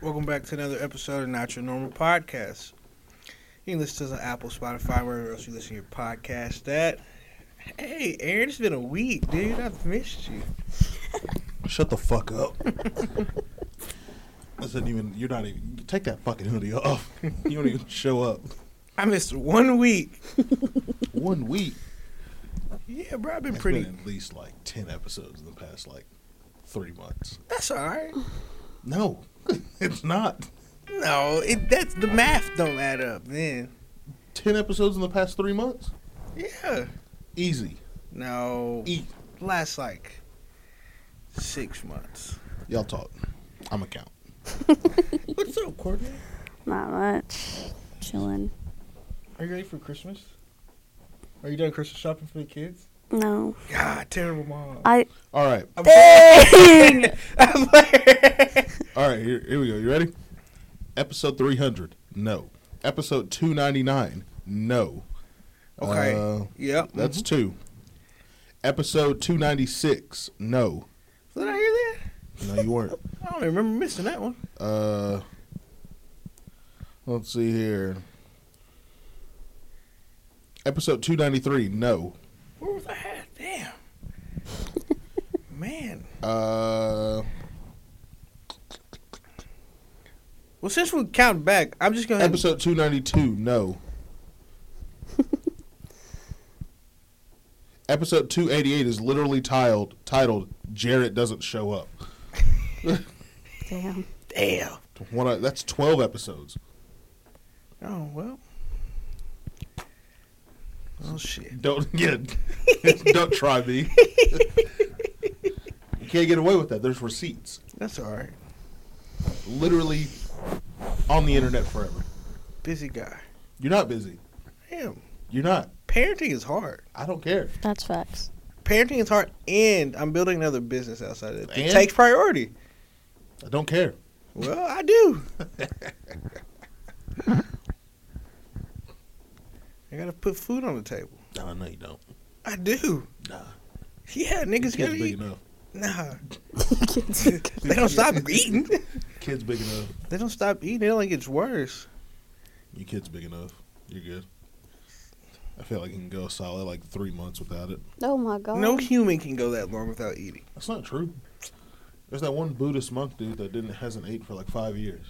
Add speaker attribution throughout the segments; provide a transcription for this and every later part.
Speaker 1: Welcome back to another episode of Not Your Normal Podcast. You can listen to us on Apple, Spotify, wherever else you listen to your podcast at. Hey, Aaron, it's been a week, dude. I've missed you.
Speaker 2: Shut the fuck up. That's not even. You're not even. Take that fucking hoodie off. You don't even show up.
Speaker 1: I missed one week.
Speaker 2: One week.
Speaker 1: Yeah, bro, I've been
Speaker 2: It's
Speaker 1: pretty.
Speaker 2: been at least like ten episodes in the past like three months.
Speaker 1: That's all right.
Speaker 2: No, it's not.
Speaker 1: No, it that's the math don't add up, man.
Speaker 2: Ten episodes in the past three months.
Speaker 1: Yeah.
Speaker 2: Easy.
Speaker 1: No.
Speaker 2: Eat.
Speaker 1: Last like six months.
Speaker 2: Y'all talk. I'm a count.
Speaker 1: What's up, Courtney?
Speaker 3: Not much. Chilling.
Speaker 1: Are you ready for Christmas? Are you done Christmas shopping for the kids?
Speaker 3: No.
Speaker 1: God, terrible mom.
Speaker 3: I.
Speaker 2: All right.
Speaker 1: I'm
Speaker 3: Dang!
Speaker 1: I'm like-
Speaker 2: All right. Here, here we go. You ready? Episode 300. No. Episode 299. No.
Speaker 1: okay.
Speaker 2: Uh,
Speaker 1: yep.
Speaker 2: That's two. Episode 296. No.
Speaker 1: Did I hear that?
Speaker 2: No, you weren't.
Speaker 1: I don't remember missing that one.
Speaker 2: Uh, let's see here. Episode 293. No.
Speaker 1: Where was I at? Damn. Man.
Speaker 2: Uh,
Speaker 1: Well, since we count back, I'm just gonna.
Speaker 2: episode 292. No. episode 288 is literally tiled, titled Jarrett Doesn't Show Up.
Speaker 3: Damn.
Speaker 1: Damn.
Speaker 2: One, of- that's 12 episodes.
Speaker 1: Oh well. Oh shit.
Speaker 2: Don't yeah, don't try me. you can't get away with that. There's receipts,
Speaker 1: That's all right.
Speaker 2: literally, on the internet forever.
Speaker 1: Busy guy.
Speaker 2: You're not busy.
Speaker 1: Damn.
Speaker 2: You're not.
Speaker 1: Parenting is hard.
Speaker 2: I don't care.
Speaker 3: That's facts.
Speaker 1: Parenting is hard, and I'm building another business outside of it. It
Speaker 2: And?
Speaker 1: takes priority.
Speaker 2: I don't care.
Speaker 1: Well, I do. I gotta put food on the table.
Speaker 2: No, no, you don't.
Speaker 1: I do.
Speaker 2: Nah.
Speaker 1: Yeah,
Speaker 2: Kids
Speaker 1: niggas gotta
Speaker 2: big
Speaker 1: eat.
Speaker 2: enough.
Speaker 1: Nah,
Speaker 3: Kids.
Speaker 1: they don't stop eating.
Speaker 2: Kids big enough.
Speaker 1: They don't stop eating. It only gets worse.
Speaker 2: Your kids big enough. You're good. I feel like you can go a solid like three months without it.
Speaker 3: oh my god.
Speaker 1: No human can go that long without eating.
Speaker 2: That's not true. There's that one Buddhist monk dude that didn't hasn't ate for like five years.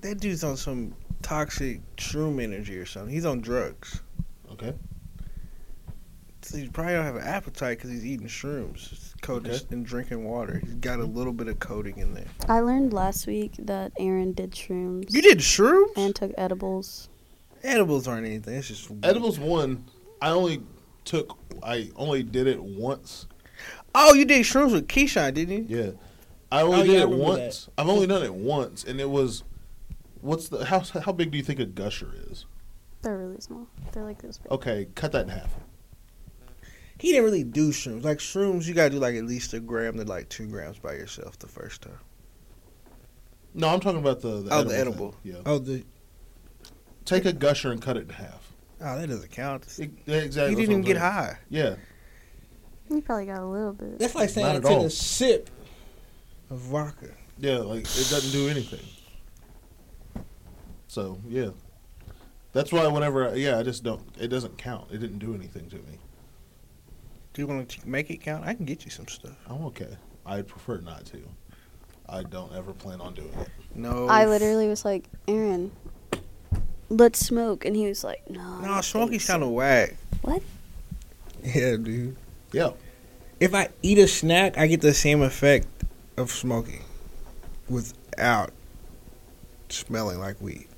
Speaker 1: That dude's on some toxic shroom energy or something. He's on drugs.
Speaker 2: Okay.
Speaker 1: So he probably don't have an appetite because he's eating shrooms, It's coated
Speaker 2: Okay.
Speaker 1: and drinking water. He's got a little bit of coating in there.
Speaker 3: I learned last week that Aaron did shrooms
Speaker 1: You did shrooms?
Speaker 3: and took edibles.
Speaker 1: Edibles aren't anything. It's just
Speaker 2: Edibles one, I only took I only did it once.
Speaker 1: Oh, you did shrooms with Keyshawn, didn't you?
Speaker 2: Yeah. I only
Speaker 1: Oh,
Speaker 2: did
Speaker 1: yeah, I
Speaker 2: it
Speaker 1: remember
Speaker 2: once. I've only done it once and it was what's the how how big do you think a gusher is?
Speaker 3: They're really small. They're like this big.
Speaker 2: Okay, cut that in half.
Speaker 1: He didn't really do shrooms. Like shrooms, you gotta do like at least a gram to like two grams by yourself the first time.
Speaker 2: No, I'm talking about the, the
Speaker 1: oh, the edible.
Speaker 2: edible. thing. Yeah.
Speaker 1: Oh, the
Speaker 2: Take a gusher and cut it in half.
Speaker 1: oh, that doesn't count.
Speaker 2: It, yeah, exactly.
Speaker 1: you didn't
Speaker 2: that's what
Speaker 1: even
Speaker 2: I'm
Speaker 1: get
Speaker 2: saying.
Speaker 1: high.
Speaker 2: Yeah.
Speaker 3: You probably got a little bit.
Speaker 1: That's like
Speaker 2: saying Not I at took all. a
Speaker 1: sip of vodka.
Speaker 2: Yeah, like it doesn't do anything. So, yeah. That's why whenever I, yeah, I just don't it doesn't count. It didn't do anything to me.
Speaker 1: Do you want to make it count? I can get you some stuff.
Speaker 2: I'm okay. I'd prefer not to. I don't ever plan on doing it.
Speaker 1: No,
Speaker 3: I literally was like, Aaron, let's smoke, and he was like, No. I
Speaker 1: No,
Speaker 3: don't
Speaker 1: Smokey's
Speaker 3: think
Speaker 1: kind
Speaker 3: so."
Speaker 1: of whack.
Speaker 3: What?
Speaker 1: Yeah, dude.
Speaker 2: Yeah.
Speaker 1: If I eat a snack, I get the same effect of smoking without smelling like weed.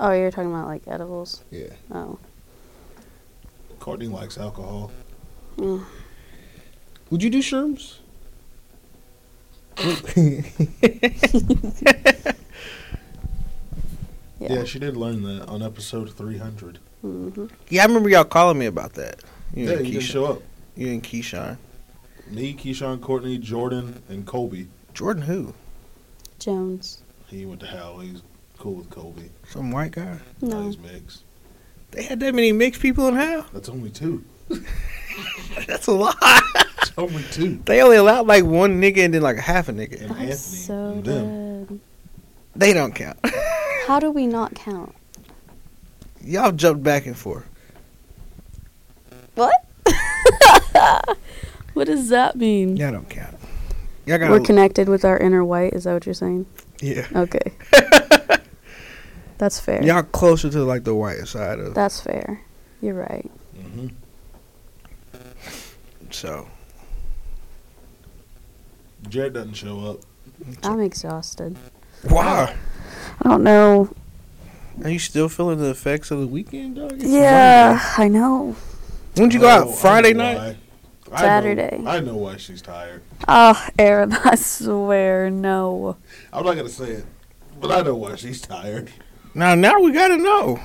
Speaker 3: Oh, you're talking about like edibles.
Speaker 1: Yeah.
Speaker 3: Oh.
Speaker 2: Courtney likes alcohol.
Speaker 3: Mm.
Speaker 1: Would you do shrooms?
Speaker 3: Yeah.
Speaker 2: Yeah. she did learn that on episode 300.
Speaker 3: hmm
Speaker 1: yeah, I remember y'all calling me about that. You
Speaker 2: Yeah,
Speaker 1: and
Speaker 2: you didn't
Speaker 1: Keyshawn-
Speaker 2: show up.
Speaker 1: You and Keyshawn.
Speaker 2: Me, Keyshawn, Courtney, Jordan, and Colby.
Speaker 1: Jordan who?
Speaker 3: Jones.
Speaker 2: He went to Howell. He's cool with Colby.
Speaker 1: Some white guy.
Speaker 2: Now
Speaker 3: No.
Speaker 2: He's mixed.
Speaker 1: They had that many mixed people in how?
Speaker 2: That's only two.
Speaker 1: That's a lot.
Speaker 2: It's only two.
Speaker 1: They only allowed like one nigga and then like half a nigga.
Speaker 2: And
Speaker 3: I'm
Speaker 2: Anthony
Speaker 3: so
Speaker 2: and them.
Speaker 3: dead.
Speaker 1: They don't count.
Speaker 3: How do we not count?
Speaker 1: Y'all jumped back and forth.
Speaker 3: What? what does that mean?
Speaker 1: Y'all don't count. Y'all
Speaker 3: We're
Speaker 1: gotta.
Speaker 3: connected with our inner white. Is that what you're saying?
Speaker 1: yeah.
Speaker 3: Okay. That's fair.
Speaker 1: Y'all closer to like the white side of
Speaker 3: That's fair. You're right.
Speaker 2: Mm-hmm.
Speaker 1: so.
Speaker 2: Jared doesn't show up.
Speaker 3: I'm exhausted.
Speaker 1: Wow.
Speaker 3: I don't know.
Speaker 1: Are you still feeling the effects of the weekend, dog? It's
Speaker 3: Yeah, I know.
Speaker 1: Monday. When'd you go
Speaker 2: Oh, I
Speaker 1: out? Friday
Speaker 2: know
Speaker 1: night?
Speaker 2: why. I know-
Speaker 3: Saturday.
Speaker 2: I know why she's tired.
Speaker 3: Oh, Aaron, I swear, no.
Speaker 2: I'm not gonna say it, but I know why she's tired.
Speaker 1: Now, now we gotta know.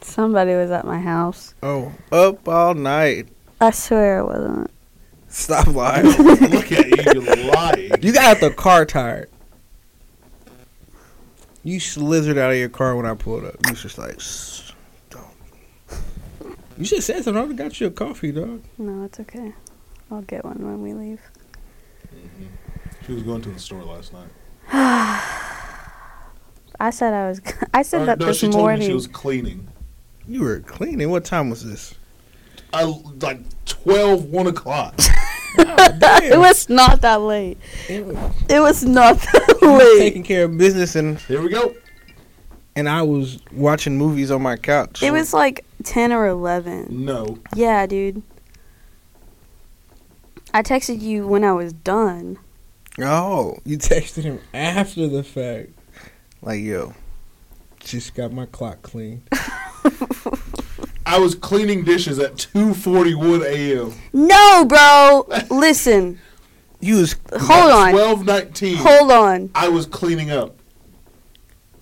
Speaker 3: Somebody was at my house.
Speaker 1: Oh, up all night.
Speaker 3: I swear it wasn't.
Speaker 1: Stop lying.
Speaker 2: Look at you, you're lying.
Speaker 1: you got out the car tired. You slithered out of your car when I pulled up. You was just like, "Shh, don't. You should have said something. I would've got you a coffee, dog.
Speaker 3: No, it's okay. I'll get one when we leave.
Speaker 2: Mm-hmm. She was going to the store last night.
Speaker 3: I said I was. I said
Speaker 2: Or,
Speaker 3: that
Speaker 2: Uh, no,
Speaker 3: this
Speaker 2: she told me
Speaker 3: morning.
Speaker 2: she was cleaning.
Speaker 1: You were cleaning. What time was this?
Speaker 2: I like 12, 1 o'clock.
Speaker 3: it was not that late.
Speaker 1: It was
Speaker 3: It was not that
Speaker 1: you was taking
Speaker 3: late.
Speaker 1: care of business, and
Speaker 2: Here we go.
Speaker 1: and I was watching movies on my couch.
Speaker 3: It was like ten or eleven.
Speaker 2: No,
Speaker 3: Yeah, dude. I texted you when I was done.
Speaker 1: Oh, you texted him after the fact. Like, yo, just got my clock cleaned.
Speaker 2: I was cleaning dishes at 2:41 a.m.
Speaker 3: No, bro. Listen.
Speaker 1: You was
Speaker 3: Hold on.
Speaker 2: 12:19.
Speaker 3: Hold on.
Speaker 2: I was cleaning up.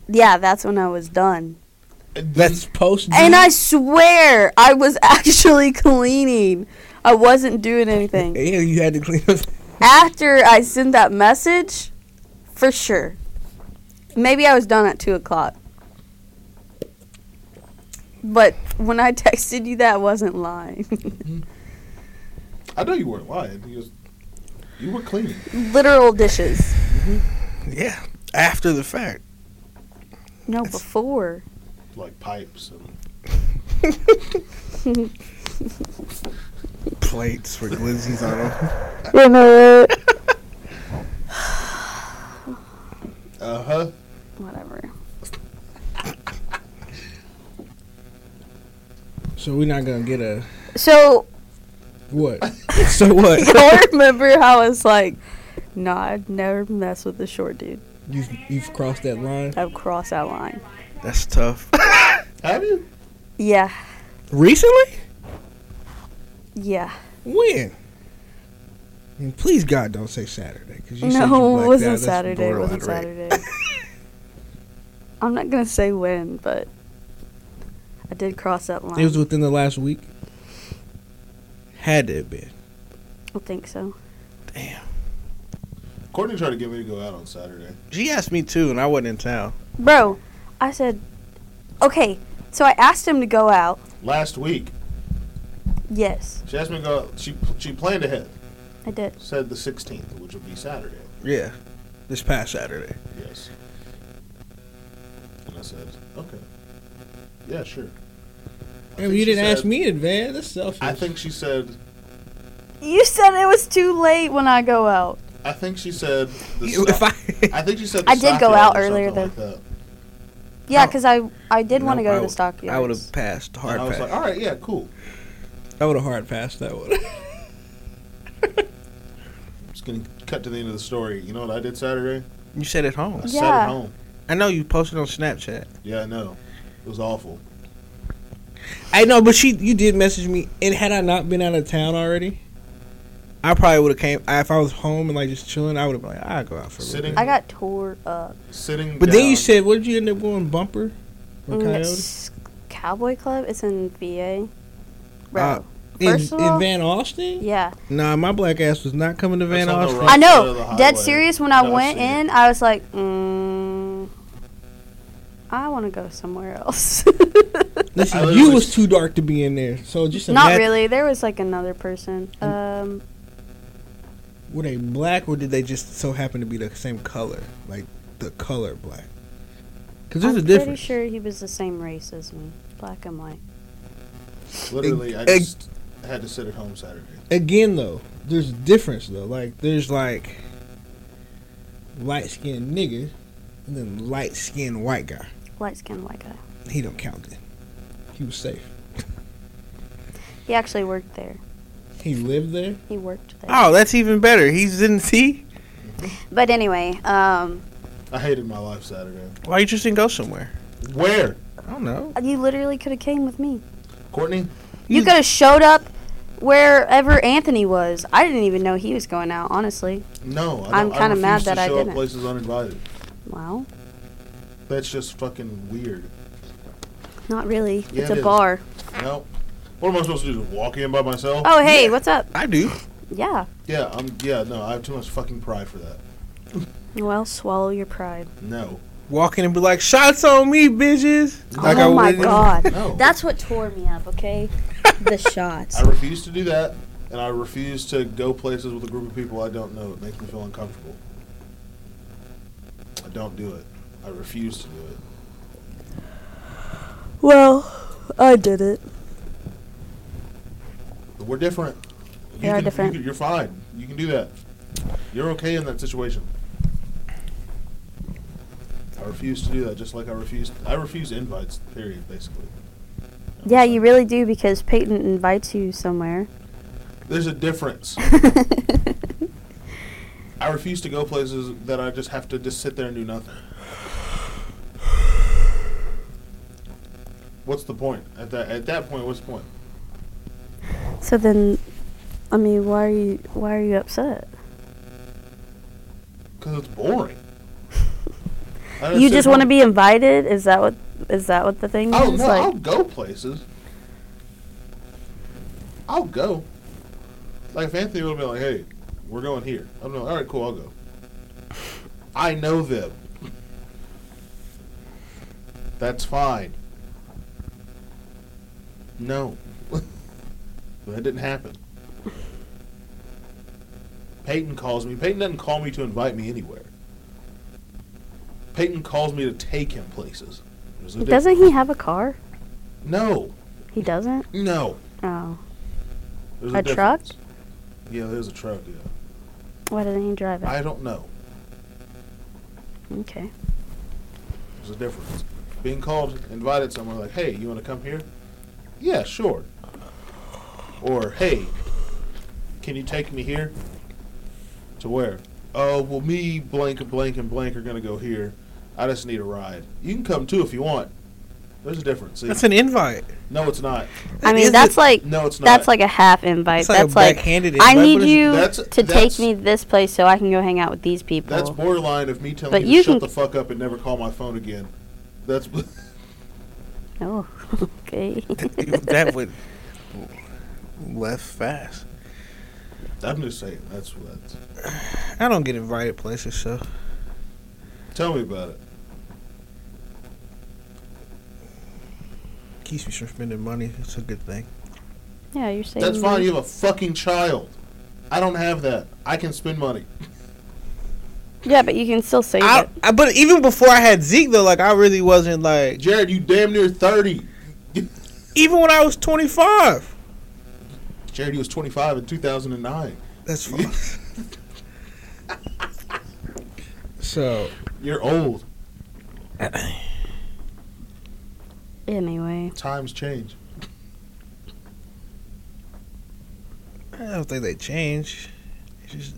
Speaker 3: Yeah, that's when I was done.
Speaker 2: And
Speaker 1: that's post.
Speaker 3: And I swear I was actually cleaning. I wasn't doing anything.
Speaker 1: yeah, you had to clean up.
Speaker 3: After I sent that message, for sure. Maybe I was done at 2 o'clock. But when I texted you that, I wasn't lying.
Speaker 2: I know you weren't lying. You, was, you were cleaning.
Speaker 3: Literal dishes.
Speaker 1: Yeah, after the fact.
Speaker 3: No, before.
Speaker 2: Like pipes and
Speaker 1: Plates with glizzies on them.
Speaker 2: uh huh.
Speaker 3: Whatever.
Speaker 1: So we're not gonna get a
Speaker 3: So,
Speaker 1: what? so what?
Speaker 3: y'all remember how I was like, nah, I'd never mess with the short dude.
Speaker 1: You've you've crossed that line.
Speaker 3: I'd cross that line.
Speaker 1: That's tough.
Speaker 2: Have you?
Speaker 3: Yeah,
Speaker 1: Recently?
Speaker 3: yeah.
Speaker 1: When? And please God, don't say Saturday because you said you
Speaker 3: no,
Speaker 1: blacked
Speaker 3: it
Speaker 1: out.
Speaker 3: wasn't
Speaker 1: That's
Speaker 3: Saturday. It wasn't
Speaker 1: borderline rape.
Speaker 3: Saturday. I'm not gonna say when, but I did cross that line.
Speaker 1: It was within the last week. Had to have been.
Speaker 3: I think so.
Speaker 1: Damn.
Speaker 2: Courtney tried to get me to go out on Saturday.
Speaker 1: She asked me too, and I wasn't in town.
Speaker 3: Bro, I said, okay. So I asked him to go out.
Speaker 2: Last week,
Speaker 3: Yes,
Speaker 2: she asked me to go out. She, she planned ahead,
Speaker 3: I did.
Speaker 2: said the 16th, which would be Saturday.
Speaker 1: Yeah. This past Saturday.
Speaker 2: Yes. And I said, okay. Yeah, sure. I
Speaker 1: And
Speaker 2: think
Speaker 1: you
Speaker 2: she
Speaker 1: didn't ask
Speaker 2: said-
Speaker 1: me in advance. That's selfish.
Speaker 2: I think she said,
Speaker 3: You said it was too late when I go out.
Speaker 2: I think she said, the
Speaker 1: You-
Speaker 2: stock-
Speaker 1: if I,
Speaker 2: I think she said, the
Speaker 3: I did go
Speaker 2: stockyard
Speaker 3: out
Speaker 2: or
Speaker 3: earlier,
Speaker 2: something Like that.
Speaker 3: Yeah,
Speaker 1: Oh.
Speaker 3: because I I did want to
Speaker 1: Nope,
Speaker 3: go
Speaker 1: I
Speaker 3: to
Speaker 1: w-
Speaker 3: the stockyards.
Speaker 1: I would have passed hard
Speaker 2: And I was
Speaker 1: pass.
Speaker 2: like, all right, yeah, cool.
Speaker 1: I would have hard passed that one.
Speaker 2: Just gonna cut to the end of the story. You know what I did Saturday?
Speaker 1: you said at
Speaker 2: I
Speaker 1: home.
Speaker 2: sat
Speaker 3: Yeah.
Speaker 2: at home.
Speaker 1: I know you posted on Snapchat.
Speaker 2: Yeah, I know. It was awful.
Speaker 1: I know, but she you did message me, and had I not been out of town already, I probably would have came. I, if I was home and like just chilling, I would have been like, I'll go out for a little
Speaker 2: Sitting-
Speaker 1: bit.
Speaker 3: I got tore up.
Speaker 2: Sitting.
Speaker 1: But then you
Speaker 2: down-
Speaker 1: said, what did you end up going bumper? Or
Speaker 3: Mm,
Speaker 1: coyote?
Speaker 3: it's Cowboy Club. It's in VA. Bro.
Speaker 1: Uh, In,
Speaker 3: First of
Speaker 1: in
Speaker 3: all-
Speaker 1: Van Austin?
Speaker 3: yeah.
Speaker 1: Nah, my black ass was not coming to Van
Speaker 2: That's on the
Speaker 1: Austin.
Speaker 2: right.
Speaker 3: I
Speaker 2: side of the
Speaker 3: know. Dead
Speaker 2: highway.
Speaker 3: serious. When I
Speaker 2: No, I
Speaker 3: went
Speaker 2: see it.
Speaker 3: in, I was like, mm, I want to go somewhere else.
Speaker 2: I
Speaker 1: Listen,
Speaker 2: literally
Speaker 1: you was
Speaker 2: s-
Speaker 1: too dark to be in there. So just
Speaker 3: Not
Speaker 1: imagine-
Speaker 3: really. There was like another person.
Speaker 1: Mm.
Speaker 3: Um,
Speaker 1: Were they black or did they just so happen to be the same color? Like the color black. Because
Speaker 3: I'm
Speaker 1: there's a
Speaker 3: pretty
Speaker 1: difference.
Speaker 3: sure he was the same race as me, black and white.
Speaker 2: Literally, I
Speaker 1: Egg-
Speaker 2: just had to sit at home Saturday.
Speaker 1: Again, though, there's a difference, though. Like, there's like light skinned nigga and then light skinned white guy.
Speaker 3: Light skinned white guy.
Speaker 1: He don't count it. He was safe.
Speaker 3: He actually worked there.
Speaker 1: He lived there.
Speaker 3: He worked there.
Speaker 1: Oh, that's even better. He's in see.
Speaker 3: But anyway, um,
Speaker 2: I hated my life Saturday.
Speaker 1: Why you just didn't go somewhere?
Speaker 2: Where?
Speaker 1: I don't know.
Speaker 3: you literally could have came with me.
Speaker 2: Courtney?
Speaker 3: You
Speaker 1: You-
Speaker 3: could have showed up wherever Anthony was. I didn't even know he was going out, honestly.
Speaker 2: No. I
Speaker 3: I'm
Speaker 2: don't- I
Speaker 3: kinda mad
Speaker 2: refuse to
Speaker 3: that I
Speaker 2: show up
Speaker 3: didn't.
Speaker 2: places uninvited.
Speaker 3: Wow.
Speaker 2: That's just fucking weird.
Speaker 3: Not really.
Speaker 2: Yeah,
Speaker 3: it's
Speaker 2: it
Speaker 3: a
Speaker 2: is.
Speaker 3: bar.
Speaker 2: No. What am I supposed to do? Just walk in by myself?
Speaker 3: Oh, hey,
Speaker 1: Yeah.
Speaker 3: what's up?
Speaker 1: I do.
Speaker 3: Yeah.
Speaker 2: Yeah, I'm. Yeah, no. I have too much fucking pride for that.
Speaker 3: Well, swallow your pride.
Speaker 2: No.
Speaker 1: Walk in and be like, "Shots on me, bitches!" Like I
Speaker 3: oh my
Speaker 1: wouldn't-
Speaker 3: god.
Speaker 2: No.
Speaker 4: That's what tore me up, okay? the shots.
Speaker 2: I refuse to do that, and I refuse to go places with a group of people I don't know. It makes me feel uncomfortable. I don't do it. I refuse to do it.
Speaker 4: Well, I did it.
Speaker 2: But we're different. You
Speaker 3: We are
Speaker 2: can- you
Speaker 3: different.
Speaker 2: can- you're fine. You can do that. You're okay in that situation. I refuse to do that. Just like I refuse, I refuse invites. Period. Basically. I'm
Speaker 3: Yeah,
Speaker 2: just
Speaker 3: you
Speaker 2: like,
Speaker 3: really do because Peyton invites you somewhere.
Speaker 2: There's a difference. I refuse to go places that I just have to just sit there and do nothing. What's the point? At that at that point, what's the point?
Speaker 3: so then, I mean, why are you why are you upset?
Speaker 2: Because it's boring. I
Speaker 3: you
Speaker 2: sit
Speaker 3: just want to
Speaker 2: home-
Speaker 3: be invited? Is that what is that what the thing
Speaker 2: Oh
Speaker 3: is?
Speaker 2: no,
Speaker 3: like,
Speaker 2: I'll go places. I'll go. Like if Anthony would have been like, "Hey, we're going here," I'm like, "All right, cool, I'll go." I know them. That's fine. No, that didn't happen. Peyton calls me. Peyton doesn't call me to invite me anywhere. Peyton calls me to take him places. There's a difference.
Speaker 3: doesn't he have a car?
Speaker 2: No,
Speaker 3: He doesn't.
Speaker 2: no.
Speaker 3: Oh,
Speaker 2: There's
Speaker 3: A truck?
Speaker 2: difference. Yeah, there's a truck. Yeah,
Speaker 3: why doesn't he drive it?
Speaker 2: I don't know.
Speaker 3: okay.
Speaker 2: There's a difference. Being called, invited somewhere, like, "Hey, you want to come here?" Yeah, sure. Or, "Hey, can you take me here?" To where? Oh, well, me, blank, and blank, and blank are gonna go here. I just need a ride. You can come too if you want. There's a difference. See?
Speaker 1: That's an invite.
Speaker 2: no, it's not.
Speaker 3: I mean,
Speaker 1: Is
Speaker 3: that's
Speaker 1: it-
Speaker 3: like
Speaker 2: No, it's not.
Speaker 3: that's like a half invite.
Speaker 1: It's like a
Speaker 3: that's like
Speaker 1: backhanded
Speaker 3: I
Speaker 1: invite,
Speaker 3: need
Speaker 1: but it's-
Speaker 3: you
Speaker 2: That's-
Speaker 3: to
Speaker 2: that's-
Speaker 3: take me this place so I can go hang out with these people.
Speaker 2: That's borderline of me telling
Speaker 3: But
Speaker 2: you to
Speaker 3: you
Speaker 2: shut the
Speaker 3: can-
Speaker 2: fuck up and never call my phone again. That's
Speaker 3: oh, okay.
Speaker 1: that would left fast.
Speaker 2: I'm just saying. That's what. That's,
Speaker 1: I don't get invited places, so
Speaker 2: tell me about it.
Speaker 1: keeps me from spending money. It's a good thing.
Speaker 3: yeah, you're saying
Speaker 2: That's fine. You have a fucking child. I don't have that. I can spend money.
Speaker 3: Yeah, but you can still save
Speaker 1: I,
Speaker 3: it.
Speaker 1: I, but even before I had Zeke, though, like I really wasn't like.
Speaker 2: Jared, you damn near thirty.
Speaker 1: Even when I was 25,
Speaker 2: Jared, you was 25 in 2009.
Speaker 1: that's fine. so
Speaker 2: You're old.
Speaker 3: Anyway,
Speaker 2: Times change.
Speaker 1: I don't think they change. It's just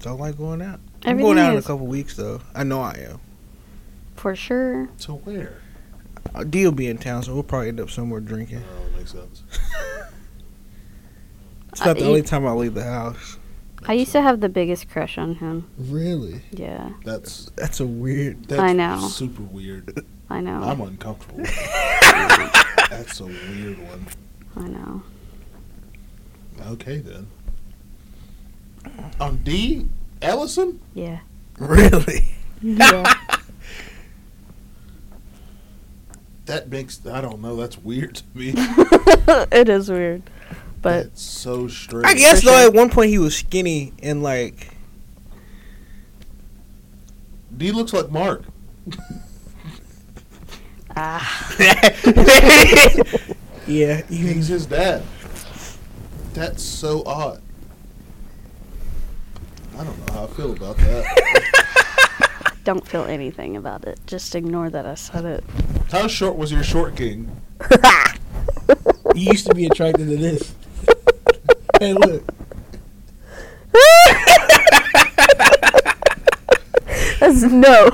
Speaker 1: don't like going out. I'm
Speaker 3: everything
Speaker 1: going out in a
Speaker 3: is
Speaker 1: couple weeks, though. I know I am.
Speaker 3: for sure.
Speaker 2: To where?
Speaker 1: Uh, D will be in town, so we'll probably end up somewhere drinking.
Speaker 2: Oh, that makes sense.
Speaker 1: It's not the
Speaker 3: Uh,
Speaker 1: only
Speaker 3: you-
Speaker 1: time I leave the house.
Speaker 3: I used to have the biggest crush on him.
Speaker 1: Really?
Speaker 3: Yeah,
Speaker 2: That's
Speaker 1: That's a weird.
Speaker 2: that's
Speaker 3: I know. Oh.
Speaker 2: super weird.
Speaker 3: I know.
Speaker 2: I'm uncomfortable. that's a weird one.
Speaker 3: I know.
Speaker 2: Okay then. On D Ellison?
Speaker 3: Yeah.
Speaker 1: Really?
Speaker 3: Yeah.
Speaker 2: That makes I don't know. That's weird to me.
Speaker 3: it is weird. But
Speaker 2: That's so strange.
Speaker 1: I guess
Speaker 3: For
Speaker 1: though.
Speaker 3: sure.
Speaker 1: At one point, he was skinny and like
Speaker 2: D looks like Mark.
Speaker 1: yeah, you
Speaker 2: He's his dad. That's so odd. I don't know how I feel about that.
Speaker 3: Don't feel anything about it. Just ignore that I said it.
Speaker 2: how short was your short king?
Speaker 1: you used to be attracted to this. hey, look.
Speaker 3: That's no.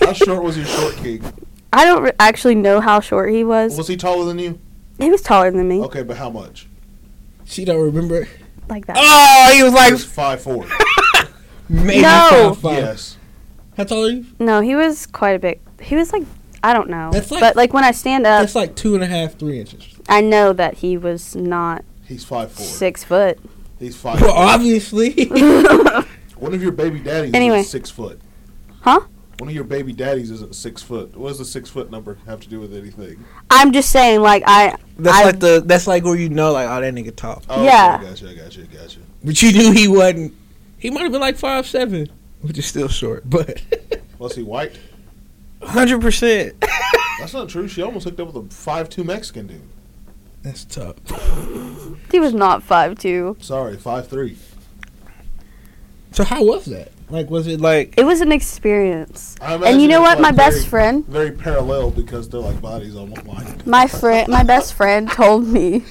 Speaker 2: How short was your short king?
Speaker 3: I don't re- actually know how short he was.
Speaker 2: Was he taller than you?
Speaker 3: He was taller than
Speaker 1: oh.
Speaker 3: me,
Speaker 2: Okay, but how much?
Speaker 1: She don't remember.
Speaker 3: like that.
Speaker 1: Oh, he was
Speaker 2: He
Speaker 1: like
Speaker 2: was five four.
Speaker 1: maybe
Speaker 3: No.
Speaker 1: five five.
Speaker 2: yes.
Speaker 1: How tall are you?
Speaker 3: No, he was quite a bit. He was like I don't know,
Speaker 1: That's like-
Speaker 3: but like when I stand up,
Speaker 1: That's like two and a half, three inches.
Speaker 3: I know that he was not
Speaker 2: He's five four.
Speaker 3: six foot.
Speaker 2: He's five.
Speaker 1: Well,
Speaker 2: four.
Speaker 1: obviously.
Speaker 2: One of your baby daddies
Speaker 3: Anyway.
Speaker 2: isn't six foot.
Speaker 3: Huh?
Speaker 2: One of your baby daddies isn't six foot. What does the six foot number have to do with anything?
Speaker 3: I'm just saying, like I
Speaker 1: That's
Speaker 3: I-
Speaker 1: like the that's like where you know like oh that nigga tall.
Speaker 2: Oh,
Speaker 3: Yeah.
Speaker 2: Okay, gotcha. I gotcha. I gotcha.
Speaker 1: But you knew he wasn't he might have been like five seven, which is still short, but
Speaker 2: Was he white?
Speaker 1: hundred percent.
Speaker 2: That's not true. She almost hooked up with a five two Mexican dude.
Speaker 1: That's tough.
Speaker 3: he was not five two.
Speaker 2: Sorry, five three.
Speaker 1: So how was that? Like was it like
Speaker 3: It was an experience.
Speaker 2: I
Speaker 3: and you
Speaker 2: imagine
Speaker 3: know
Speaker 2: it's
Speaker 3: what? My
Speaker 2: like
Speaker 3: best
Speaker 2: very-
Speaker 3: friend,
Speaker 2: Very parallel because they're like bodies almost like.
Speaker 3: my friend, my best friend told me.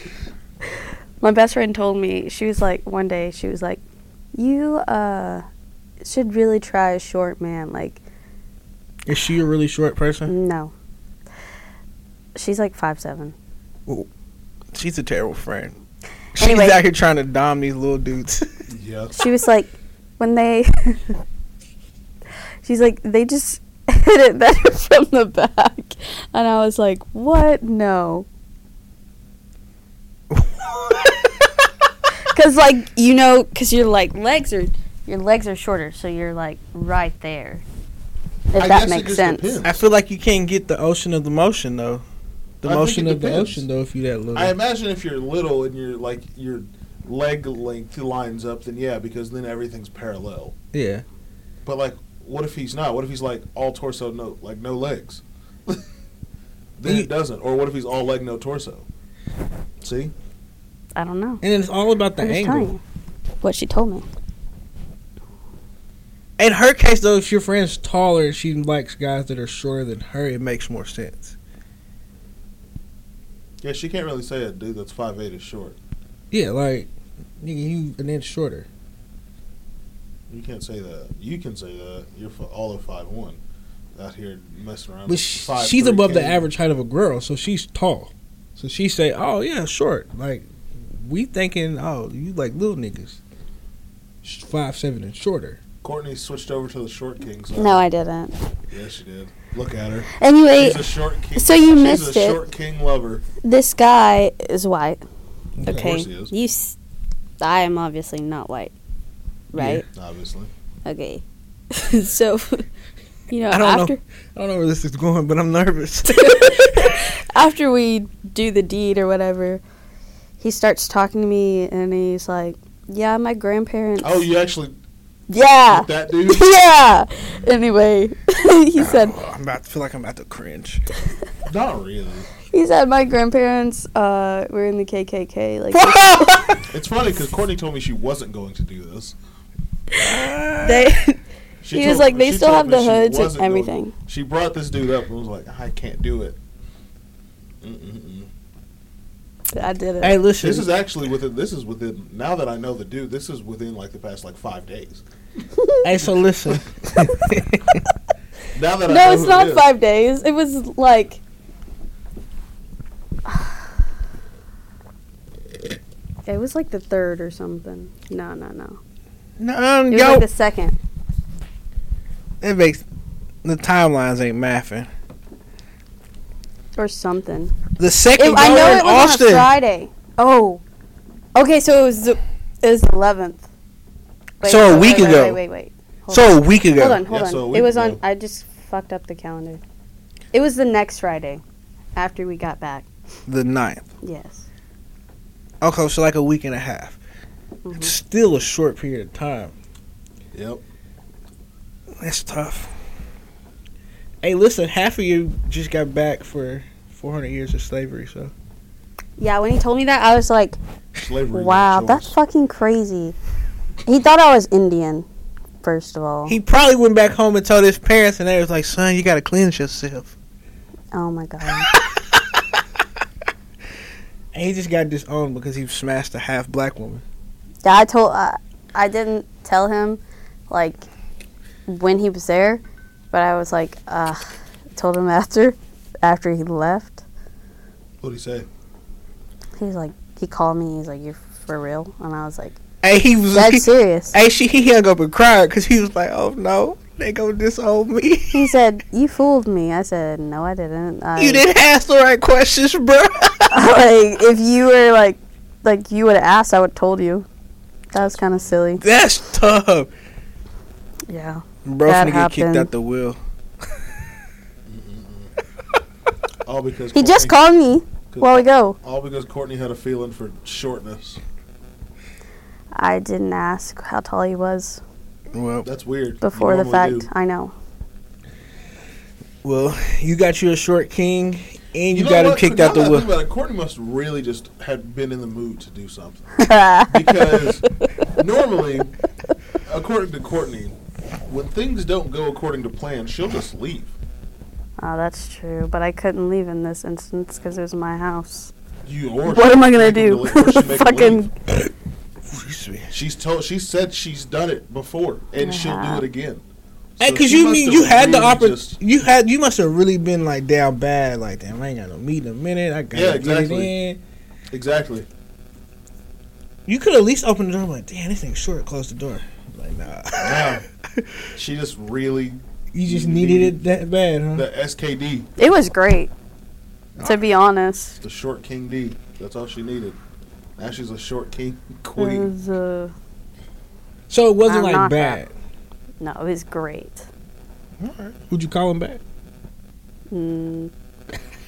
Speaker 3: My best friend told me she was like one day she was like, "You uh should really try a short man. Like
Speaker 1: is she a really short person?
Speaker 3: no." She's like five seven.
Speaker 1: She's a terrible friend. She's
Speaker 3: Anyway.
Speaker 1: out here trying to dom these little dudes.
Speaker 2: Yeah.
Speaker 3: she was like, when they, she's like, they just hit it better from the back, and I was like, what? No, because like you know, because your like legs are your legs are shorter, so you're like right there. If
Speaker 2: I guess
Speaker 3: that
Speaker 2: it
Speaker 3: makes
Speaker 2: just
Speaker 3: sense.
Speaker 2: depends.
Speaker 1: I feel like you can't get the ocean of the motion though. The
Speaker 2: I think
Speaker 1: motion
Speaker 2: it
Speaker 1: of the
Speaker 2: depends.
Speaker 1: ocean though if you that little.
Speaker 2: I imagine if you're little and you're like your leg length lines up, then yeah, because then everything's parallel.
Speaker 1: yeah.
Speaker 2: But like, what if he's not? What if he's like all torso, no like no legs? then
Speaker 1: You-
Speaker 2: it doesn't. Or what if he's all leg, no torso? See,
Speaker 3: I don't know.
Speaker 1: And it's all about the
Speaker 3: I'm just telling
Speaker 1: angle.
Speaker 3: you what she told me.
Speaker 1: In her case, though, if your friend's taller and she likes guys that are shorter than her, it makes more sense.
Speaker 2: yeah, she can't really say a dude that's five eight is short.
Speaker 1: Yeah, like nigga, you an inch shorter.
Speaker 2: You can't say that. You can say that. You're fi- all of five one, out here messing around.
Speaker 1: But
Speaker 2: with
Speaker 1: sh
Speaker 2: five,
Speaker 1: she's
Speaker 2: three
Speaker 1: above the
Speaker 2: kids.
Speaker 1: average height of a girl, so she's tall. So she say, "Oh yeah, short." Like we thinking, "Oh, you like little niggas, sh- five seven and shorter."
Speaker 2: Courtney switched over to the short king. So
Speaker 3: No, I didn't.
Speaker 2: Yeah, she did. Look at her.
Speaker 3: Anyway,
Speaker 2: She's a short king.
Speaker 3: so you
Speaker 2: she's
Speaker 3: missed
Speaker 2: a
Speaker 3: it.
Speaker 2: short king lover.
Speaker 3: this guy is white.
Speaker 2: Of
Speaker 3: Okay,
Speaker 2: course he is.
Speaker 3: you. S- I am obviously not white, right?
Speaker 2: Obviously.
Speaker 3: Okay. so, you know,
Speaker 1: I don't
Speaker 3: after
Speaker 1: know. I don't know where this is going, but I'm nervous.
Speaker 3: after we do the deed or whatever, he starts talking to me and he's like, "Yeah, my grandparents."
Speaker 2: Oh, you actually
Speaker 3: yeah.
Speaker 2: with that dude?
Speaker 3: yeah. Anyway, he said
Speaker 1: Oh, I'm about to feel like I'm about to cringe.
Speaker 2: Not really.
Speaker 3: he said my grandparents uh were in the KKK like
Speaker 2: It's funny because Courtney told me she wasn't going to do this.
Speaker 3: they
Speaker 2: She
Speaker 3: he
Speaker 2: told-
Speaker 3: was like they
Speaker 2: she
Speaker 3: still
Speaker 2: told
Speaker 3: have
Speaker 2: me
Speaker 3: the
Speaker 2: she
Speaker 3: hoods and
Speaker 2: wasn't going-
Speaker 3: everything.
Speaker 2: she brought this dude up and was like, I can't do it. Mm-mm-mm.
Speaker 3: I did it.
Speaker 1: hey, listen.
Speaker 2: This is actually within. This is within. Now that I know the dude, this is within like the past like five days.
Speaker 1: hey, so listen.
Speaker 2: Now that I know
Speaker 3: No, it's
Speaker 2: who
Speaker 3: not
Speaker 2: it is,
Speaker 3: five days. It was like. It was like the third or something. No, no, no.
Speaker 1: no, um,
Speaker 3: It was
Speaker 1: yo,
Speaker 3: like the second.
Speaker 1: it makes the timelines ain't mathing.
Speaker 3: or something.
Speaker 1: The
Speaker 3: It,
Speaker 1: second
Speaker 3: I
Speaker 1: goal
Speaker 3: know
Speaker 1: in
Speaker 3: it was
Speaker 1: Austin.
Speaker 3: on a Friday. Oh, okay. So it was the, it was the eleventh.
Speaker 1: So a week
Speaker 3: wait,
Speaker 1: ago.
Speaker 3: Wait, wait, wait. Hold
Speaker 1: so
Speaker 3: on.
Speaker 1: a week ago.
Speaker 3: hold on, hold
Speaker 2: Yeah,
Speaker 3: on.
Speaker 2: so a
Speaker 3: it
Speaker 2: week
Speaker 3: was
Speaker 2: ago.
Speaker 3: on. I just fucked up the calendar. It was the next Friday, after we got back.
Speaker 1: The ninth.
Speaker 3: Yes.
Speaker 1: Okay, so like a week and a half.
Speaker 3: Mhm.
Speaker 1: It's still a short period of time.
Speaker 2: Yep.
Speaker 1: That's tough. Hey, listen, half of you just got back for 400 years of slavery, so.
Speaker 3: Yeah, when he told me that, I was like,
Speaker 2: Slavery.
Speaker 3: wow,
Speaker 2: was a
Speaker 3: that's
Speaker 2: choice.
Speaker 3: fucking crazy. He thought I was Indian, first of all.
Speaker 1: He probably went back home and told his parents, and they was like, son, you gotta cleanse yourself.
Speaker 3: oh my god.
Speaker 1: And he just got disowned because he smashed a half black woman.
Speaker 3: Yeah, I told. I I didn't tell him, like, when he was there, but I was like, uh, told him after, after he left.
Speaker 2: What'd he say?
Speaker 3: He was like, he called me. He's like, you're for real, and I was like,
Speaker 1: Hey, he was. he-
Speaker 3: that's serious.
Speaker 1: Hey, she he hung up and cried because he was like, "Oh no, they gonna disown me.
Speaker 3: He said, you fooled me. I said, no, I didn't. I,
Speaker 1: you didn't ask the right questions, bro."
Speaker 3: like, if you were like, like you would have asked, I would have told you. That was kind of silly.
Speaker 1: That's tough,
Speaker 3: Yeah.
Speaker 1: bro.
Speaker 3: That
Speaker 1: Finna get kicked
Speaker 3: happened.
Speaker 1: out the will.
Speaker 2: All because
Speaker 3: He just
Speaker 2: Courtney-
Speaker 3: called me a while ago.
Speaker 2: All because Courtney had a feeling for shortness.
Speaker 3: I didn't ask how tall he was
Speaker 1: Well,
Speaker 2: That's weird. You
Speaker 3: before the
Speaker 2: normally
Speaker 3: fact.
Speaker 2: do.
Speaker 3: I know.
Speaker 1: well, you got you a short king, and you,
Speaker 2: know
Speaker 1: got him
Speaker 2: what?
Speaker 1: kicked
Speaker 2: Now
Speaker 1: out the
Speaker 2: that I think
Speaker 1: will.
Speaker 2: about it, Courtney must really just had been in the mood to do something because
Speaker 3: because
Speaker 2: normally, according to Courtney, when things don't go according to plan, she'll just leave.
Speaker 3: Oh, that's true. But I couldn't leave in this instance because it was my house.
Speaker 2: You or
Speaker 3: What am I gonna
Speaker 2: make them
Speaker 3: do?
Speaker 2: leave- or she make them leave.
Speaker 3: Fucking.
Speaker 1: Excuse me.
Speaker 2: She's told. She said she's done it before, and
Speaker 3: I
Speaker 2: she'll
Speaker 3: have.
Speaker 2: do it again.
Speaker 1: Hey,
Speaker 2: So
Speaker 1: cause
Speaker 2: she
Speaker 1: you
Speaker 2: must
Speaker 1: mean
Speaker 2: have
Speaker 1: you had the
Speaker 2: really
Speaker 1: opportunity.
Speaker 2: just-
Speaker 1: You had you must have really been like down bad. Like, damn, I ain't got no meat in a minute. I gotta
Speaker 2: Yeah,
Speaker 1: get it
Speaker 2: exactly.
Speaker 1: in.
Speaker 2: Exactly.
Speaker 1: You could at least open the door. I'm like, damn, this thing's short. Close the door. Like, nah.
Speaker 2: Now, she just really
Speaker 1: You just
Speaker 2: You
Speaker 1: needed
Speaker 2: needed
Speaker 1: it that bad, huh?
Speaker 2: the SKD,
Speaker 3: It was great. To be honest,
Speaker 2: the short king D. That's all she needed. Now she's a short king
Speaker 3: it
Speaker 1: Mm.
Speaker 2: queen.
Speaker 3: was, uh,
Speaker 1: So it wasn't
Speaker 3: I'm
Speaker 1: like
Speaker 3: not
Speaker 1: bad.
Speaker 3: no, it was great.
Speaker 1: Would you call him back?
Speaker 3: Mm.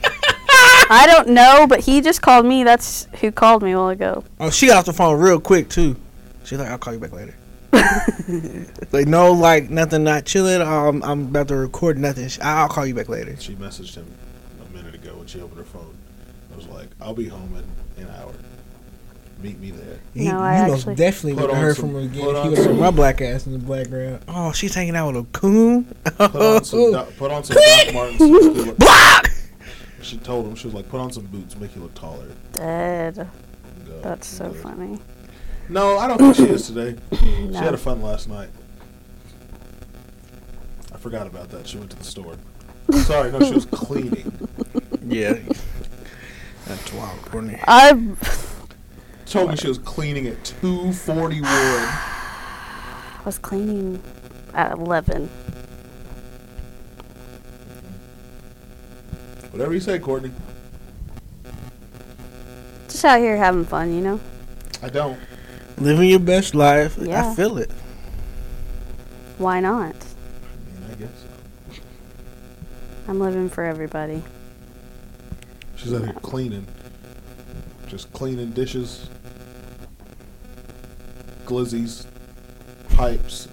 Speaker 3: I don't know, but he just called me. That's who called me a while ago.
Speaker 1: Oh, she got off the phone real quick too. She's like, "I'll call you back later." like no, like nothing, not chilling. Um, I'm about to record nothing. Sh- I'll call you back later.
Speaker 2: She messaged him a minute ago when she opened her phone. I was like, "I'll be home in an hour. Meet me there."
Speaker 1: He,
Speaker 3: No, I
Speaker 1: you most
Speaker 3: actually-
Speaker 1: definitely
Speaker 2: Put
Speaker 1: would have
Speaker 2: on
Speaker 1: heard
Speaker 2: some-
Speaker 1: from her again
Speaker 2: put
Speaker 1: if
Speaker 2: on
Speaker 1: he would have
Speaker 2: some-
Speaker 1: my black ass in the background. Oh, she's hanging out with a coon.
Speaker 2: Put on
Speaker 1: Oh.
Speaker 2: some. Do- put on some Doc Martens. so you look-
Speaker 1: Block.
Speaker 2: She told him she was like, "Put on some boots, make you look taller."
Speaker 3: Dead.
Speaker 2: and go."
Speaker 3: That's so
Speaker 2: Yeah.
Speaker 3: funny.
Speaker 2: No, I don't think she is today. She
Speaker 3: No.
Speaker 2: had a fun last night. I forgot about that. She went to the store. Sorry, no, she was cleaning.
Speaker 1: Yeah. That's wild, Courtney.
Speaker 3: I
Speaker 2: Told me she was cleaning at 241.
Speaker 3: was cleaning at eleven.
Speaker 2: Whatever you say, Courtney.
Speaker 3: Just out here having fun, you know.
Speaker 2: I don't.
Speaker 1: Living your best life. I
Speaker 3: Yeah.
Speaker 1: feel it.
Speaker 3: Why not?
Speaker 2: I mean, I guess.
Speaker 3: I'm living for everybody.
Speaker 2: She's out here cleaning. Just cleaning dishes, glizzies, pipes.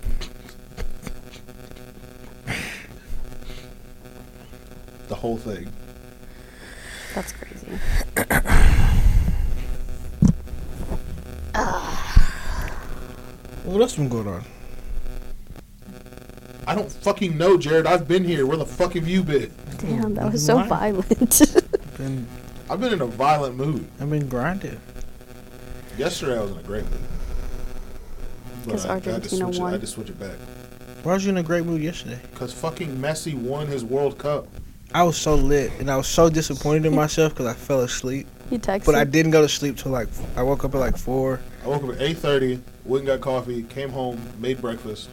Speaker 2: The whole thing.
Speaker 3: That's crazy.
Speaker 1: What else been going on?
Speaker 2: I don't fucking know, Jared. I've been here. Where the fuck have you been?
Speaker 3: Damn, that
Speaker 1: I've
Speaker 3: was
Speaker 1: been
Speaker 3: so
Speaker 1: lying.
Speaker 3: violent.
Speaker 1: Been
Speaker 2: I've been in a violent mood.
Speaker 1: I've been grinding.
Speaker 2: Yesterday I was in a great mood. But
Speaker 3: 'Cause
Speaker 2: I- I had to
Speaker 3: Argentina
Speaker 2: switch it- I
Speaker 3: won.
Speaker 2: had to switch it back.
Speaker 1: Why was you in a great mood yesterday?
Speaker 2: Because fucking Messi won his World Cup.
Speaker 1: I was so lit and I was so disappointed in myself because I fell asleep.
Speaker 3: you texted.
Speaker 1: But I didn't go to sleep till like I woke up at like four.
Speaker 2: I woke up at 8.30, went and got coffee, came home, made breakfast.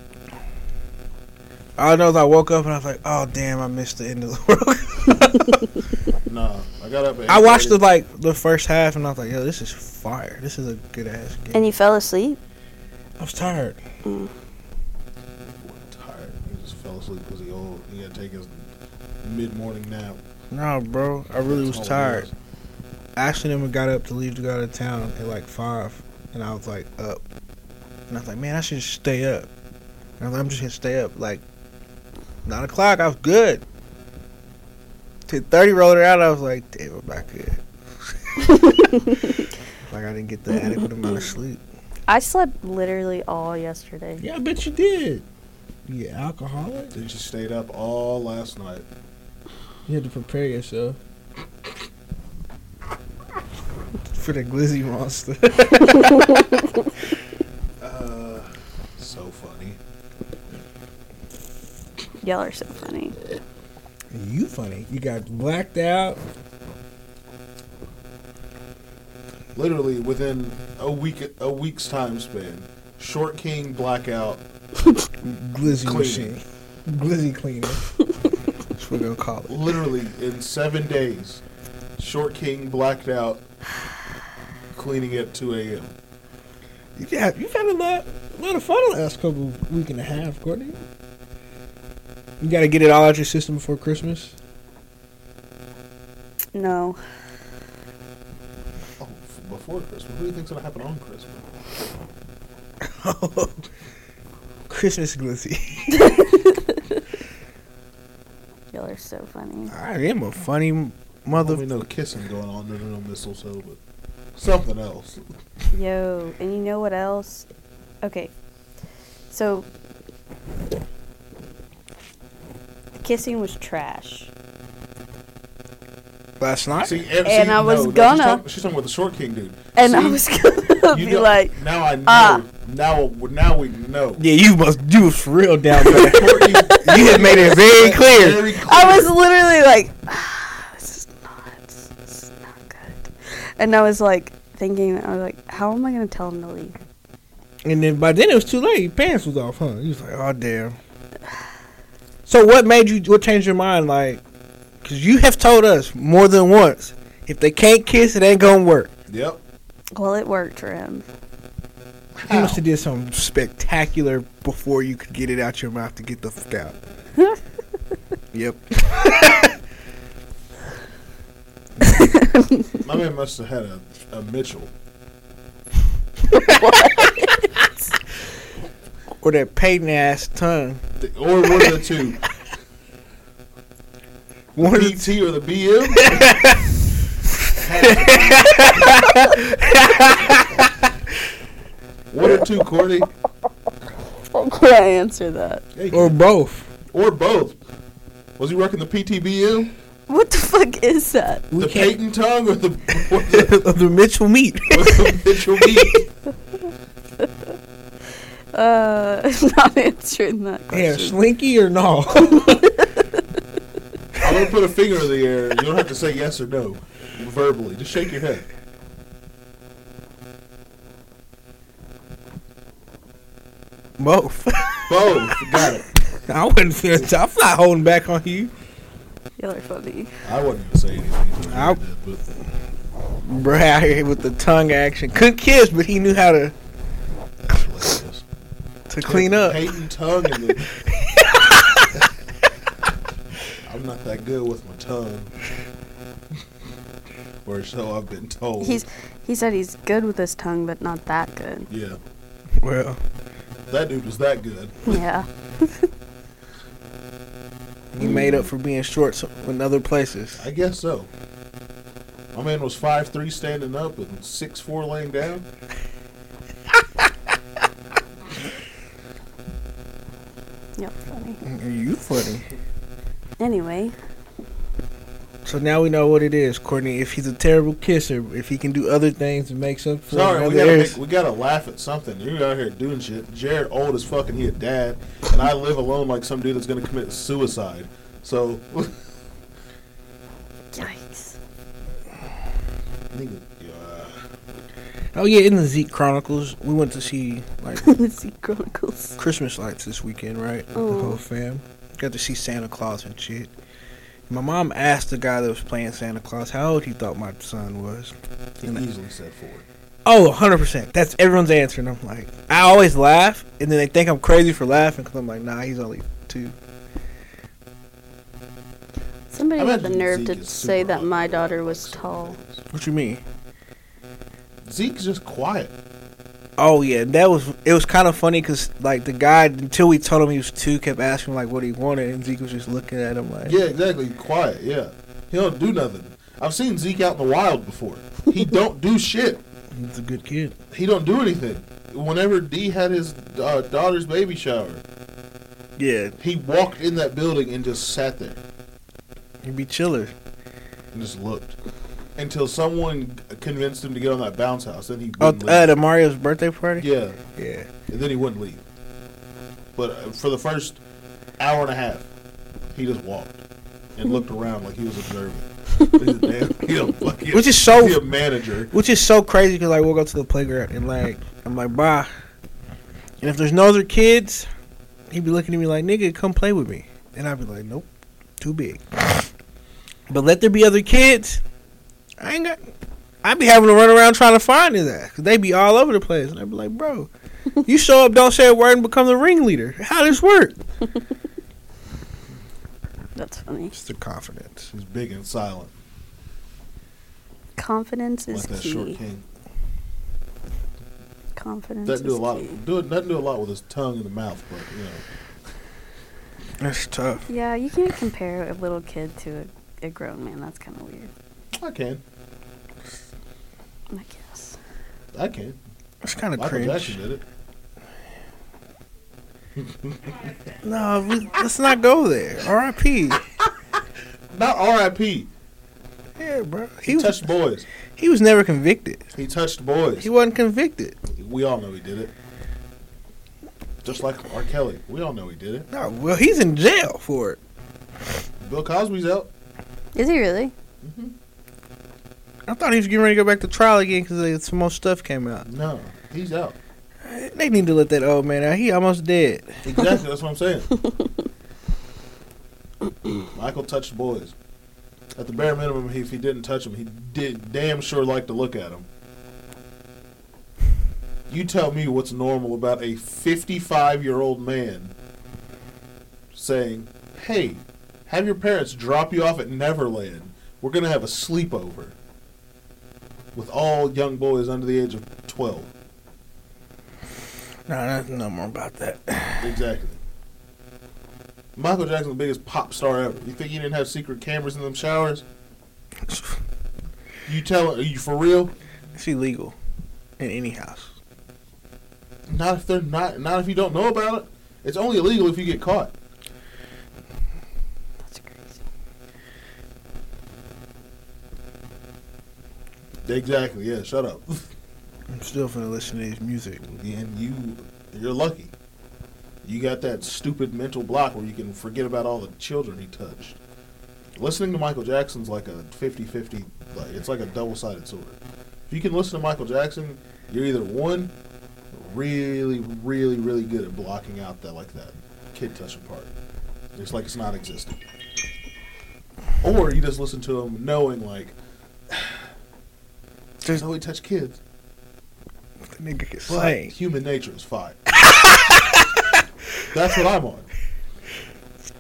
Speaker 1: All I know is I woke up and I was like, oh damn, I missed the end of the world.
Speaker 2: Nah, I got up at
Speaker 1: I watched the
Speaker 2: 8:30.
Speaker 1: like the first half and I was like, yo, this is fire. This is a good ass game.
Speaker 3: And you fell asleep.
Speaker 1: I was tired.
Speaker 2: tired. He just fell asleep because he old. He had to take his mid-morning nap.
Speaker 1: Nah, bro, I really was
Speaker 2: That's all it
Speaker 1: tired. I actually never got up to leave to go out of town at like five, and I was like up, and I was like, man, I should just stay up. And I was like, I'm just gonna stay up like nine o'clock. I was good. Till 30 rolled her out, I was like, damn, I'm not good. like, I didn't get the adequate amount of sleep.
Speaker 3: I slept literally all yesterday.
Speaker 1: Yeah, I bet you did. You alcoholic.
Speaker 2: Then she stayed up all last night.
Speaker 1: You had to prepare yourself. For the glizzy monster.
Speaker 2: Uh, so funny.
Speaker 3: Y'all are so funny.
Speaker 1: you funny. You got blacked out.
Speaker 2: Literally within a week, a week's time span. Short King blackout.
Speaker 1: Glizzy
Speaker 2: Cleaning.
Speaker 1: machine. Glizzy cleaner. That's what we're going to call it.
Speaker 2: Literally in seven days. Short King blacked out. Cleaning at 2 a.m.
Speaker 1: You got, you've had a lot, a lot of fun the last couple week and a half, Courtney. You got to get it all out your system before Christmas.
Speaker 3: No.
Speaker 2: Oh, f- before Christmas. What do you think's gonna happen on Christmas?
Speaker 1: Christmas glizzy.
Speaker 3: Y'all are so funny.
Speaker 1: I am a funny m-
Speaker 2: Well,
Speaker 1: mother.
Speaker 2: we know kissing going on under no mistletoe, but something else.
Speaker 3: Yo, and you know what else? Okay. So the kissing was trash.
Speaker 1: Last night?
Speaker 2: See, ev-
Speaker 3: And
Speaker 2: see,
Speaker 3: I was
Speaker 2: no, no, she's
Speaker 3: gonna-
Speaker 2: talking- she's talking about the Short King dude.
Speaker 3: And I
Speaker 2: See?
Speaker 3: was gonna
Speaker 2: You
Speaker 3: be
Speaker 2: know-
Speaker 3: like,
Speaker 2: now I know.
Speaker 3: ah.
Speaker 2: now, now we know.
Speaker 1: yeah, you must. You was for real down there.
Speaker 2: Courtney-
Speaker 1: you had made it very clear.
Speaker 2: Very clear.
Speaker 3: I was literally like, ah, this is not, this is not good. And I was like thinking, I was like, how am I gonna tell him to leave?
Speaker 1: And then by then it was too late. Your pants was off, huh? You was like, oh damn. So what made you? What changed your mind? Like, because you have told us more than once, if they can't kiss, it ain't gonna work.
Speaker 2: Yep.
Speaker 3: Well, it worked for him.
Speaker 1: You must have did something spectacular before you could get it out your mouth to get the fuck out. yep.
Speaker 2: My man must have had a, a Mitchell.
Speaker 1: Or that pain ass tongue.
Speaker 2: The- Or one of the two.
Speaker 1: One of the
Speaker 2: PT or the BM? one or two, Courtney.
Speaker 3: I can't answer that.
Speaker 2: Hey,
Speaker 1: Or both.
Speaker 2: or both. Was he working the PTBM?
Speaker 3: What the fuck is that?
Speaker 1: We
Speaker 2: the
Speaker 1: can't.
Speaker 2: Peyton tongue or the, or the,
Speaker 1: of the Mitchell meat.
Speaker 2: or the Mitchell meat?
Speaker 3: Uh, I'm not answering that
Speaker 1: yeah,
Speaker 3: question.
Speaker 1: slinky or no?
Speaker 2: I'm going to put a finger in the air. You don't have to say yes or no verbally. Just shake your head.
Speaker 1: both.
Speaker 2: Both. Got it.
Speaker 1: I wouldn't feel. T- I'm not holding back on you,
Speaker 3: Y'all are funny.
Speaker 2: I wasn't going to say anything.
Speaker 1: I-
Speaker 2: but
Speaker 1: Bruh Out here with the tongue action. Couldn't kiss, but he knew how to
Speaker 2: that's hilarious.
Speaker 1: to clean up.
Speaker 2: Peyton tongue and the. I'm not that good with my tongue. Or so I've been told.
Speaker 3: He's he said he's good with his tongue, but not that good.
Speaker 2: yeah,
Speaker 1: Well,
Speaker 2: that dude was that good.
Speaker 3: Yeah.
Speaker 1: he made up for being short so- in other places.
Speaker 2: I guess so. My man was five three standing up and six four laying down.
Speaker 3: Yep. Funny.
Speaker 1: You funny.
Speaker 3: Anyway,
Speaker 1: So now we know what it is, Courtney. If he's a terrible kisser, if he can do other things and makes up for it in
Speaker 2: Sorry, we
Speaker 1: other
Speaker 2: gotta
Speaker 1: areas.
Speaker 2: make, we gotta laugh at something. You're out here doing shit. Jared old as fuck and he a dad, and I live alone like some dude that's gonna commit suicide. So
Speaker 3: yikes.
Speaker 2: nigga, uh,
Speaker 1: oh yeah, in the Zeke Chronicles, we went to see like
Speaker 3: Lucy Chronicles.
Speaker 1: Christmas lights this weekend, right? With The
Speaker 3: Oh.
Speaker 1: whole fam got to see Santa Claus and shit. My mom asked the guy that was playing Santa Claus how old he thought my son was.
Speaker 2: he easily said four.
Speaker 1: Oh, 100%. That's everyone's answer. And I'm like, I always laugh, and then they think I'm crazy for laughing because I'm like, nah, he's only two.
Speaker 3: Somebody
Speaker 2: I
Speaker 3: had the
Speaker 2: imagine
Speaker 3: nerve
Speaker 2: Zeke
Speaker 3: to
Speaker 2: is
Speaker 3: say
Speaker 2: super
Speaker 3: that my
Speaker 2: awkward
Speaker 3: daughter
Speaker 2: about
Speaker 3: was
Speaker 2: certain
Speaker 3: tall.
Speaker 2: things.
Speaker 1: What you mean?
Speaker 2: Zeke's just quiet.
Speaker 1: Oh, yeah. That was, it was kind of funny because, like, the guy, until we told him he was two, kept asking, like, what he wanted, and Zeke was just looking at him like,
Speaker 2: Yeah, exactly. Quiet. Yeah. He don't do nothing. I've seen Zeke out in the wild before. He don't do shit.
Speaker 1: He's a good kid.
Speaker 2: He don't do anything. Whenever D had his uh, daughter's baby shower,
Speaker 1: Yeah,
Speaker 2: he walked in that building and just sat there
Speaker 1: he be chiller.
Speaker 2: and just looked until someone convinced him to get on that bounce house. Then he
Speaker 1: Oh,
Speaker 2: wouldn't
Speaker 1: at
Speaker 2: leave.
Speaker 1: uh, Mario's birthday party.
Speaker 2: yeah,
Speaker 1: Yeah.
Speaker 2: and then he wouldn't leave. But uh, for the first hour and a half, he just walked and looked around like he was observing. He's a damn, he a fucking,
Speaker 1: Which is so-
Speaker 2: he a manager.
Speaker 1: Which is so crazy because like we'll go to the playground and like I'm like bye, and if there's no other kids, he'd be looking at me like nigga come play with me, and I'd be like nope, too big. But let there be other kids, I ain't got. I'd be having to run around trying to find his ass because they be all over the place, and I'd be like bro, you show up, don't say a word, and become the ringleader. How this work?
Speaker 3: That's funny.
Speaker 1: It's the confidence.
Speaker 2: He's big and silent,
Speaker 3: Confidence is
Speaker 2: like that short
Speaker 3: key.
Speaker 2: king.
Speaker 3: Confidence
Speaker 2: Doesn't
Speaker 3: is
Speaker 2: do a lot.
Speaker 3: key.
Speaker 2: Do it. Doesn't do a lot with his tongue in the mouth, but you know,
Speaker 1: That's tough.
Speaker 3: Yeah, you can't compare a little kid to a, a grown man. That's kind of weird.
Speaker 2: I can.
Speaker 3: I guess.
Speaker 2: I can.
Speaker 1: It's kind of
Speaker 2: Michael
Speaker 1: cringe.
Speaker 2: Jackson did it.
Speaker 1: No, we, let's not go there. R.I.P.
Speaker 2: Not R.I.P.
Speaker 1: Yeah, bro. He,
Speaker 2: He,
Speaker 1: was
Speaker 2: touched boys.
Speaker 1: he was never convicted.
Speaker 2: He touched boys.
Speaker 1: He wasn't convicted.
Speaker 2: we all know he did it. Just like R. Kelly, we all know he did it.
Speaker 1: No, well, he's in jail for it.
Speaker 2: Bill Cosby's out.
Speaker 3: Is he really?
Speaker 1: I thought he was getting ready to go back to trial again because some more stuff came out.
Speaker 2: No, he's out.
Speaker 1: They need to let that old man out. He almost dead.
Speaker 2: Exactly. that's what I'm saying. Michael touched boys. At the bare minimum, he, if he didn't touch him, he did damn sure like to look at him. You tell me what's normal about a 55 year old man saying, "Hey, have your parents drop you off at Neverland. We're gonna have a sleepover." With all young boys under the age of 12.
Speaker 1: No, no, no more about that.
Speaker 2: Exactly. Michael Jackson, the biggest pop star ever. You think he didn't have secret cameras in them showers? You tell are you for real?
Speaker 1: It's illegal in any house.
Speaker 2: Not if they're not. Not if you don't know about it. It's only illegal if you get caught.
Speaker 3: That's crazy.
Speaker 2: Exactly. Yeah. Shut up.
Speaker 1: I'm still finna listen to his music.
Speaker 2: and you, you're lucky. You got that stupid mental block where you can forget about all the children he touched. Listening to Michael Jackson's like a 50-50, like it's like a double-sided sword. If you can listen to Michael Jackson, you're either one, really, really, really good at blocking out that like that kid touching part. It's like it's not existent. Or you just listen to him knowing like,
Speaker 1: There's-
Speaker 2: so he touched kids.
Speaker 1: The nigga can
Speaker 2: But
Speaker 1: sing.
Speaker 2: human nature is fine. That's what I'm on.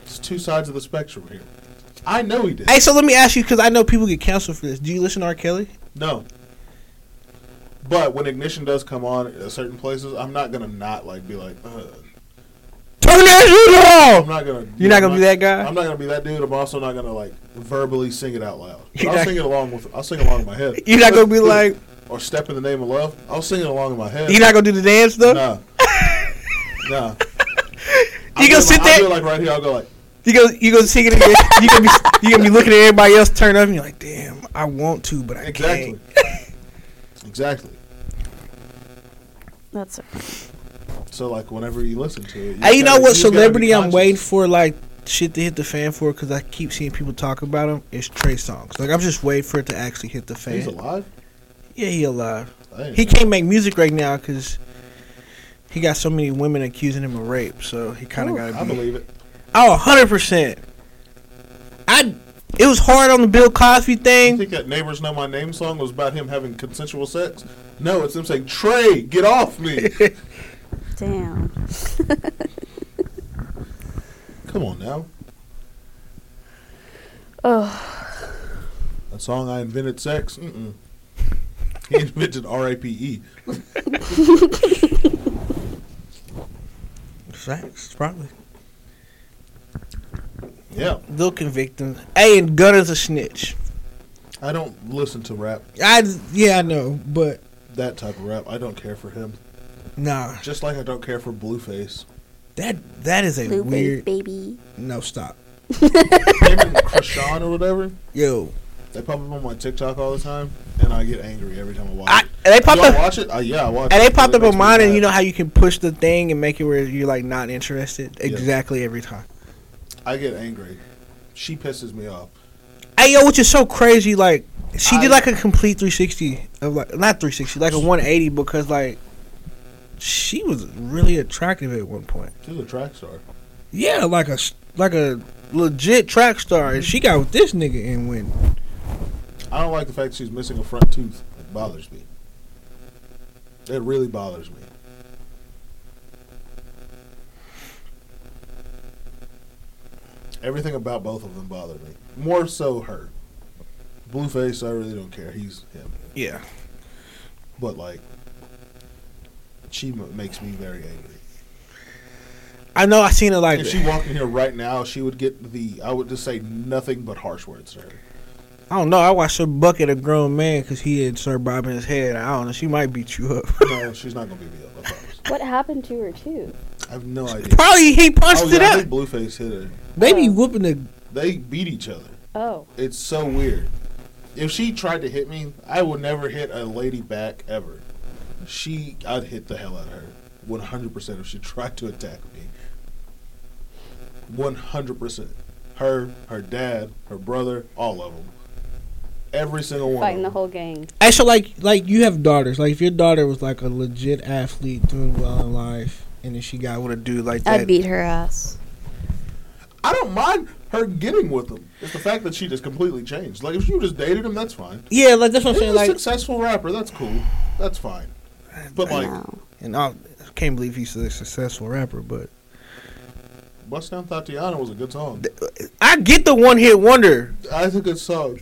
Speaker 2: It's two sides of the spectrum here. I know he did.
Speaker 1: Hey, so let me ask you because I know people get canceled for this. Do you listen to R. Kelly?
Speaker 2: No. But when ignition does come on at certain places, I'm not gonna not like be like, Ugh.
Speaker 1: Turn that shit
Speaker 2: I'm not gonna.
Speaker 1: You're not gonna
Speaker 2: I'm
Speaker 1: be that guy?
Speaker 2: I'm not gonna be that dude. I'm also not gonna like verbally sing it out loud.
Speaker 1: You're
Speaker 2: I'll
Speaker 1: not-
Speaker 2: sing it along with. I'll sing along in my head.
Speaker 1: You're not gonna be like-
Speaker 2: Or step in the name of love. I'll sing it along in my head.
Speaker 1: You not gonna do the dance though?
Speaker 2: Nah. nah.
Speaker 1: You gonna sit
Speaker 2: I'll
Speaker 1: there?
Speaker 2: do it like right here. I'll go like.
Speaker 1: You go, you go sing it again. you gonna be, you gonna be looking at everybody else turn up, and you're like, damn, I want to, but I
Speaker 2: Exactly.
Speaker 1: can't.
Speaker 2: exactly.
Speaker 3: That's so funny.
Speaker 2: So like whenever you listen to it,
Speaker 1: Hey, you know
Speaker 2: gotta-
Speaker 1: what
Speaker 2: just gotta be
Speaker 1: celebrity I'm
Speaker 2: conscious.
Speaker 1: waiting for, like shit to hit the fan for, because I keep seeing people talk about him. It's Trey Songz. Like I'm just waiting for it to actually hit the fan.
Speaker 2: He's alive.
Speaker 1: Yeah, he alive.
Speaker 2: I didn't
Speaker 1: He
Speaker 2: know.
Speaker 1: can't make music right now because he got so many women accusing him of rape. So he kind of
Speaker 2: I
Speaker 1: got to be.
Speaker 2: believe it.
Speaker 1: Oh, 100 percent. I. It was hard on the Bill Cosby
Speaker 2: You
Speaker 1: thing.
Speaker 2: think that "Neighbors Know My Name" song was about him having consensual sex? No, it's him saying, "Trey, get off me."
Speaker 3: Damn.
Speaker 2: Come on now.
Speaker 3: Oh,
Speaker 2: That song I invented sex. Mm-mm. He invented R.I.P.E.
Speaker 1: Facts, probably.
Speaker 2: Yeah,
Speaker 1: They'll convict him. Hey, and Gunner's a snitch.
Speaker 2: I don't listen to rap,
Speaker 1: I yeah, I know, but
Speaker 2: that type of rap. I don't care for him.
Speaker 1: nah,
Speaker 2: Just like I don't care for Blueface.
Speaker 1: that that is a
Speaker 3: Blueface
Speaker 1: weird.
Speaker 3: baby.
Speaker 1: No, stop.
Speaker 2: Him and Krishan or whatever,
Speaker 1: Yo,
Speaker 2: they pop up on my TikTok all the time, and I get angry every time I watch
Speaker 1: I,
Speaker 2: it.
Speaker 1: and they popped
Speaker 2: Do I
Speaker 1: up.
Speaker 2: watch it? Uh, yeah, I watch
Speaker 1: And
Speaker 2: it.
Speaker 1: they
Speaker 2: but
Speaker 1: popped
Speaker 2: it
Speaker 1: up on
Speaker 2: makes me
Speaker 1: mine, and
Speaker 2: mad.
Speaker 1: you know how you can push the thing and make it where you're like not interested.
Speaker 2: Yeah.
Speaker 1: Exactly every time.
Speaker 2: I get angry. She pisses me off.
Speaker 1: Hey yo, which is so crazy. Like she
Speaker 2: I-
Speaker 1: did like a complete 360 of like not 360, like a 180 because like she was really attractive at one point.
Speaker 2: She's a track star.
Speaker 1: Yeah, like a s- like a legit track star, and she got with this nigga and went.
Speaker 2: I don't like the fact she's missing a front tooth. It bothers me. It really bothers me. Everything about both of them bothered me. More so her. Blueface, I really don't care. He's him.
Speaker 1: Yeah,
Speaker 2: But like, she m- makes me very angry.
Speaker 1: I know. I seen it like
Speaker 2: If she walked in here right now, she would get the. I would just say nothing but harsh words to her.
Speaker 1: I don't know. I watched her buck at a grown man because he had Sir Bob in his head. I don't know. She might beat you up.
Speaker 2: No, she's not gonna beat me up. I promise.
Speaker 4: What happened to her too?
Speaker 2: I have no idea.
Speaker 1: Probably he punched
Speaker 2: Oh,
Speaker 1: it
Speaker 2: yeah, I
Speaker 1: up.
Speaker 2: think Blueface hit her.
Speaker 1: Maybe whooping the
Speaker 2: They beat each other.
Speaker 4: Oh,
Speaker 2: It's so weird. If she tried to hit me, I would never hit a lady back ever. She, I'd hit the hell out of her, one hundred percent. If she tried to attack me, one hundred percent. Her, her dad, her brother, all of them, every single one.
Speaker 4: fighting the
Speaker 2: of them.
Speaker 4: whole gang.
Speaker 1: Hey, so like, like you have daughters. Like, if your daughter was like a legit athlete doing well in life, and then she got with a dude like that,
Speaker 3: I'd beat her ass.
Speaker 2: I don't mind her getting with him. It's the fact that she just completely changed. Like if she just dated him, that's fine.
Speaker 1: yeah, like that's what I'm
Speaker 2: He's
Speaker 1: saying.
Speaker 2: a
Speaker 1: Like,
Speaker 2: successful rapper. That's cool. That's fine. But like,
Speaker 3: no.
Speaker 1: and I can't believe he's a successful rapper, but
Speaker 2: Bust Down Tatiana was a good song.
Speaker 1: I get the one hit wonder.
Speaker 2: That's a good song.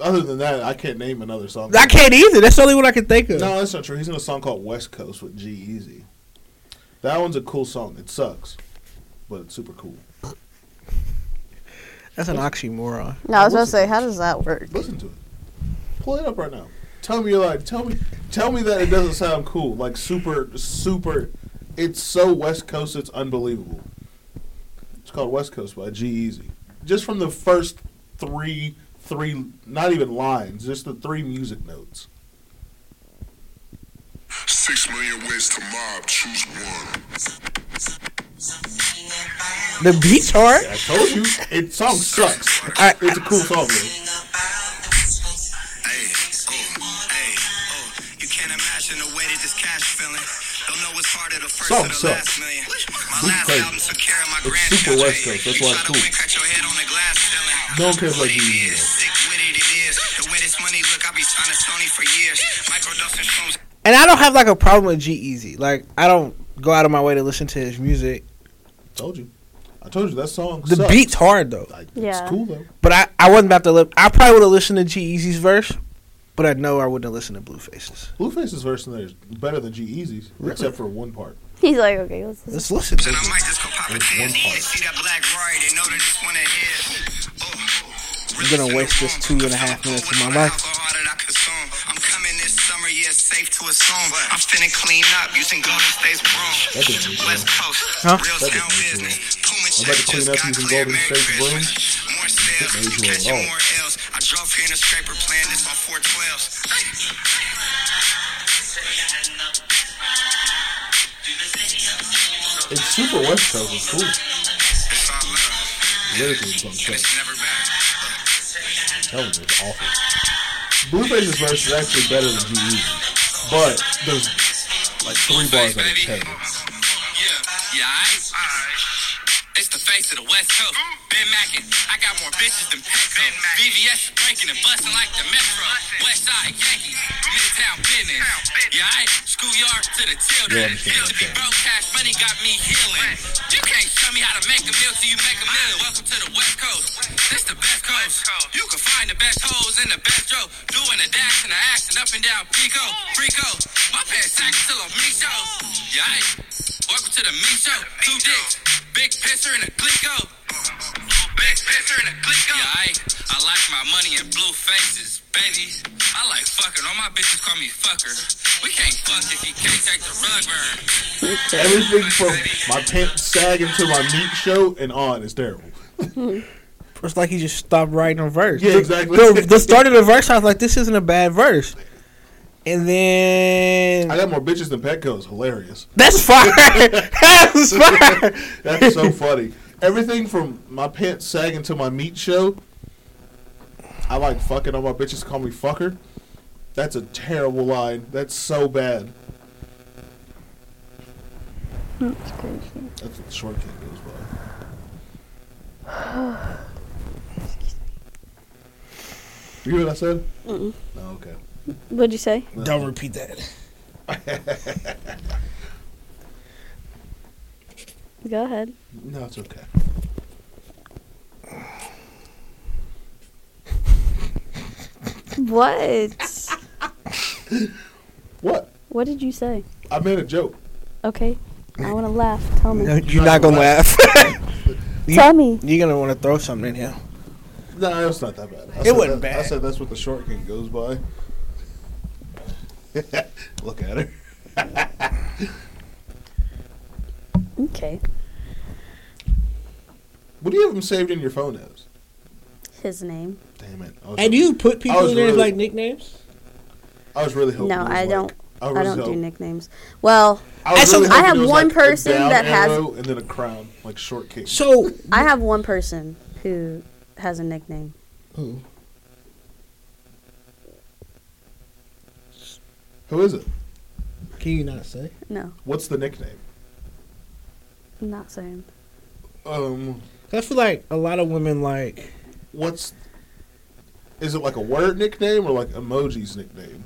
Speaker 2: Other than that, I can't name another song.
Speaker 1: I can't either. That's the only one I can think of.
Speaker 2: No, that's not true. He's in a song called West Coast with G Easy. That one's a cool song. It sucks, but it's super cool.
Speaker 1: That's an oxymoron.
Speaker 3: No, I was about to say, how does that work?
Speaker 2: Listen to it. Pull it up right now. Tell me you're like, tell me, tell me that it doesn't sound cool. Like super, super. It's so West Coast, it's unbelievable. It's called West Coast by G Easy. Just from the first three, three, not even lines, just the three music notes.
Speaker 5: Six million ways to mob, choose one.
Speaker 1: The beat's hard.
Speaker 2: I told you, it song sucks.
Speaker 1: I-
Speaker 2: It's a cool song. Though.
Speaker 5: Hey, oh, hey, oh. You can't imagine the way that this cash feeling. Don't know what's harder, the first
Speaker 2: Song
Speaker 5: or the
Speaker 2: sucks.
Speaker 5: last million.
Speaker 2: This
Speaker 5: My last
Speaker 2: crazy.
Speaker 5: album took care of my
Speaker 2: It's super
Speaker 5: grandchildren.
Speaker 2: West Coast, that's
Speaker 5: You
Speaker 2: why
Speaker 5: try
Speaker 2: it's
Speaker 5: to
Speaker 2: cool.
Speaker 5: win, cut your head on the glass ceiling.
Speaker 2: Don't care if I
Speaker 5: What
Speaker 2: do
Speaker 5: it
Speaker 2: you,
Speaker 5: is,
Speaker 2: though.
Speaker 5: Sick with it, it is. The way this money look, I be trying to Sony for years. Microdosing shrooms.
Speaker 1: And I don't have like a problem with G Easy. Like, I don't go out of my way to listen to his music.
Speaker 2: Told you, I told you that song.
Speaker 1: The
Speaker 2: sucks.
Speaker 1: beat's hard though.
Speaker 2: Like,
Speaker 3: Yeah.
Speaker 2: It's cool though.
Speaker 1: But I, I wasn't about to. Li- I probably would have listened to G Easy's verse, but I know I wouldn't have listened to Blueface's.
Speaker 2: Blueface's verse in there is better than G Eazy's, except for one part.
Speaker 3: He's like, okay, let's
Speaker 1: Let's listen. To
Speaker 5: And I
Speaker 1: it.
Speaker 5: might just go pop a
Speaker 2: There's one
Speaker 5: dance.
Speaker 2: part.
Speaker 5: See that black Rory, they know that it's one of his. Oh,
Speaker 1: I'm gonna waste this two and a half minutes of my life.
Speaker 5: Alcohol that I consume. I'm coming this summer, yeah, it's safe to assume. I'm finna clean up using Golden State's broom.
Speaker 2: That didn't make
Speaker 5: West Coast,
Speaker 1: Huh?
Speaker 5: real
Speaker 2: That
Speaker 5: town
Speaker 2: didn't make
Speaker 5: business. Puma
Speaker 2: I'm
Speaker 5: check
Speaker 2: about to clean up
Speaker 5: just got
Speaker 2: using
Speaker 5: clear,
Speaker 2: Golden
Speaker 5: Merry
Speaker 2: State's broom.
Speaker 5: Christmas. More sales,
Speaker 2: That made you
Speaker 5: catching
Speaker 2: alone.
Speaker 5: more L's. I drove here in a scraper playing this on 412s.
Speaker 2: It's super West Coast. It's cool.
Speaker 5: It's all love,
Speaker 2: Lyrically, the song
Speaker 5: and
Speaker 2: sucks.
Speaker 5: it's never back.
Speaker 2: That was just awful. Blueface's verse is actually better than G Eazy, but there's like three bars that are terrible.
Speaker 5: Yeah, yeah, aight? It's the face of the West Coast. Been mackin'. I got more bitches than Petco. BVS is breaking and busting like the Metro. West Side Yankees. Midtown business. Yeah, aight? Schoolyard to
Speaker 2: Yeah,
Speaker 5: the
Speaker 2: I
Speaker 5: children.
Speaker 2: understand
Speaker 5: Used to be
Speaker 2: that.
Speaker 5: broke, cash money got me healing. You can't show me how to make a meal till you make a meal. Welcome to the West Coast. This the best coast. You can find the best hoes in the best row. Doing a dash and a action up and down Pico. Frico. My pants sack till I'm me show. Yeah, aight? Welcome to the me show. Two dicks. Big pisser and a glico. sister in a clique. Yeah, I, I like my money in blue faces, baby. I like fucking. All my bitches call me fucker. We can't fuck if you can't take the rug burn.
Speaker 2: Everything from my pants sagging to my meat show and on is terrible.
Speaker 1: It's like he just stopped writing a verse.
Speaker 2: Yeah,
Speaker 1: The-
Speaker 2: exactly.
Speaker 1: The, the start of the verse, I was like, this isn't a bad verse. And
Speaker 2: I
Speaker 1: then
Speaker 2: got more bitches than Petco is hilarious.
Speaker 1: that's fire. that's fire.
Speaker 2: That's so funny. Everything from my pants sagging to my meat show. I like fucking all my bitches call me fucker. That's a terrible line. That's so bad.
Speaker 3: Hmm.
Speaker 4: That's crazy.
Speaker 2: That's what Short King goes by. You hear what I said? mm No, okay.
Speaker 3: What'd you say?
Speaker 1: Don't repeat that.
Speaker 3: Go ahead.
Speaker 2: No, it's okay.
Speaker 3: What?
Speaker 2: What?
Speaker 3: what did you say?
Speaker 2: I made a joke.
Speaker 3: Okay. I want to laugh. Tell me.
Speaker 1: No, you're not gonna laugh. You-
Speaker 3: Tell me.
Speaker 1: You're gonna want to throw something in him.
Speaker 2: No, it's not that bad. I
Speaker 1: It
Speaker 2: said
Speaker 1: wasn't
Speaker 2: that- I
Speaker 1: bad.
Speaker 2: said that's what the short king goes by. Look at her.
Speaker 3: Okay.
Speaker 2: What do you have him saved in your phone as?
Speaker 3: His name.
Speaker 2: Damn it. I was,
Speaker 1: And you put
Speaker 2: I
Speaker 1: people
Speaker 2: was
Speaker 1: in there as
Speaker 2: really-
Speaker 1: like nicknames?
Speaker 2: I was really hoping. it
Speaker 3: No,
Speaker 2: was
Speaker 3: I
Speaker 2: like-
Speaker 3: don't.
Speaker 2: was
Speaker 3: I
Speaker 2: really
Speaker 3: don't do
Speaker 2: hoping-
Speaker 3: nicknames. Well,
Speaker 2: I, was
Speaker 1: I- so
Speaker 2: really
Speaker 1: I
Speaker 2: hoping
Speaker 3: have
Speaker 2: it was
Speaker 3: one
Speaker 2: like a
Speaker 3: person
Speaker 2: down
Speaker 3: that has-
Speaker 2: arrow and then a crown, like short king.
Speaker 1: So
Speaker 3: I have one person who has a nickname.
Speaker 2: Who is it?
Speaker 1: can you not say?
Speaker 3: No,
Speaker 2: What's the nickname?
Speaker 3: I'm not saying.
Speaker 2: Um,
Speaker 1: 'Cause I feel like a lot of women like
Speaker 2: what's? Is it like a word nickname or like emojis nickname?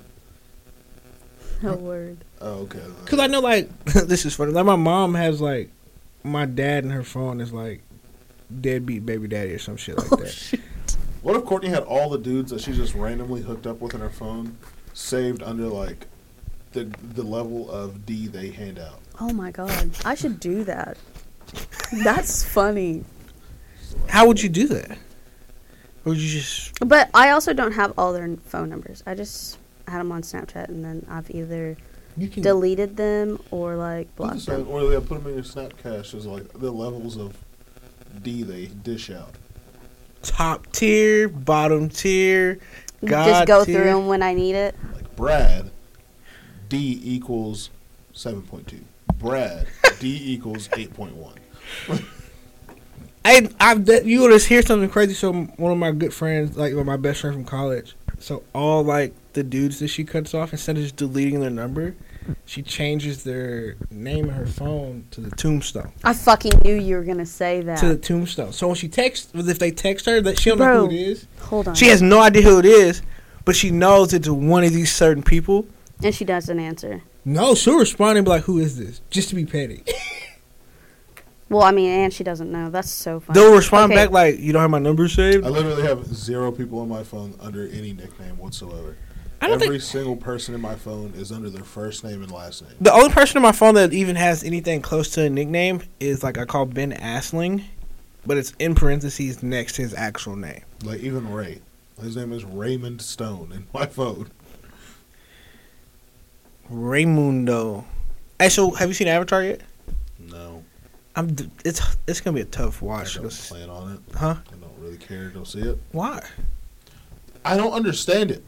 Speaker 3: A word.
Speaker 2: Oh, okay.
Speaker 1: because I know like this is funny. Like my mom has like my dad and her phone is like deadbeat baby daddy or some Oh, shit like that.
Speaker 2: What if Courtney had all the dudes that she just randomly hooked up with in her phone saved under like the the level of D they hand out?
Speaker 3: Oh my god. I should do that. That's funny.
Speaker 1: How would you do that? Would you just
Speaker 3: But I also don't have all their n- phone numbers. I just had them on Snapchat and then I've either
Speaker 1: you can
Speaker 3: deleted them or like
Speaker 2: Put
Speaker 3: blocked
Speaker 2: this on-
Speaker 3: them.
Speaker 2: Or they put them in your Snap cache as like the levels of D they dish out.
Speaker 1: top tier, bottom tier, god
Speaker 3: just go
Speaker 1: tier.
Speaker 3: through them when I need it.
Speaker 2: Like Brad, D equals seven point two. Brad, D equals eight point one.
Speaker 1: I, I've de- you would just hear something crazy. So one of my good friends, like well, my best friend from college, so all like the dudes that she cuts off, instead of just deleting their number, she changes their name in her phone to the tombstone.
Speaker 3: I fucking knew you were gonna say that.
Speaker 1: To the tombstone. So when she texts, if they text her, that she don't know
Speaker 3: Bro.
Speaker 1: who it is.
Speaker 3: Hold on.
Speaker 1: She has no idea who it is, but she knows it's one of these certain people.
Speaker 3: and she doesn't answer.
Speaker 1: No, she'll respond and be like, "Who is this?" Just to be petty.
Speaker 3: Well, I mean, and she doesn't know. That's so funny.
Speaker 1: They'll respond
Speaker 3: Okay.
Speaker 1: back like, "You don't have my number saved."
Speaker 2: I literally have zero people on my phone under any nickname whatsoever.
Speaker 1: I don't
Speaker 2: Every
Speaker 1: think-
Speaker 2: single person in my phone is under their first name and last name.
Speaker 1: The only person on my phone that even has anything close to a nickname is like I call Ben Asling, but it's in parentheses next to his actual name.
Speaker 2: Like even Ray. His name is Raymond Stone in my phone.
Speaker 1: Raymundo. Hey, so have you seen Avatar yet?
Speaker 2: No,
Speaker 1: I'm. d- It's it's gonna be a tough
Speaker 2: I
Speaker 1: watch.
Speaker 2: don't
Speaker 1: It's-
Speaker 2: plan on it.
Speaker 1: Huh?
Speaker 2: I don't really care. Don't see it.
Speaker 1: Why?
Speaker 2: I don't understand it.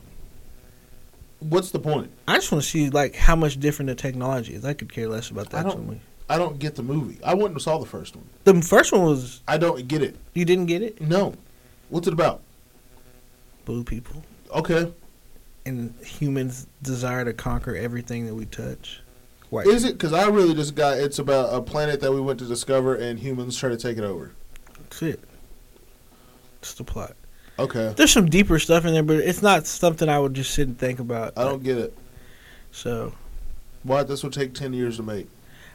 Speaker 2: What's the point?
Speaker 1: I just want to see like how much different the technology is. I could care less about
Speaker 2: I
Speaker 1: that.
Speaker 2: don't-
Speaker 1: to me.
Speaker 2: I don't get the movie. I went and saw the first one.
Speaker 1: The first one was
Speaker 2: I don't get it.
Speaker 1: you didn't get it.
Speaker 2: No. What's it about?
Speaker 1: Blue people
Speaker 2: Okay.
Speaker 1: and humans' desire to conquer everything that we touch. White.
Speaker 2: Is it? Because I really just got it's about a planet that we went to discover and humans try to take it over.
Speaker 1: That's it. That's the plot.
Speaker 2: Okay.
Speaker 1: There's some deeper stuff in there, but it's not something I would just sit and think about.
Speaker 2: I don't get it.
Speaker 1: So
Speaker 2: Why this would take 10 years to make?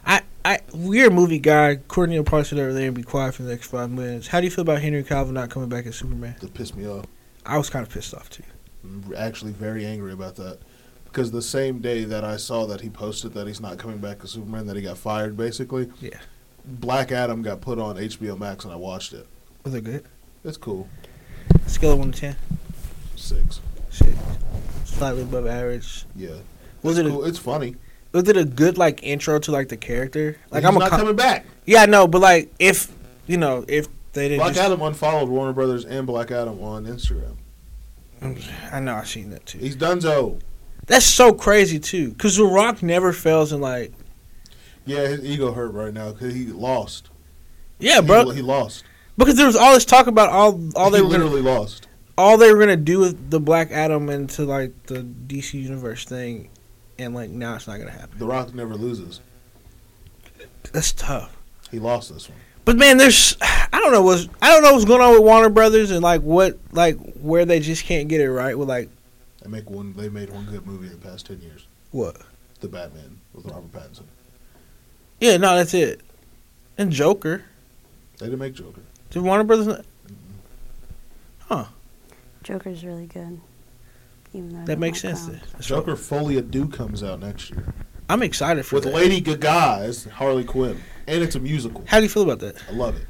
Speaker 1: I, I, we're a movie guy. Courtney will probably sit over there and be quiet for the next five minutes. How do you feel about Henry Cavill not coming back as Superman?
Speaker 2: That pissed me off.
Speaker 1: I was kind of pissed off too.
Speaker 2: I'm actually very angry about that. Because the same day that I saw that he posted that he's not coming back to Superman, that he got fired basically,
Speaker 1: Yeah.
Speaker 2: Black Adam got put on HBO Max and I watched it.
Speaker 1: Was it good?
Speaker 2: It's cool.
Speaker 1: Scale of one to ten.
Speaker 2: Six.
Speaker 1: Shit. Slightly above average.
Speaker 2: Yeah.
Speaker 1: Was
Speaker 2: it's
Speaker 1: it a-
Speaker 2: Cool. It's funny.
Speaker 1: Was it a good like intro to like the character? Like
Speaker 2: He's
Speaker 1: I'm a
Speaker 2: not
Speaker 1: com-
Speaker 2: coming back.
Speaker 1: yeah, I know, but like if you know if they didn't,
Speaker 2: Black
Speaker 1: just,
Speaker 2: Adam unfollowed Warner Brothers and Black Adam on Instagram.
Speaker 1: I know I seen that too.
Speaker 2: He's donezo.
Speaker 1: That's so crazy too, because The Rock never fails in like
Speaker 2: Yeah, his ego hurt right now because he lost.
Speaker 1: yeah, bro,
Speaker 2: He, he lost.
Speaker 1: because there was all this talk about all all they
Speaker 2: he
Speaker 1: were gonna,
Speaker 2: literally lost.
Speaker 1: all they were gonna do with the Black Adam into like the DC universe thing, and like now it's not gonna happen.
Speaker 2: The Rock never loses.
Speaker 1: That's tough.
Speaker 2: He lost this one.
Speaker 1: But man, there's I don't know what's I don't know what's going on with Warner Brothers and like what like where they just can't get it right with like
Speaker 2: They make one. They made one good movie in the past ten years.
Speaker 1: what?
Speaker 2: The Batman with Robert Pattinson.
Speaker 1: Yeah, no, that's it. And Joker.
Speaker 2: They didn't make Joker.
Speaker 1: Did Warner Brothers not-
Speaker 3: Joker's really good. Even though I
Speaker 1: that
Speaker 3: don't
Speaker 1: makes
Speaker 3: like
Speaker 1: sense
Speaker 3: that
Speaker 1: then. That's
Speaker 2: Joker
Speaker 1: right.
Speaker 2: Folia Do comes out next year
Speaker 1: I'm excited for
Speaker 2: with
Speaker 1: that.
Speaker 2: Lady Gaga as Harley Quinn, and it's a musical.
Speaker 1: How do you feel about that?
Speaker 2: I love it.
Speaker 3: one.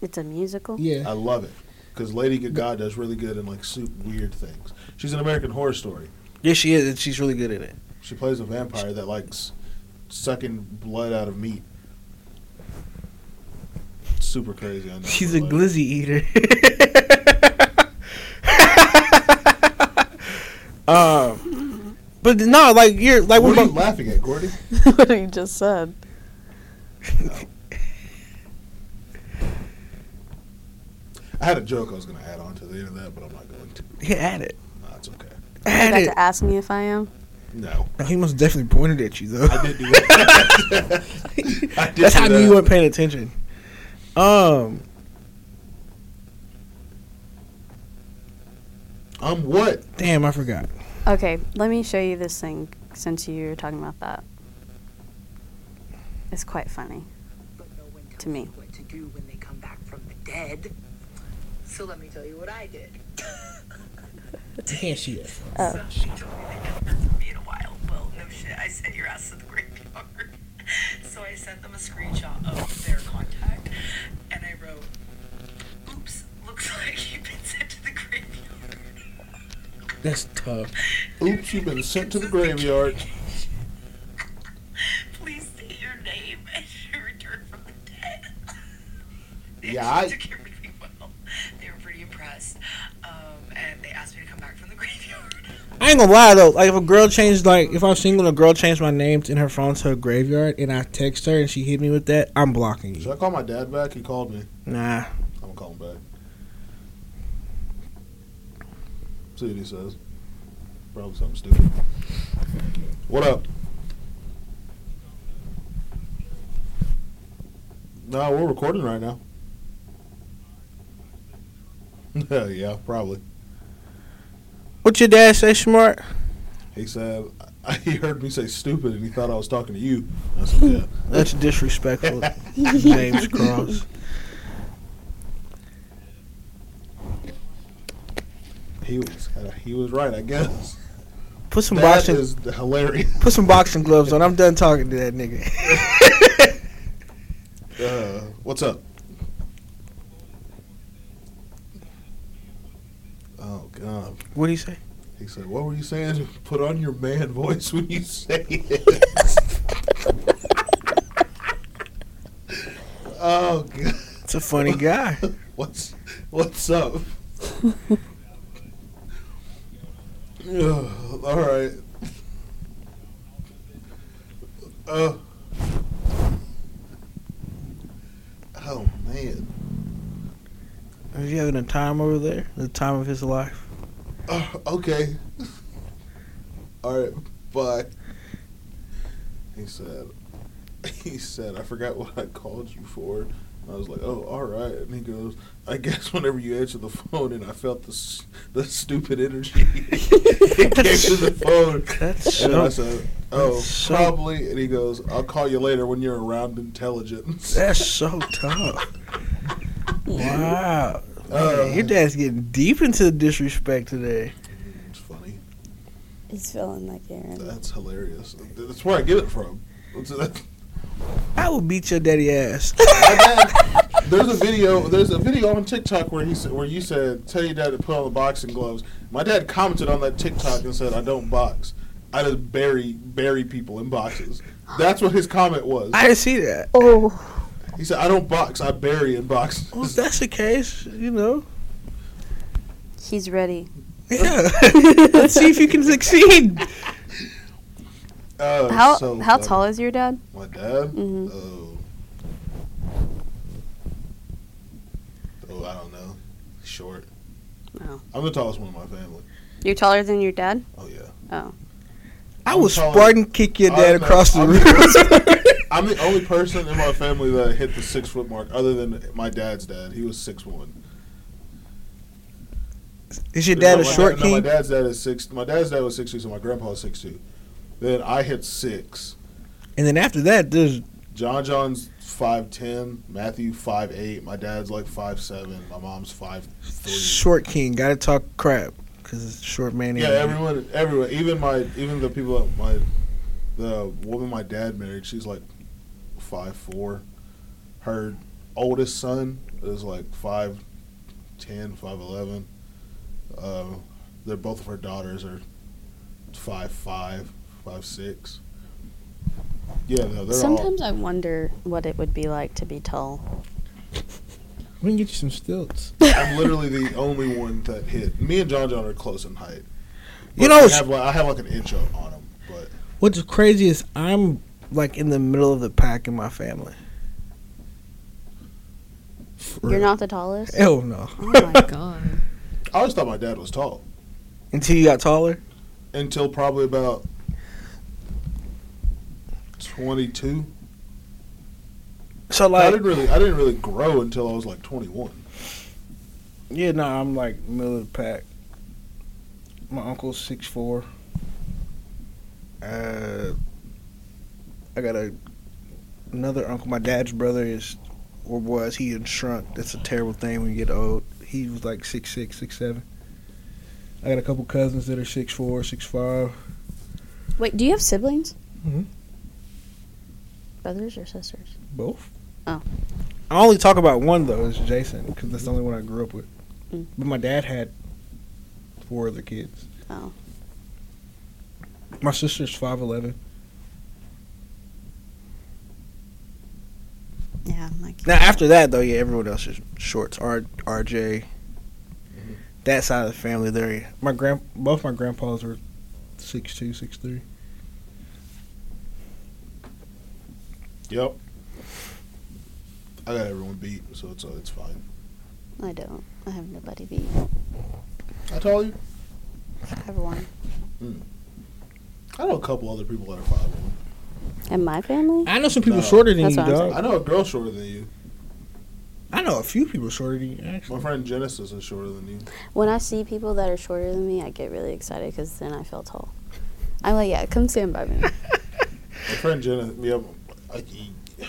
Speaker 3: It's a musical.
Speaker 1: Yeah.
Speaker 2: I love it because Lady Gaga does really good in like soup weird things. She's an American Horror Story.
Speaker 1: Yeah, she is and she's really good at it.
Speaker 2: She plays a vampire that likes sucking blood out of meat. Super crazy. I know.
Speaker 1: She's
Speaker 2: but,
Speaker 1: a
Speaker 2: like,
Speaker 1: glizzy eater. um but no, like you're like
Speaker 2: What
Speaker 1: we're
Speaker 2: are you
Speaker 1: both,
Speaker 2: laughing at, Gordy?
Speaker 3: what you just said.
Speaker 2: I had a joke I was going to add on to the end of that, but I'm not going to.
Speaker 1: yeah, at it.
Speaker 2: Nah, it's okay.
Speaker 3: You
Speaker 1: At
Speaker 3: got
Speaker 1: it.
Speaker 3: to ask me if I am.
Speaker 2: No,
Speaker 1: No, he most definitely pointed at you though.
Speaker 2: I did do that. I did
Speaker 1: That's
Speaker 2: do
Speaker 1: how I knew
Speaker 2: that.
Speaker 1: you weren't paying attention. Um,
Speaker 2: I'm what?
Speaker 1: damn, I forgot.
Speaker 3: Okay, let me show you this thing since you're talking about that. It's quite funny.
Speaker 6: but no one tells
Speaker 3: To me.
Speaker 6: you what to do when they come back from the dead. So let me tell you what I did.
Speaker 1: Can't see that.
Speaker 3: Oh.
Speaker 6: So she told me they hadn't heard from me in a while. Well, no shit. I sent your ass to the graveyard. so I sent them a screenshot of their contact, and I wrote, "Oops, looks like you've been sent to the graveyard."
Speaker 1: That's tough.
Speaker 2: Oops, you've been sent to the graveyard.
Speaker 6: Please state your name and your return from the dead. They
Speaker 2: Yeah,
Speaker 6: actually
Speaker 2: I-
Speaker 6: took it really well. They were pretty impressed, um, and they asked me to come back from the graveyard.
Speaker 1: I ain't gonna lie though. Like if a girl changed, like if I'm single, and a girl changed my name in her phone to a graveyard, and I text her and she hit me with that, I'm blocking
Speaker 2: Should
Speaker 1: you.
Speaker 2: I call my dad back? He called me.
Speaker 1: Nah,
Speaker 2: I'm gonna call him back. See what he says. Probably something stupid. What up? No, we're recording right now. yeah, probably.
Speaker 1: what your dad say, smart?
Speaker 2: He said he heard me say stupid and he thought I was talking to you. I said, yeah.
Speaker 1: That's disrespectful, James Cross.
Speaker 2: He was he was right, I guess.
Speaker 1: Put some
Speaker 2: That
Speaker 1: boxing,
Speaker 2: is hilarious.
Speaker 1: put some boxing gloves on. I'm done talking to that nigga.
Speaker 2: Uh, what's up? Oh God!
Speaker 1: what do you say?
Speaker 2: He said, "What were you saying? Put on your man voice when you say it." oh God!
Speaker 1: It's a funny guy.
Speaker 2: What's what's up? Ugh, all right. Uh, oh man.
Speaker 1: Is he having a time over there? The time of his life.
Speaker 2: Uh, okay. All right. Bye. He said. He said, I forgot what I called you for. I was like, oh, all right. And he goes, I guess whenever you answer the phone, and I felt the s- the stupid energy. it came to the phone.
Speaker 1: That's
Speaker 2: And I
Speaker 1: so.
Speaker 2: said, oh,
Speaker 1: that's so-
Speaker 2: probably. And he goes, I'll call you later when you're around intelligence.
Speaker 1: That's so tough. Wow.
Speaker 2: Uh,
Speaker 1: Man, your dad's getting deep into the disrespect today.
Speaker 2: It's funny.
Speaker 3: He's feeling like Aaron.
Speaker 2: That's hilarious. That's where I get it from. That's- that's-
Speaker 1: I will beat your daddy ass.
Speaker 2: My dad, There's a video. There's a video on TikTok where he said, where you said, "Tell your dad to put on the boxing gloves." My dad commented on that TikTok and said, "I don't box. I just bury bury people in boxes." That's what his comment was.
Speaker 1: I didn't see that.
Speaker 3: Oh,
Speaker 2: He said, "I don't box. I bury in boxes."
Speaker 1: Well, if that's the case, you know.
Speaker 3: he's ready.
Speaker 1: Yeah. Let's see if you can succeed.
Speaker 2: Oh,
Speaker 3: How
Speaker 2: so
Speaker 3: how
Speaker 2: funny.
Speaker 3: tall is your dad?
Speaker 2: My dad?
Speaker 3: Mhm.
Speaker 2: Oh. Oh, I don't know. Short.
Speaker 3: Oh.
Speaker 2: I'm the tallest one in my family.
Speaker 3: You're taller than your dad.
Speaker 2: Oh yeah.
Speaker 1: I
Speaker 2: I'm
Speaker 1: would
Speaker 2: telling-
Speaker 1: Spartan kick your
Speaker 2: I'm
Speaker 1: dad
Speaker 2: the-
Speaker 1: across the
Speaker 2: I'm
Speaker 1: room.
Speaker 2: I'm the only person in my family that hit the six foot mark, other than my dad's dad. He was six one.
Speaker 1: Is your dad
Speaker 2: no,
Speaker 1: a
Speaker 2: my
Speaker 1: short
Speaker 2: dad, No, my
Speaker 1: king?
Speaker 2: dad's dad is six. My dad's dad was six two, so my grandpa was six two. Then I hit six.
Speaker 1: And then after that, there's
Speaker 2: John John's five ten. Matthew five eight. My dad's like five seven. My mom's five three.
Speaker 1: short king. Gotta talk crap because it's short man.
Speaker 2: Yeah,
Speaker 1: anyway.
Speaker 2: everyone, everyone, even my, even the people that my, the woman my dad married, she's like five four. Her oldest son is like five ten, five eleven. Uh, they're both of her daughters are five five, five six. Yeah, no, they're all.
Speaker 3: Sometimes I wonder what it would be like to be tall.
Speaker 7: We can get you some stilts.
Speaker 2: I'm literally the only one that hit. Me and John John are close in height.
Speaker 1: You
Speaker 2: But
Speaker 1: know,
Speaker 2: I
Speaker 1: it's-
Speaker 2: have, like, I have like an inch on on him, but
Speaker 1: What's crazy is I'm like in the middle of the pack in my family.
Speaker 3: You're not the tallest.
Speaker 1: Hell no.
Speaker 4: Oh my god.
Speaker 2: I always thought my dad was tall.
Speaker 1: Until you got taller.
Speaker 2: until probably about 22.
Speaker 1: So
Speaker 2: I
Speaker 1: like,
Speaker 2: didn't really, I didn't really grow until I was like 21.
Speaker 1: yeah, no, I'm like middle of the pack. My uncle's six four. Uh, I got a another uncle. My dad's brother is or was he had shrunk. That's a terrible thing when you get old. He was like six six, six seven. I got a couple cousins that are six four, six five.
Speaker 3: Wait, do you have siblings?
Speaker 2: Mm-hmm.
Speaker 1: Mhm.
Speaker 3: Brothers or sisters?
Speaker 1: Both.
Speaker 3: Oh.
Speaker 1: I only talk about one though. It's Jason because that's the only one I grew up with.
Speaker 3: Mm.
Speaker 1: But my dad had four other kids.
Speaker 3: Oh.
Speaker 1: My sister's five eleven.
Speaker 3: Yeah, I'm like
Speaker 1: Now after that though, yeah, everyone else is shorts. R RJ. Mm-hmm. That side of the family, there. My grand, both my grandpas were six two, six three.
Speaker 2: Yep. I got everyone beat, so it's uh, it's fine.
Speaker 3: I don't. I have nobody beat.
Speaker 2: I tell you,
Speaker 3: I have one.
Speaker 2: I know a couple other people that are five one.
Speaker 3: And my family?
Speaker 1: I know some people
Speaker 2: No.
Speaker 1: shorter than
Speaker 3: That's
Speaker 1: you,
Speaker 3: what I'm
Speaker 1: dog.
Speaker 2: I know a girl shorter than you.
Speaker 1: I know a few people shorter than you. Actually,
Speaker 2: My friend Genesis is shorter than you.
Speaker 3: When I see people that are shorter than me, I get really excited because then I feel tall. I'm like, yeah, come stand by me.
Speaker 2: My friend Genesis. Yeah. I, he- e, oh,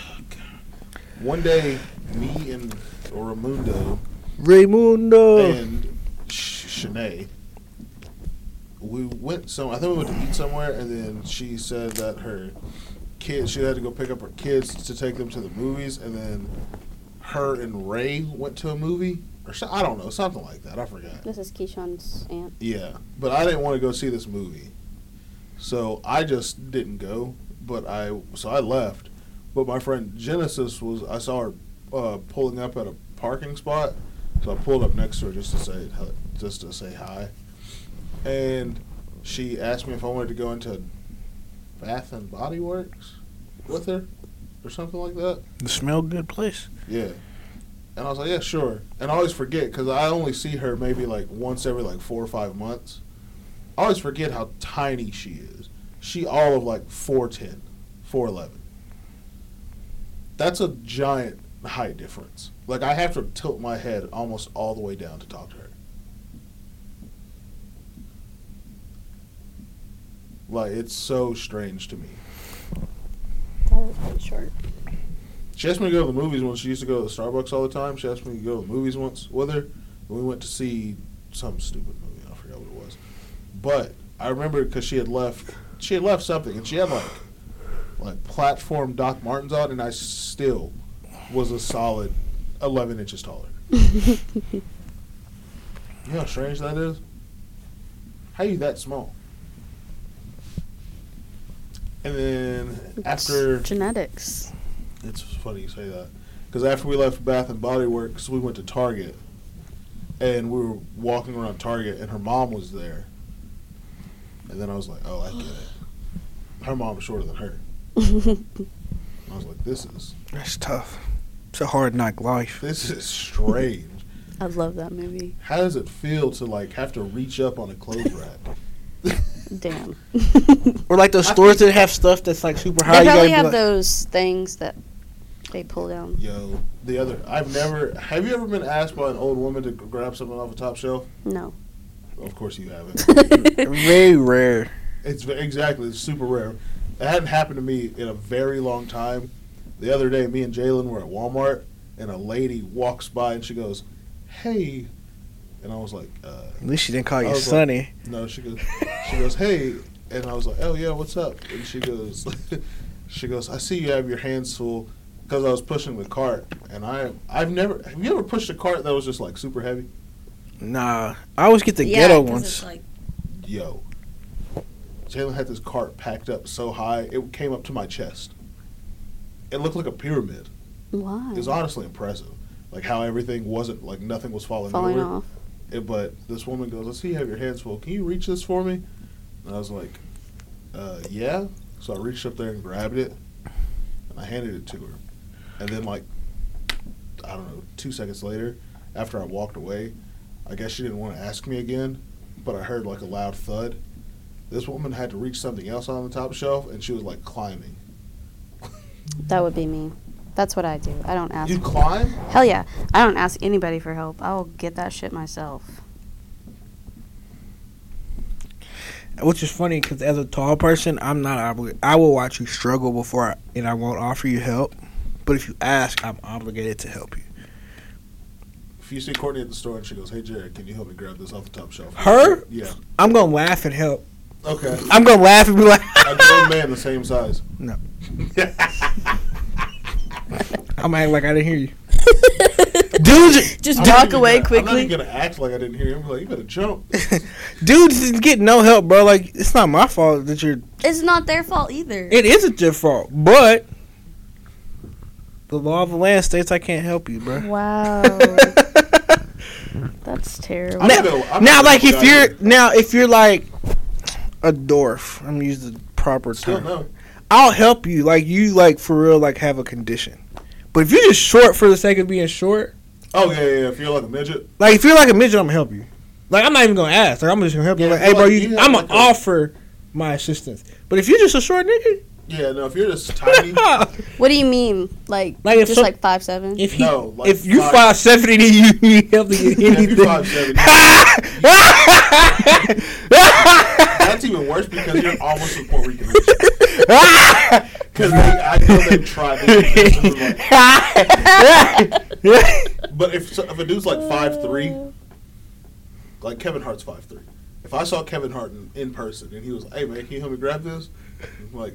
Speaker 2: one day, me and Oramundo
Speaker 1: Raymundo.
Speaker 2: and Sh- Shanae. We went some. I think we went to eat somewhere, and then she said that her kids. She had to go pick up her kids to take them to the movies, and then her and Ray went to a movie, or so, I don't know, something like that. I forgot.
Speaker 3: this is Keyshawn's aunt.
Speaker 2: Yeah, but I didn't want to go see this movie, so I just didn't go. But I so I left. But my friend Genesis was. I saw her uh, pulling up at a parking spot, so I pulled up next to her just to say hel- just to say hi. And she asked me if I wanted to go into Bath and Body Works with her or something like that.
Speaker 1: The smell good place.
Speaker 2: Yeah. And I was like, yeah, sure. And I always forget because I only see her maybe like once every like four or five months. I always forget how tiny she is. She all of like 4'10, 4'11. That's a giant height difference. Like, I have to tilt my head almost all the way down to talk to her. Like, it's so strange to me.
Speaker 3: That is pretty short.
Speaker 2: She asked me to go to the movies once. She used to go to the Starbucks all the time. She asked me to go to the movies once with her. And we went to see some stupid movie. I forgot what it was. But I remember because she had left. She had left something, and she had like like platform Doc Martens on, and I still was a solid 11 inches taller. you know how strange that is? How you that small? And then after
Speaker 3: genetics.
Speaker 2: it's funny you say that because after we left Bath and Body Works, we went to Target, and we were walking around Target, and her mom was there. And then I was like, "Oh, I get it. Her mom's shorter than her." I was like, "This is
Speaker 1: That's tough. It's a hard knock life.
Speaker 2: this is strange.
Speaker 3: I love that movie.
Speaker 2: How does it feel to like have to reach up on a clothes rack?"
Speaker 3: Damn.
Speaker 1: Or like those stores that have stuff that's like super high.
Speaker 3: They probably
Speaker 1: be
Speaker 3: have
Speaker 1: like,
Speaker 3: those things that they pull down.
Speaker 2: Yo, the other I've never. Have you ever been asked by an old woman to g- grab something off a top shelf?
Speaker 3: No.
Speaker 2: Of course you haven't.
Speaker 1: very rare.
Speaker 2: It's ve- exactly. It's super rare. It hadn't happened to me in a very long time. The other day, me and Jalen were at Walmart, and a lady walks by and she goes, "Hey," and I was like, uh,
Speaker 1: At least she didn't call
Speaker 2: I
Speaker 1: you
Speaker 2: was like-
Speaker 1: Sonny.
Speaker 2: "No." She goes, "She goes, hey," and I was like, "Oh yeah, what's up?" And she goes, "She goes, I see you have your hands full because I was pushing the cart, and I I've never have you ever pushed a cart that was just like super heavy?
Speaker 1: Nah, I always get the
Speaker 4: Yeah,
Speaker 1: ghetto
Speaker 4: 'cause it's
Speaker 1: ones.
Speaker 4: like
Speaker 2: Yo." Jalen had this cart packed up so high it came up to my chest. It looked like a pyramid.
Speaker 3: Why?
Speaker 2: It was honestly impressive, like how everything wasn't like nothing was falling,
Speaker 3: Falling
Speaker 2: over.
Speaker 3: off.
Speaker 2: It- but this woman goes, "I see you have your hands full. Can you reach this for me?" And I was like, uh, "Yeah." So I reached up there and grabbed it, and I handed it to her. And then like, I don't know, two seconds later, after I walked away, I guess she didn't want to ask me again, but I heard like a loud thud. This woman had to reach something else on the top shelf, and she was like climbing.
Speaker 3: That would be me. That's what I do. I don't ask.
Speaker 2: You climb?
Speaker 3: Hell yeah. I don't ask anybody for help. I will get that shit myself.
Speaker 1: Which is funny because as a tall person, I'm not obligated. I will watch you struggle before, I, and I won't offer you help. But if you ask, I'm obligated to help you.
Speaker 2: If you see Courtney at the store and she goes, "Hey Jared, can you help me grab this off the top shelf?"
Speaker 1: Her?
Speaker 2: Yeah.
Speaker 1: I'm gonna laugh and help.
Speaker 2: Okay.
Speaker 1: I'm gonna laugh and be like,
Speaker 2: A grown man the same size.
Speaker 1: No. I'm acting like I didn't hear you, dudes.
Speaker 3: Just
Speaker 2: I'm not
Speaker 3: walk
Speaker 2: even gonna-
Speaker 3: away
Speaker 2: I'm
Speaker 3: quickly.
Speaker 2: not even gonna act like I didn't hear him. Like you better jump.
Speaker 1: Dudes is getting no help, bro. Like it's not my fault that you're.
Speaker 4: it's not their fault either.
Speaker 1: It isn't your fault, but the law of the land states I can't help you, bro.
Speaker 3: Wow. That's terrible.
Speaker 2: I'm
Speaker 1: Now-
Speaker 2: not gonna- I'm
Speaker 1: now,
Speaker 2: not
Speaker 1: like
Speaker 2: gonna
Speaker 1: if
Speaker 2: judge
Speaker 1: you're
Speaker 2: you.
Speaker 1: now if you're like a dwarf, I'm gonna use the proper
Speaker 2: still
Speaker 1: term.
Speaker 2: no.
Speaker 1: I'll help you, like you like for real, like have a condition. But if you're just short for the sake of being short,
Speaker 2: Oh yeah, yeah. yeah. If you're like a midget,
Speaker 1: like if you're like a midget, I'm gonna help you. Like I'm not even gonna ask. Like I'm just gonna help you.
Speaker 2: Yeah,
Speaker 1: Like, hey,
Speaker 2: if you're
Speaker 1: bro,
Speaker 2: like-
Speaker 1: you,
Speaker 2: you have
Speaker 1: I'm
Speaker 2: like
Speaker 1: gonna
Speaker 2: a-
Speaker 1: offer my assistance. But if you're just a short nigga,
Speaker 2: yeah. No, if you're just tiny,
Speaker 3: What do you mean? Like,
Speaker 1: Like if
Speaker 3: just
Speaker 1: some-
Speaker 3: like five seven?
Speaker 1: if he,
Speaker 2: No, like
Speaker 1: if you
Speaker 2: five-
Speaker 1: five seventy, then you need help to get
Speaker 2: yeah, if you're five
Speaker 1: anything.
Speaker 2: seven, that's even worse because you're almost a Puerto Rican. Because they, I know they tried. They, like, But if so- if a dude's like five three,
Speaker 3: Uh.
Speaker 2: like Kevin Hart's five three. If I saw Kevin Hart in, in person and he was like, "Hey man, can you help me grab this?" I'm like,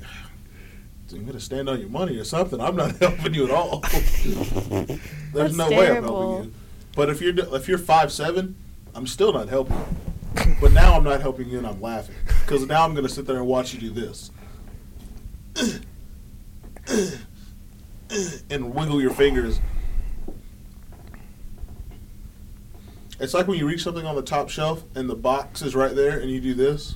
Speaker 2: "Dude, "I'm gonna stand on your money or something. I'm not helping you at all. There's
Speaker 3: That's
Speaker 2: no way I'm
Speaker 3: terrible.
Speaker 2: helping you." But if you're d- if you're five seven, I'm still not helping. you. But now I'm not helping you and I'm laughing because now I'm gonna sit there and watch you do this. and wiggle your fingers It's like when you reach something on the top shelf and the box is right there, and you do this,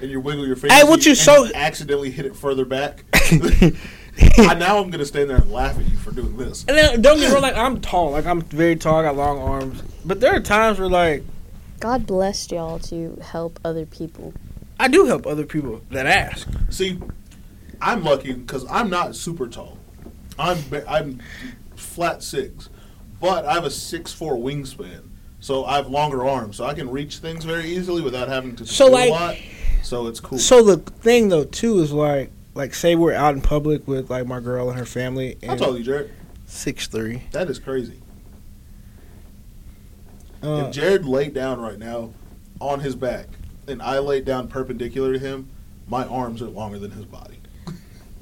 Speaker 2: and you wiggle your fingers.
Speaker 1: Hey, what
Speaker 2: and
Speaker 1: you
Speaker 2: and
Speaker 1: so-
Speaker 2: accidentally hit it further back. I, now I'm gonna stand there and laugh at you for doing this.
Speaker 1: And then, don't get me wrong, like I'm tall, like I'm very tall, I got long arms. But there are times where like
Speaker 3: God bless y'all to help other people.
Speaker 1: I do help other people that ask.
Speaker 2: See, I'm lucky because I'm not super tall. I'm ba- I'm flat six, but I have a six four wingspan, so I have longer arms, so I can reach things very easily without having to
Speaker 1: So,
Speaker 2: do
Speaker 1: like-
Speaker 2: a lot. So it's cool.
Speaker 1: So the thing though too is like like say we're out in public with like my girl and her family
Speaker 2: I
Speaker 1: and
Speaker 2: told you, Jared,
Speaker 1: six three.
Speaker 2: that is crazy.
Speaker 1: Uh,
Speaker 2: If Jared laid down right now on his back and I laid down perpendicular to him, my arms are longer than his body.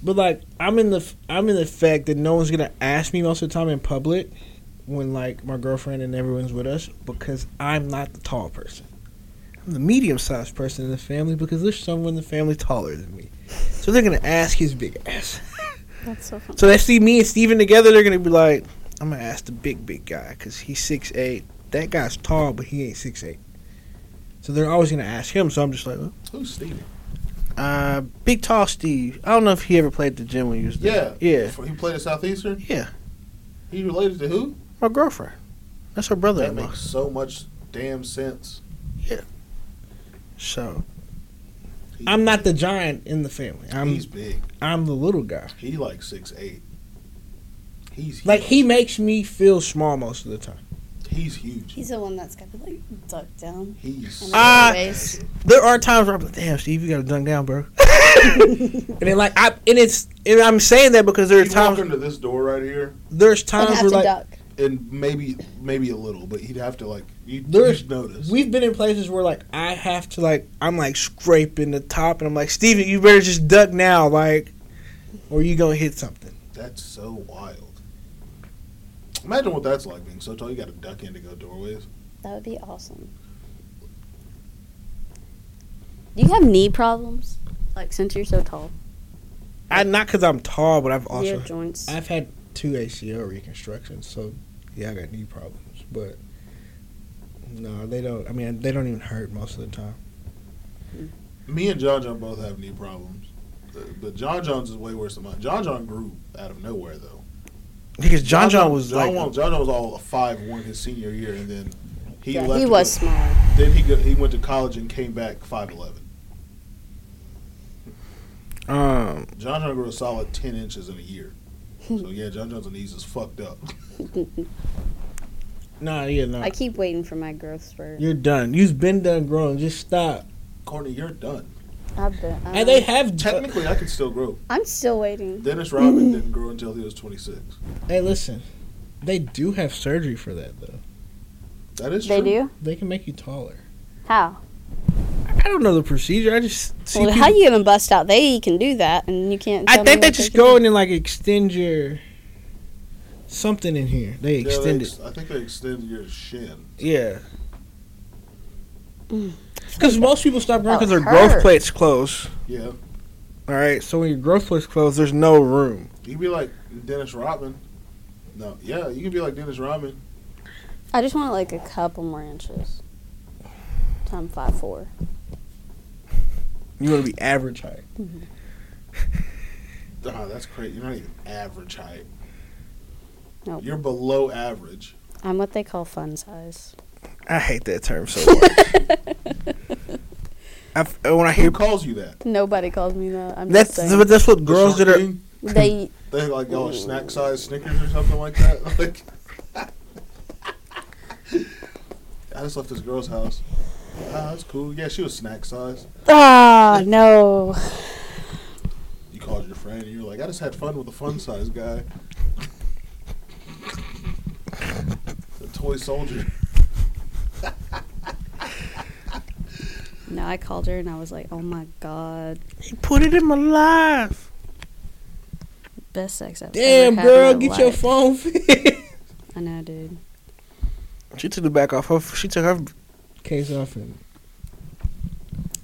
Speaker 1: but like I'm in the f- I'm in the fact that no one's gonna ask me most of the time in public when like my girlfriend and everyone's with us because I'm not the tall person. I'm the medium sized person in the family because there's someone in the family taller than me. So they're gonna ask his big ass.
Speaker 8: That's so funny.
Speaker 1: So they see me and Steven together, they're gonna be like, I'm gonna ask the big big guy because he's six eight. That guy's tall, but he ain't six eight. So they're always gonna ask him. So I'm just like,
Speaker 2: Who's Steven?
Speaker 1: uh, big tall Steve. I don't know if he ever played at the gym when he was
Speaker 2: Yeah.
Speaker 1: there. yeah,
Speaker 2: He played at Southeastern?
Speaker 1: yeah.
Speaker 2: He related to who?
Speaker 1: My girlfriend. That's her brother.
Speaker 2: That makes so much damn sense.
Speaker 1: So
Speaker 2: He-
Speaker 1: I'm not the giant in the family. I'm
Speaker 2: He's big.
Speaker 1: I'm the little guy.
Speaker 2: He like six eight. He's
Speaker 1: Like he
Speaker 2: huge.
Speaker 1: makes me feel small most of the time.
Speaker 2: He's huge.
Speaker 3: He's the one that's got the like duck down.
Speaker 2: He's
Speaker 3: And
Speaker 1: Ah.
Speaker 3: uh, waist.
Speaker 1: There are times where I'm like, "Damn, Steve, you gotta dunk down, bro." and then like I and it's and I'm saying that because there are
Speaker 2: you walk
Speaker 1: times
Speaker 2: into this door right here,
Speaker 1: there's
Speaker 3: And
Speaker 1: times
Speaker 3: have
Speaker 1: where
Speaker 3: to
Speaker 1: like
Speaker 3: duck.
Speaker 2: and maybe maybe a little, but he'd have to like you
Speaker 1: There's-
Speaker 2: would notice.
Speaker 1: we've been in places where like I have to like I'm like scraping the top and I'm like, Steven, you better just duck now, like, or you gonna hit something.
Speaker 2: that's so wild. Imagine what that's like being so tall. You got to duck in to go doorways.
Speaker 3: That would be awesome. Do you have knee problems?
Speaker 8: Like since you're so tall,
Speaker 1: I not because I'm tall, but I've also
Speaker 8: your joints.
Speaker 1: I've had two ACL reconstructions, so yeah, I got knee problems. But no, they don't. I mean, they don't even hurt most of the time.
Speaker 2: Me and John John both have knee problems, Uh, but John John's is way worse than mine. John John grew out of nowhere though.
Speaker 1: Because John John was like,
Speaker 2: John, John, John was all five one his senior year, and then he
Speaker 3: Yeah,
Speaker 2: left.
Speaker 8: he
Speaker 2: to
Speaker 8: was
Speaker 2: go-
Speaker 8: small.
Speaker 2: Then he go, he went to college and came back five eleven.
Speaker 1: um,
Speaker 2: John John grew a solid ten inches in a year. So yeah, John John's knees is fucked up.
Speaker 1: nah, yeah, no,
Speaker 3: I keep waiting for my growth spurt.
Speaker 1: you're done. You've been done growing. Just stop.
Speaker 2: Courtney, you're done.
Speaker 3: I've been. I
Speaker 1: And they have.
Speaker 2: Technically, I can still grow.
Speaker 3: I'm still waiting.
Speaker 2: Dennis Rodman didn't grow until he was twenty six.
Speaker 1: hey, listen, they do have surgery for that though.
Speaker 2: That is
Speaker 8: They
Speaker 2: true.
Speaker 8: do?
Speaker 1: They can make you taller.
Speaker 8: How?
Speaker 1: I don't know the procedure. I just see.
Speaker 3: well,
Speaker 1: people-
Speaker 3: how you even bust out? They can do that, and you can't.
Speaker 1: I
Speaker 3: tell
Speaker 1: think
Speaker 3: me
Speaker 1: they
Speaker 3: what
Speaker 1: just
Speaker 3: can do.
Speaker 1: go in and like extend your something in here. They
Speaker 2: Yeah, they
Speaker 1: extend it.
Speaker 2: ex- I think they extend your shin.
Speaker 1: Yeah. Mm. Because most people stop growing
Speaker 8: That
Speaker 1: because their
Speaker 8: would
Speaker 1: growth
Speaker 8: hurt.
Speaker 1: plates close.
Speaker 2: Yeah,
Speaker 1: All right, so when your growth plates close, there's no room.
Speaker 2: you be like Dennis Rodman. No, yeah, you can be like Dennis Rodman.
Speaker 3: I just want like a couple more inches. Time five four.
Speaker 1: You want to be average height.
Speaker 2: Ah, that's crazy. You're not even average height.
Speaker 3: Nope.
Speaker 2: You're below average.
Speaker 3: I'm what they call fun size.
Speaker 1: I hate that term so much. I f- uh, when I
Speaker 2: Who
Speaker 1: hear
Speaker 2: calls you that?
Speaker 3: Nobody calls me that. I'm
Speaker 1: that's
Speaker 3: just saying.
Speaker 1: but that's what
Speaker 2: The
Speaker 1: girls that
Speaker 2: Shark
Speaker 1: are
Speaker 2: King?
Speaker 3: they.
Speaker 2: They like y'all are snack size Snickers or something like that. Like, I just left this girl's house. Ah, that's cool. Yeah, she was snack size.
Speaker 3: Ah no.
Speaker 2: You called your friend and you were like, I just had fun with the fun size guy. the toy soldier.
Speaker 3: No, I called her and I was like, oh my god,
Speaker 1: he put it in my life.
Speaker 3: best sex I've
Speaker 1: Damn,
Speaker 3: ever had.
Speaker 1: girl,
Speaker 3: in my
Speaker 1: get your
Speaker 3: life."
Speaker 1: phone. fixed.
Speaker 3: I know, dude.
Speaker 1: she took the back off. Her, she took her case off and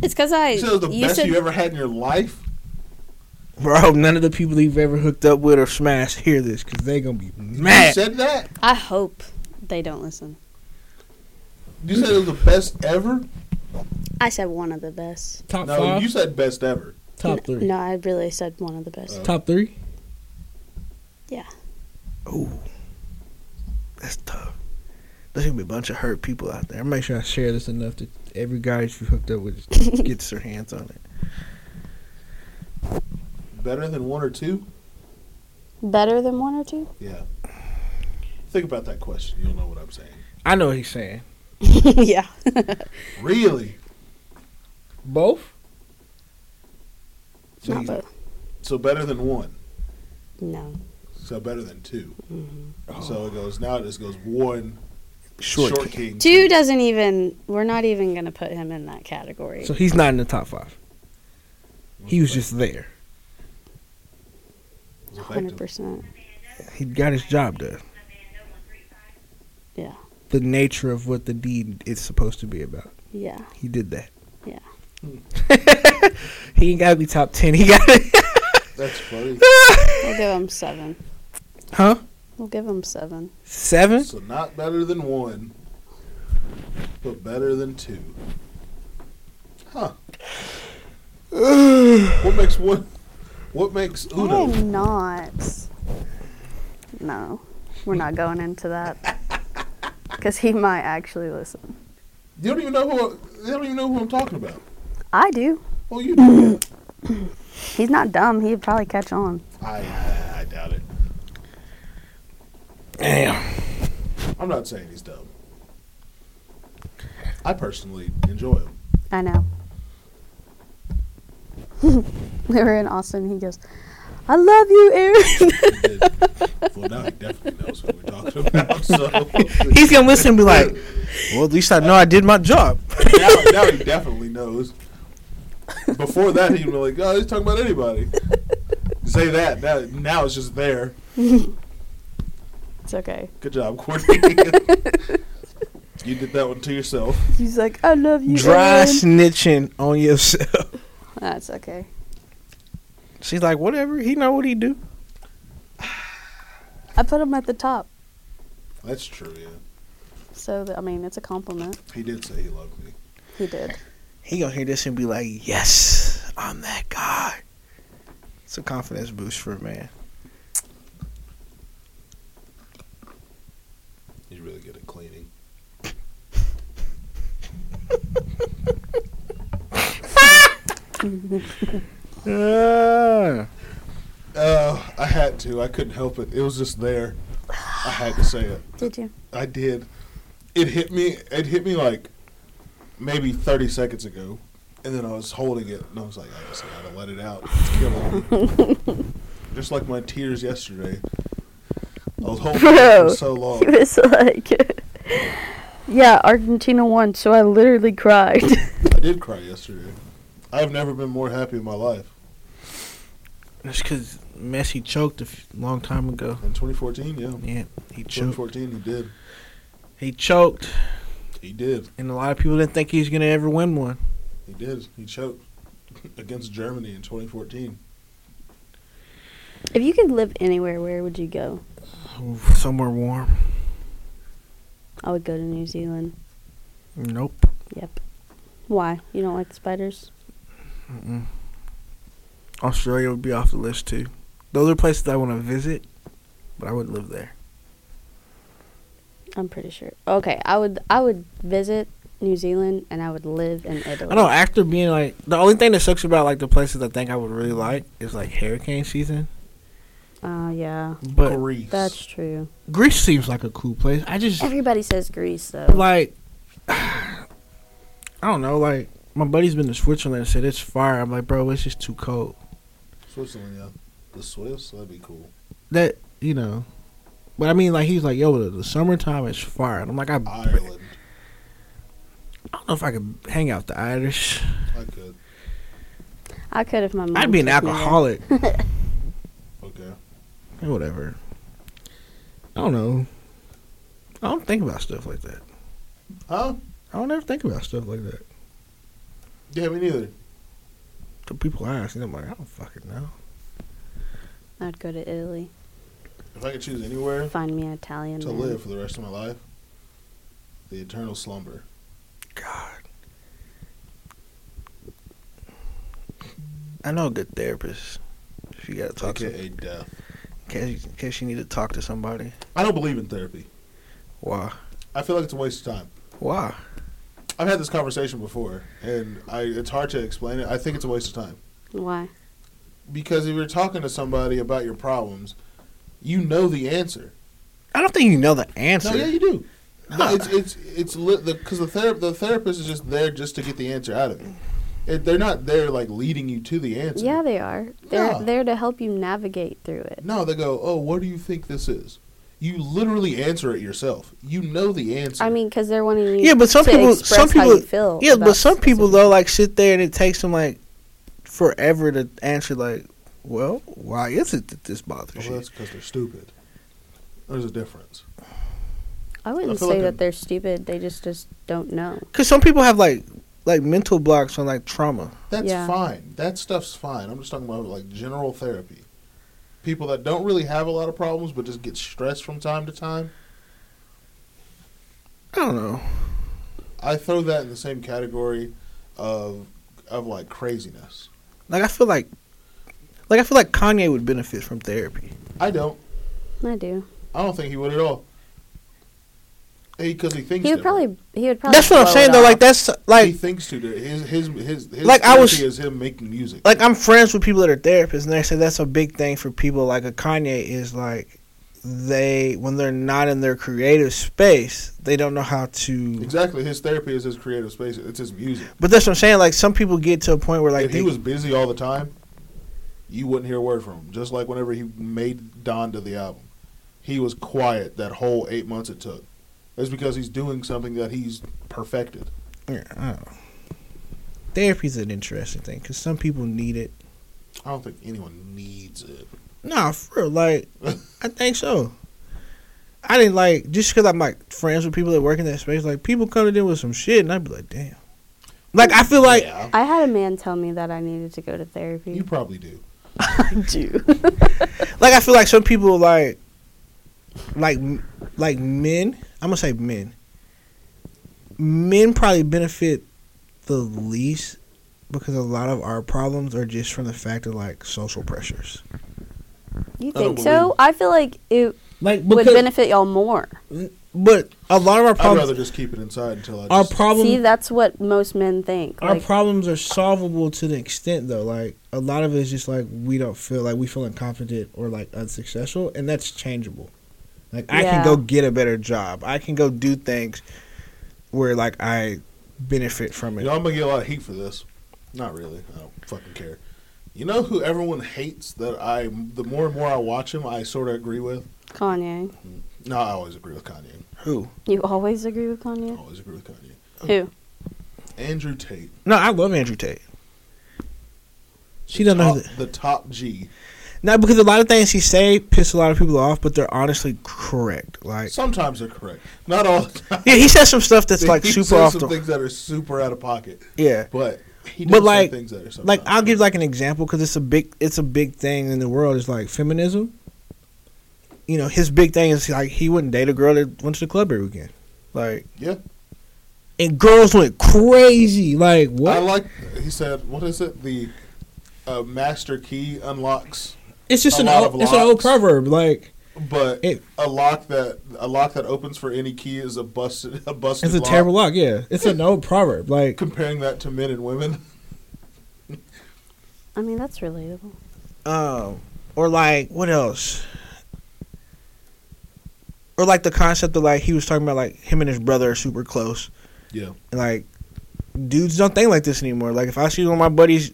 Speaker 3: It's because I
Speaker 2: You said it was the
Speaker 3: used
Speaker 2: best
Speaker 3: to.
Speaker 2: you ever had in your life?
Speaker 1: bro. None of the people you've ever hooked up with or smashed hear this because they gonna be
Speaker 2: You
Speaker 1: mad.
Speaker 2: said that?
Speaker 3: I hope they don't listen.
Speaker 2: You said it was the best ever?
Speaker 3: I said one of the best.
Speaker 1: Top
Speaker 2: No,
Speaker 1: five,
Speaker 2: you said best ever.
Speaker 1: top three,
Speaker 3: No, I really said one of the best.
Speaker 2: Oh.
Speaker 1: top three.
Speaker 3: Yeah.
Speaker 1: Ooh, that's tough. There's gonna be a bunch of hurt people out there. I'll make sure I share this enough that every guy that you hooked up with gets their hands on it.
Speaker 2: Better than one or two?
Speaker 3: Better than one or two?
Speaker 2: Yeah. Think about that question. You'll know what I'm saying.
Speaker 1: I know what he's saying.
Speaker 3: yeah.
Speaker 2: Really?
Speaker 1: Both? So
Speaker 3: Not
Speaker 1: he's-
Speaker 3: both.
Speaker 2: So better than one.
Speaker 3: No.
Speaker 2: So better than 2 So it goes now. It just goes one
Speaker 1: Mm-hmm. short.
Speaker 2: short, king.
Speaker 3: Two doesn't even. We're not even gonna put him in that category.
Speaker 1: So he's not in the top five. He was just there.
Speaker 2: It's effective.
Speaker 3: Hundred percent.
Speaker 1: He got his job done.
Speaker 3: Yeah.
Speaker 1: the nature of what the deed is supposed to be about.
Speaker 3: Yeah.
Speaker 1: He did that.
Speaker 3: Yeah.
Speaker 1: he ain't gotta be top ten. He got
Speaker 2: That's funny.
Speaker 3: We'll give him seven.
Speaker 1: Huh?
Speaker 3: We'll give him seven.
Speaker 1: Seven?
Speaker 2: so not better than one, but better than two. Huh? what makes one? What makes Uno?
Speaker 1: Oh.
Speaker 3: I'm not. No, we're not going into that. Because he might actually listen.
Speaker 2: You don't even know who. They don't even know who I'm talking about.
Speaker 3: I do.
Speaker 2: Oh, you do.
Speaker 3: He's not dumb. He'd probably catch on.
Speaker 2: I I doubt it.
Speaker 1: Damn.
Speaker 2: I'm not saying he's dumb. I personally enjoy him.
Speaker 3: I know. we were in Austin. He goes, I love you, Aaron.
Speaker 2: He did. well, now he definitely knows what we're talking about. So
Speaker 1: He's gonna listen and be like, Well at least I know I did my job.
Speaker 2: now, now he definitely knows. Before that, he'd be like, "Oh, he's talking about anybody." Say that now. Now it's just there.
Speaker 3: it's okay.
Speaker 2: Good job, Courtney. you did that one to yourself.
Speaker 3: He's like, I love you,
Speaker 1: Dry
Speaker 3: Aaron.
Speaker 1: snitching on yourself.
Speaker 3: That's okay.
Speaker 1: She's like, Whatever, he know what he do.
Speaker 3: I put him at the top.
Speaker 2: That's true. Yeah,
Speaker 3: So, that, I mean, it's a compliment.
Speaker 2: he did say he loved me.
Speaker 3: He did.
Speaker 1: He gonna hear this and be like, Yes, I'm that guy. It's a confidence boost for a man.
Speaker 2: He's really good at cleaning.
Speaker 1: Uh,
Speaker 2: Uh, I had to. I couldn't help it. It was just there. I had to say it.
Speaker 3: Did you?
Speaker 2: I did. It hit me. It hit me like maybe thirty seconds ago, and then I was holding it, and I was like, I just gotta let it out. It's killing me. just like my tears yesterday. I was holding it
Speaker 3: Bro.
Speaker 2: for so long.
Speaker 3: He was like, Yeah, Argentina won, so I literally cried.
Speaker 2: I did cry yesterday. I've never been more happy in my life.
Speaker 1: that's cause Messi choked a f- long time ago.
Speaker 2: In 2014, yeah.
Speaker 1: Yeah, he choked.
Speaker 2: 2014, he did.
Speaker 1: He choked,
Speaker 2: He did.
Speaker 1: and a lot of people didn't think he was gonna ever win one.
Speaker 2: He did. He choked against Germany in 2014.
Speaker 3: if you could live anywhere, where would you go?
Speaker 1: Somewhere warm.
Speaker 3: I would go to New Zealand.
Speaker 1: Nope.
Speaker 3: Yep. Why? You don't like the spiders?
Speaker 1: Mm-mm. Australia would be off the list too. Those are places I want to visit, but I wouldn't live there.
Speaker 3: I'm pretty sure. Okay, I would I would visit New Zealand and I would live in Italy.
Speaker 1: I know. After being like the only thing that sucks about like the places I think I would really like is like hurricane season.
Speaker 3: Oh yeah,
Speaker 1: But
Speaker 2: Greece.
Speaker 3: that's true.
Speaker 1: Greece seems like a cool place. I just
Speaker 3: Everybody says Greece though.
Speaker 1: like I don't know. Like my buddy's been to Switzerland and said it's fire. I'm like, bro, it's just too cold.
Speaker 2: Switzerland, yeah. The Swiss, that'd be cool.
Speaker 1: That you know. But I mean, like he's like, yo, the, the summertime is fire. And I'm like, I, I
Speaker 2: Ireland,
Speaker 1: don't know if I could hang out with the Irish.
Speaker 2: I could.
Speaker 3: I could if my mom.
Speaker 1: I'd be an
Speaker 3: took me there.
Speaker 1: alcoholic.
Speaker 2: Okay.
Speaker 1: Eh, whatever. I don't know. I don't think about stuff like that.
Speaker 2: Huh?
Speaker 1: I don't ever think about stuff like that.
Speaker 2: Yeah, me neither.
Speaker 1: So people ask, and I'm like, I don't fucking know.
Speaker 3: I'd go to Italy.
Speaker 2: If I could choose anywhere
Speaker 3: Find me an Italian.
Speaker 2: to
Speaker 3: man.
Speaker 2: live for the rest of my life, the eternal slumber.
Speaker 1: God. I know a good therapist. If you gotta talk to,
Speaker 2: AKA death.
Speaker 1: in case, in case you need to talk to somebody.
Speaker 2: I don't believe in therapy.
Speaker 1: Why?
Speaker 2: I feel like it's a waste of time.
Speaker 1: Why?
Speaker 2: I've had this conversation before, and I it's hard to explain it. I think it's a waste of time.
Speaker 3: Why?
Speaker 2: Because if you're talking to somebody about your problems, you know the answer.
Speaker 1: I don't think you know the answer.
Speaker 2: No, yeah, you do.
Speaker 1: Nah.
Speaker 2: No, it's it's it's because the, 'cause the, therap- the therapist is just there just to get the answer out of you. It, they're not there like leading you to the answer.
Speaker 3: Yeah, they are. They're
Speaker 2: No.
Speaker 3: there to help you navigate through it.
Speaker 2: No, they go, "Oh, what do you think this is?" You literally answer it yourself. You know the answer.
Speaker 3: I mean, because they're wanting you.
Speaker 1: yeah, but some
Speaker 3: to
Speaker 1: people,
Speaker 3: express
Speaker 1: some people,
Speaker 3: how you feel.
Speaker 1: yeah,
Speaker 3: about
Speaker 1: but some people
Speaker 3: specific-
Speaker 1: though like sit there and it takes them like forever to answer. Like, well, why is it that this bothers
Speaker 2: well,
Speaker 1: you?
Speaker 2: that's because they're stupid. There's a difference.
Speaker 3: I wouldn't
Speaker 2: feel
Speaker 3: say
Speaker 2: like a-
Speaker 3: that they're stupid. They just just don't know.
Speaker 1: Because some people have like like mental blocks on like trauma.
Speaker 2: That's
Speaker 3: Yeah.
Speaker 2: fine. That stuff's fine. I'm just talking about like general therapy. People that don't really have a lot of problems but just get stressed from time to time.
Speaker 1: I don't know.
Speaker 2: I throw that in the same category of of like craziness.
Speaker 1: Like I feel like like I feel like Kanye would benefit from therapy.
Speaker 2: I don't.
Speaker 3: I do.
Speaker 2: I don't think he would at all. Because he, thinks
Speaker 3: He would
Speaker 2: different.
Speaker 3: probably. He would probably.
Speaker 1: That's what I'm
Speaker 3: blow
Speaker 1: saying
Speaker 3: it
Speaker 1: though. Like
Speaker 3: off.
Speaker 1: that's
Speaker 2: he
Speaker 1: like
Speaker 2: thinks too. different. His his his, his
Speaker 1: Like, I was-
Speaker 2: therapy is him making music.
Speaker 1: like I'm friends with people that are therapists, and they say that's a big thing for people like a Kanye is like they when they're not in their creative space, they don't know how to.
Speaker 2: exactly. His therapy is his creative space. It's his music.
Speaker 1: But that's what I'm saying. Like some people get to a point where like
Speaker 2: if
Speaker 1: they,
Speaker 2: he was busy all the time, you wouldn't hear a word from him. Just like whenever he made Don to the album, he was quiet that whole eight months it took. It's because he's doing something that he's perfected.
Speaker 1: Yeah, I don't know. uh, Therapy's an interesting thing because some people need it.
Speaker 2: I don't think anyone needs it.
Speaker 1: Nah, for real. Like, I think so. I didn't like just because I'm like friends with people that work in that space. Like, people come to them with some shit, and I'd be like, damn. Like, I feel like
Speaker 2: yeah,
Speaker 3: I had a man tell me that I needed to go to therapy.
Speaker 2: you probably do.
Speaker 3: do.
Speaker 1: like I feel like some people like like like men. I'm gonna say men. Men probably benefit the least because a lot of our problems are just from the fact of like social pressures.
Speaker 3: You
Speaker 2: don't
Speaker 3: think so? I feel like it
Speaker 1: Like
Speaker 3: would
Speaker 1: because,
Speaker 3: benefit y'all more.
Speaker 1: but a lot of our
Speaker 2: I'd
Speaker 1: problems
Speaker 2: rather just keep it inside until I.
Speaker 1: our
Speaker 2: just-
Speaker 1: problem
Speaker 3: See, that's what most men think.
Speaker 1: our
Speaker 3: Like,
Speaker 1: problems are solvable to the extent though. Like a lot of it is just like we don't feel like we feel incompetent or like unsuccessful, and that's changeable. Like I can
Speaker 3: Yeah.
Speaker 1: go get a better job. I can go do things where like I benefit from
Speaker 2: you
Speaker 1: it.
Speaker 2: know, I'm gonna get a lot of heat for this. Not really. I don't fucking care. You know who everyone hates that I. The more and more I watch him, I sort of agree with.
Speaker 3: Kanye.
Speaker 2: No, I always agree with Kanye.
Speaker 1: Who?
Speaker 3: You always agree with Kanye?
Speaker 2: Always agree with Kanye.
Speaker 3: Who?
Speaker 2: Andrew Tate.
Speaker 1: No, I love Andrew Tate. She doesn't know.
Speaker 2: top,
Speaker 1: that-
Speaker 2: the top G.
Speaker 1: Not because a lot of things he say piss a lot of people off, but they're honestly correct. Like
Speaker 2: Sometimes they're correct. Not all the time.
Speaker 1: yeah, he says some stuff that's like
Speaker 2: He
Speaker 1: super
Speaker 2: says
Speaker 1: off
Speaker 2: some
Speaker 1: the
Speaker 2: things that are super out of pocket,
Speaker 1: yeah.
Speaker 2: but he does
Speaker 1: But,
Speaker 2: say
Speaker 1: like-
Speaker 2: things that are sometimes
Speaker 1: like I'll give
Speaker 2: correct.
Speaker 1: like an example because it's a big it's a big thing in the world is like feminism. You know, his big thing is like he wouldn't date a girl that went to the club every weekend, like
Speaker 2: yeah.
Speaker 1: and girls went crazy. Like
Speaker 2: I
Speaker 1: what?
Speaker 2: like. He said, "What is it? The uh, master key unlocks,
Speaker 1: it's just
Speaker 2: a
Speaker 1: an
Speaker 2: lot
Speaker 1: old,
Speaker 2: of
Speaker 1: it's an old
Speaker 2: locks.
Speaker 1: proverb. Like
Speaker 2: but
Speaker 1: It-
Speaker 2: a lock that a lock that opens for any key is a busted a busted.
Speaker 1: it's a
Speaker 2: lock.
Speaker 1: terrible lock. Yeah, it's an old proverb. Like
Speaker 2: Comparing that to men and women,
Speaker 3: I mean, that's relatable.
Speaker 1: um, or like what else? Or like the concept of like he was talking about like him and his brother are super close.
Speaker 2: yeah.
Speaker 1: And, like dudes don't think like this anymore. Like if I see one of my buddies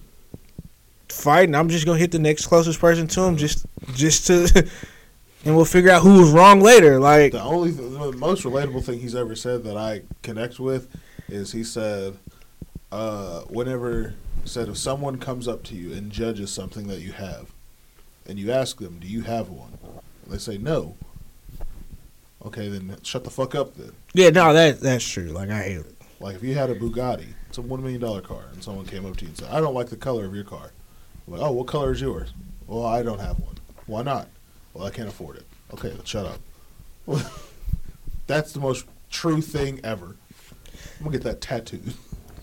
Speaker 1: fighting, I'm just gonna hit the next closest person to him just just to, and we'll figure out who was wrong later. Like
Speaker 2: The only th- the most relatable thing he's ever said that I connect with is he said, uh, whenever said if someone comes up to you and judges something that you have, and you ask them, "Do you have one?" And they say no. Okay, then shut the fuck up. Then,
Speaker 1: yeah, no, that that's true. Like I hate it.
Speaker 2: like if you had a Bugatti, it's a one million dollar car, and someone came up to you and said, "I don't like the color of your car." I'm like, oh, what color is yours? Well, I don't have one. Why not? Well, I can't afford it. Okay, then shut up. That's the most true thing ever. I'm gonna get that tattooed.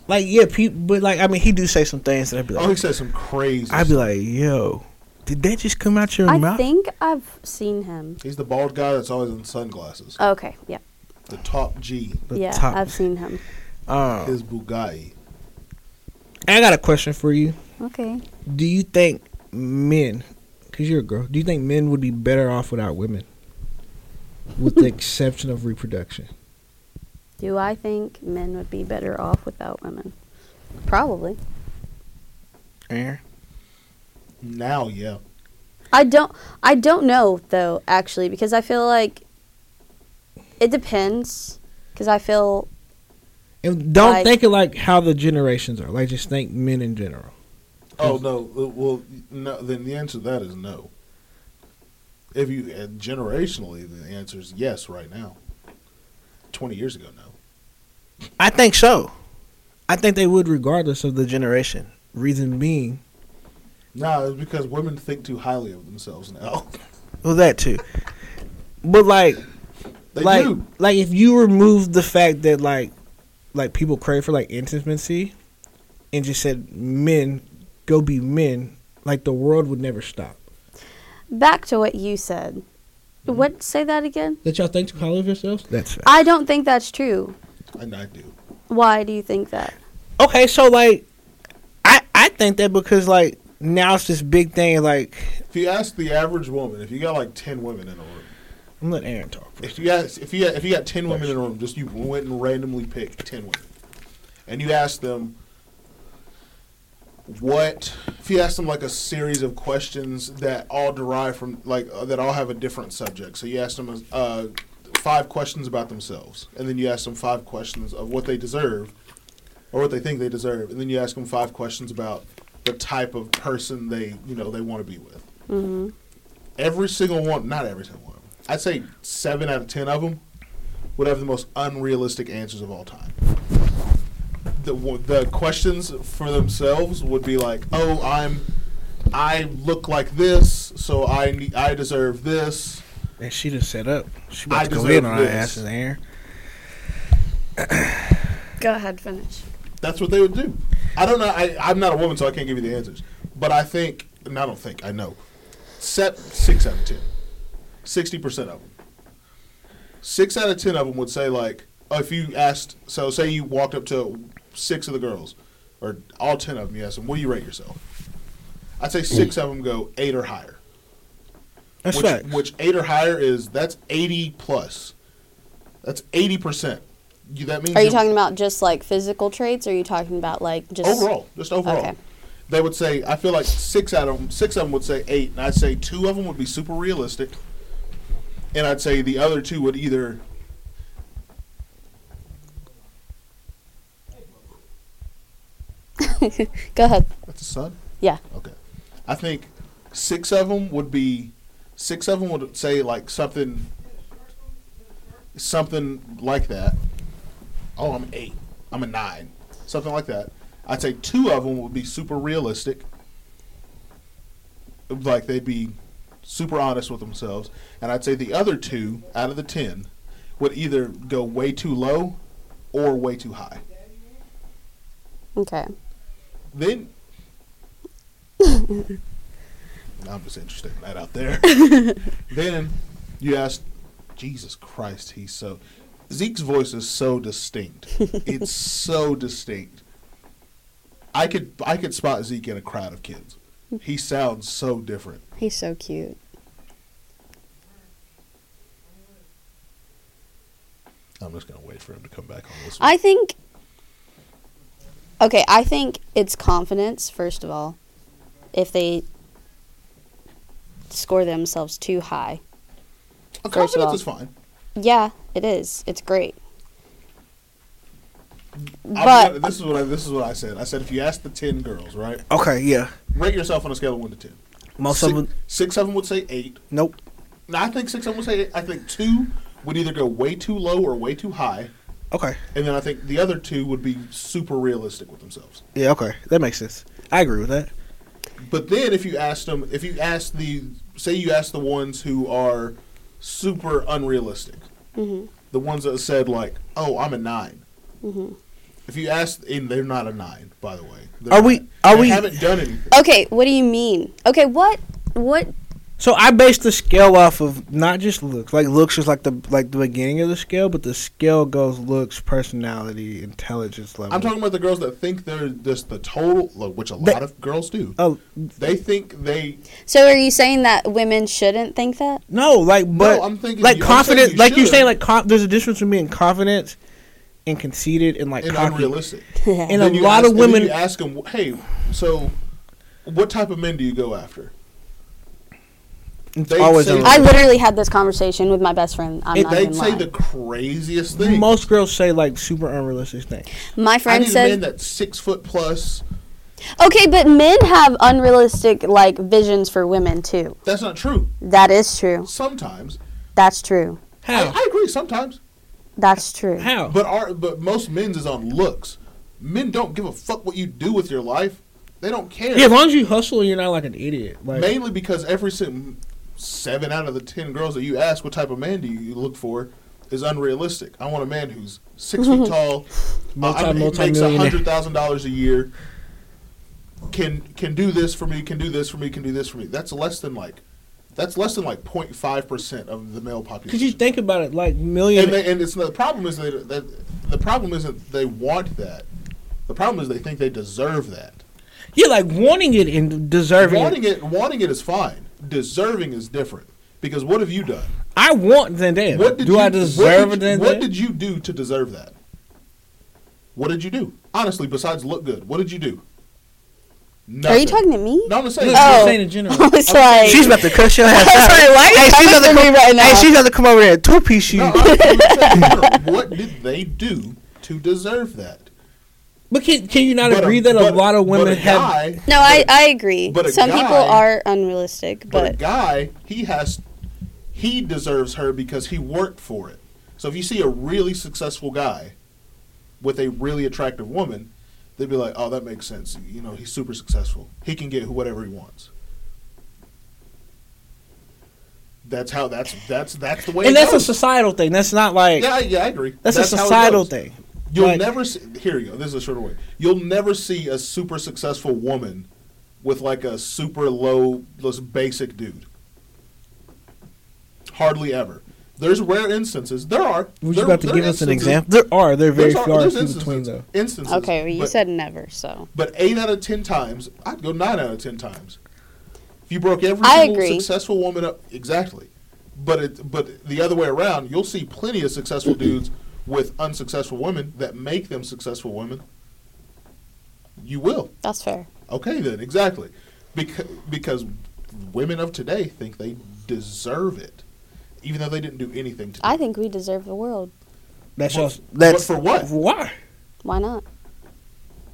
Speaker 1: Like yeah, pe- but like I mean, he do say some things that I'd be
Speaker 2: Oh, he
Speaker 1: like,
Speaker 2: said some crazy.
Speaker 1: I'd be like, yo, did that just come out your
Speaker 3: I
Speaker 1: mouth?
Speaker 3: think I've seen him. Oh,
Speaker 2: He's the bald guy that's always in sunglasses.
Speaker 3: Okay, yeah.
Speaker 2: The top G,
Speaker 1: The
Speaker 3: yeah,
Speaker 1: top-
Speaker 3: I've seen him.
Speaker 1: Uh,
Speaker 2: his Bugatti.
Speaker 1: I got a question for you.
Speaker 3: Okay.
Speaker 1: Do you think men, because you're a girl, do you think men would be better off without women, with the exception of reproduction?
Speaker 3: Do I think men would be better off without women? Probably.
Speaker 1: Aaron?
Speaker 2: Now, yeah,
Speaker 3: I don't I don't know though actually because I feel like it depends cuz I feel
Speaker 1: And don't
Speaker 3: Like-
Speaker 1: think of like how the generations are. Like just think men in general.
Speaker 2: Oh no! Well, no. Then the answer to that is no. If you uh, generationally, the answer is yes right now. 20 years ago now.
Speaker 1: I think so. I think they would, regardless of the generation. Reason being,
Speaker 2: No, it's because women think too highly of themselves now.
Speaker 1: well, that too. But like,
Speaker 2: they
Speaker 1: like,
Speaker 2: do.
Speaker 1: like if you remove the fact that like, like people crave for like intimacy, and just said men go be men, like the world would never stop.
Speaker 3: Back to what you said. What? Say that again.
Speaker 7: That y'all think too highly of yourselves?
Speaker 1: That's
Speaker 3: I don't think that's true.
Speaker 2: And I do.
Speaker 3: Why do you think that?
Speaker 1: okay. So like, I I think that because like now it's this big thing. Like,
Speaker 2: If you ask the average woman, if you got like 10 women in a room,
Speaker 1: I'm let Aaron talk. For
Speaker 2: If you ask, if you if you got ten women in a room, just you went and randomly picked ten women, and you asked them what if you asked them like a series of questions that all derive from like uh, that all have a different subject. So you asked them uh, five questions about themselves, and then you asked them five questions of what they deserve or what they think they deserve, and then you ask them five questions about the type of person they you know they want to be with every single one, not every single one, I'd say seven out of ten of them would have the most unrealistic answers of all time. The w- the questions for themselves would be like, oh, I'm, I look like this, so I ne- I deserve this.
Speaker 1: And she just set up. She about
Speaker 2: I
Speaker 1: to go
Speaker 2: deserve
Speaker 1: in on our
Speaker 2: this.
Speaker 1: asses in here.
Speaker 3: Go ahead, finish.
Speaker 2: That's what they would do. I don't know. I, I'm not a woman, so I can't give you the answers. But I think, and I don't think, I know. Set six out of ten. Sixty percent of them. Six out of ten of them would say like, oh, if you asked, so say you walked up to six of the girls, or all ten of them, you asked them, "What do you rate yourself?" I'd say six of them go eight or higher.
Speaker 1: That's
Speaker 2: which,
Speaker 1: right.
Speaker 2: which eight or higher is that's eighty plus. That's eighty percent. You that means
Speaker 3: Are you
Speaker 2: you're-
Speaker 3: talking about just like physical traits? Or are you talking about like just
Speaker 2: overall, just overall.
Speaker 3: Okay.
Speaker 2: They would say I feel like six out of them, six of them would say eight, and I'd say two of them would be super realistic, and I'd say the other two would either.
Speaker 3: Go ahead.
Speaker 2: That's a son.
Speaker 3: Yeah.
Speaker 2: Okay. I think six of them would be, six of them would say like something, something like that. Oh, I'm an eight. I'm a nine. Something like that. I'd say two of them would be super realistic. Like they'd be super honest with themselves, and I'd say the other two out of the ten would either go way too low or way too high.
Speaker 3: Okay.
Speaker 2: Then I'm just interested in that out there. then you asked, Jesus Christ, he's so Zeke's voice is so distinct. it's so distinct. I could I could spot Zeke in a crowd of kids. He sounds so different.
Speaker 3: He's so cute.
Speaker 2: I'm just gonna wait for him to come back on this. one.
Speaker 3: I think. Okay, I think it's confidence, first of all, if they score themselves too high.
Speaker 2: Uh,
Speaker 3: first of
Speaker 2: confidence
Speaker 3: all-
Speaker 2: is fine.
Speaker 3: Yeah, it is. It's great.
Speaker 2: I'm
Speaker 3: But-
Speaker 2: gonna- this is what I, this is what I said. I said if you ask the ten girls, right,
Speaker 1: Okay, yeah.
Speaker 2: rate yourself on a scale of one to ten.
Speaker 1: Most
Speaker 2: six,
Speaker 1: of them,
Speaker 2: six of them would say eight.
Speaker 1: nope.
Speaker 2: No, I think six. I would say I think two would either go way too low or way too high,
Speaker 1: Okay,
Speaker 2: and then I think the other two would be super realistic with themselves.
Speaker 1: yeah, okay, that makes sense. I agree with that.
Speaker 2: But then if you ask them, if you ask the say you ask the ones who are super unrealistic, the ones that said like, "Oh, I'm a 9 If you ask, and they're not a nine, by the way. They're
Speaker 1: Are we-
Speaker 2: not.
Speaker 1: are
Speaker 2: They
Speaker 1: we-
Speaker 2: Haven't done anything.
Speaker 3: Okay, what do you mean? Okay, what? What?
Speaker 1: So I based the scale off of not just looks, like looks is like the like the beginning of the scale, but the scale goes looks, personality, intelligence level.
Speaker 2: I'm talking about the girls that think they're just the total, like, which a
Speaker 1: They-
Speaker 2: lot of girls do.
Speaker 1: Oh
Speaker 2: They think they
Speaker 3: So are you saying that women shouldn't think that?
Speaker 1: no, like but
Speaker 2: I'm thinking
Speaker 1: like
Speaker 2: you- I'm saying
Speaker 1: confident,
Speaker 2: you
Speaker 1: like you're
Speaker 2: should.
Speaker 1: saying, like com- there's a difference between being confident and conceited and like
Speaker 2: and
Speaker 1: cocky.
Speaker 2: unrealistic.
Speaker 1: And a
Speaker 2: Then you
Speaker 1: lot
Speaker 2: ask-
Speaker 1: of
Speaker 2: and then
Speaker 1: women,
Speaker 2: you ask them, "Hey, so what type of men do you go after?"
Speaker 1: it's
Speaker 2: they
Speaker 1: always
Speaker 2: say-
Speaker 1: unrealistic.
Speaker 3: I literally had this conversation with my best friend. I'm
Speaker 1: It-
Speaker 3: not
Speaker 2: They'd
Speaker 3: even
Speaker 2: say
Speaker 3: lying.
Speaker 2: the craziest thing.
Speaker 1: most girls say like super unrealistic things.
Speaker 3: my
Speaker 2: I
Speaker 3: friend
Speaker 2: need a man
Speaker 3: says,
Speaker 2: that's six foot plus.
Speaker 3: "Okay, but men have unrealistic like visions for women too."
Speaker 2: That's not true.
Speaker 3: That is true.
Speaker 2: Sometimes
Speaker 3: That's true.
Speaker 2: I,
Speaker 1: How?
Speaker 2: I agree. Sometimes
Speaker 3: That's true.
Speaker 1: How?
Speaker 2: But our but most men's is on looks. Men don't give a fuck what you do with your life. They don't care.
Speaker 1: yeah, as long as you hustle, and you're not like an idiot. Like,
Speaker 2: Mainly because every si- seven out of the ten girls that you ask what type of man do you look for is unrealistic. I want a man who's six feet tall,
Speaker 1: Multi-
Speaker 2: uh, I- he makes
Speaker 1: multi-millionaire.
Speaker 2: hundred thousand dollars a year, can can do this for me, can do this for me, can do this for me. That's less than like, that's less than like 05 percent of the male population.
Speaker 1: because you think about it, like
Speaker 2: and,
Speaker 1: million.
Speaker 2: they, and it's the problem is they, that the problem isn't they want that. The problem is they think they deserve that.
Speaker 1: yeah, like wanting it and deserving it.
Speaker 2: Wanting it, wanting it is fine. Deserving is different because what have you done?
Speaker 1: I want Zendaya.
Speaker 2: What did
Speaker 1: do
Speaker 2: you,
Speaker 1: I deserve
Speaker 2: what did,
Speaker 1: Zendaya?
Speaker 2: you- What did you do to deserve that? What did you do? Honestly, besides look good, what did you do?
Speaker 3: Are
Speaker 2: Nothing.
Speaker 3: you talking to me?
Speaker 2: No, I'm just saying.
Speaker 3: Oh.
Speaker 7: saying in general.
Speaker 3: I was like,
Speaker 1: she's about to cuss your ass out.
Speaker 3: sorry, why are you
Speaker 1: hey, she's
Speaker 3: talking
Speaker 1: about to
Speaker 3: to me
Speaker 1: come,
Speaker 3: right now?
Speaker 1: Hey, she's about to come over there. Two piece shoes.
Speaker 2: No, I'm just saying in general, what did they do to deserve that?
Speaker 1: But can, can you not
Speaker 2: But
Speaker 1: agree that
Speaker 2: but-
Speaker 1: a lot of
Speaker 2: but
Speaker 1: women
Speaker 2: a
Speaker 1: have?
Speaker 2: guy-
Speaker 3: No, I, I agree.
Speaker 2: but a
Speaker 3: Some people
Speaker 2: guy-
Speaker 3: are unrealistic,
Speaker 2: But a
Speaker 3: but
Speaker 2: guy, he has, he deserves her because he worked for it. So if you see a really successful guy with a really attractive woman, they'd be like, "Oh, that makes sense. You know, he's super successful. He can get who- whatever he wants." That's how. That's that's that's the way.
Speaker 1: and
Speaker 2: it
Speaker 1: that's a
Speaker 2: goes.
Speaker 1: societal thing. That's not like
Speaker 2: yeah, I- yeah, I agree.
Speaker 1: that's, a
Speaker 2: how it
Speaker 1: societal
Speaker 2: goes.
Speaker 1: thing.
Speaker 2: You'll
Speaker 1: Like-
Speaker 2: never see, here you go. This is a shorter way. You'll never see a super successful woman with like a super low, just basic dude. Hardly ever. There's rare instances. There are.
Speaker 1: Were you
Speaker 2: there-
Speaker 1: about to
Speaker 2: there
Speaker 1: give
Speaker 2: are
Speaker 1: us an
Speaker 2: instances-
Speaker 1: example? There are. They're very
Speaker 2: there's are-
Speaker 1: far
Speaker 2: there's
Speaker 1: in between
Speaker 2: instances-
Speaker 1: though.
Speaker 2: Instances.
Speaker 3: okay, well, you
Speaker 2: but,
Speaker 3: said never, so
Speaker 2: But eight out of ten times, I'd go nine out of ten times. If you broke every
Speaker 3: I
Speaker 2: single
Speaker 3: agree.
Speaker 2: successful woman up, exactly. But it, but the other way around, you'll see plenty of successful dudes with unsuccessful women that make them successful women. You will.
Speaker 3: that's fair.
Speaker 2: Okay, then exactly, because because women of today think they deserve it, even though they didn't do anything to.
Speaker 3: I
Speaker 2: them.
Speaker 3: think we deserve the world.
Speaker 1: That's
Speaker 2: What-
Speaker 1: just that's
Speaker 2: for what?
Speaker 1: Why?
Speaker 3: Why not?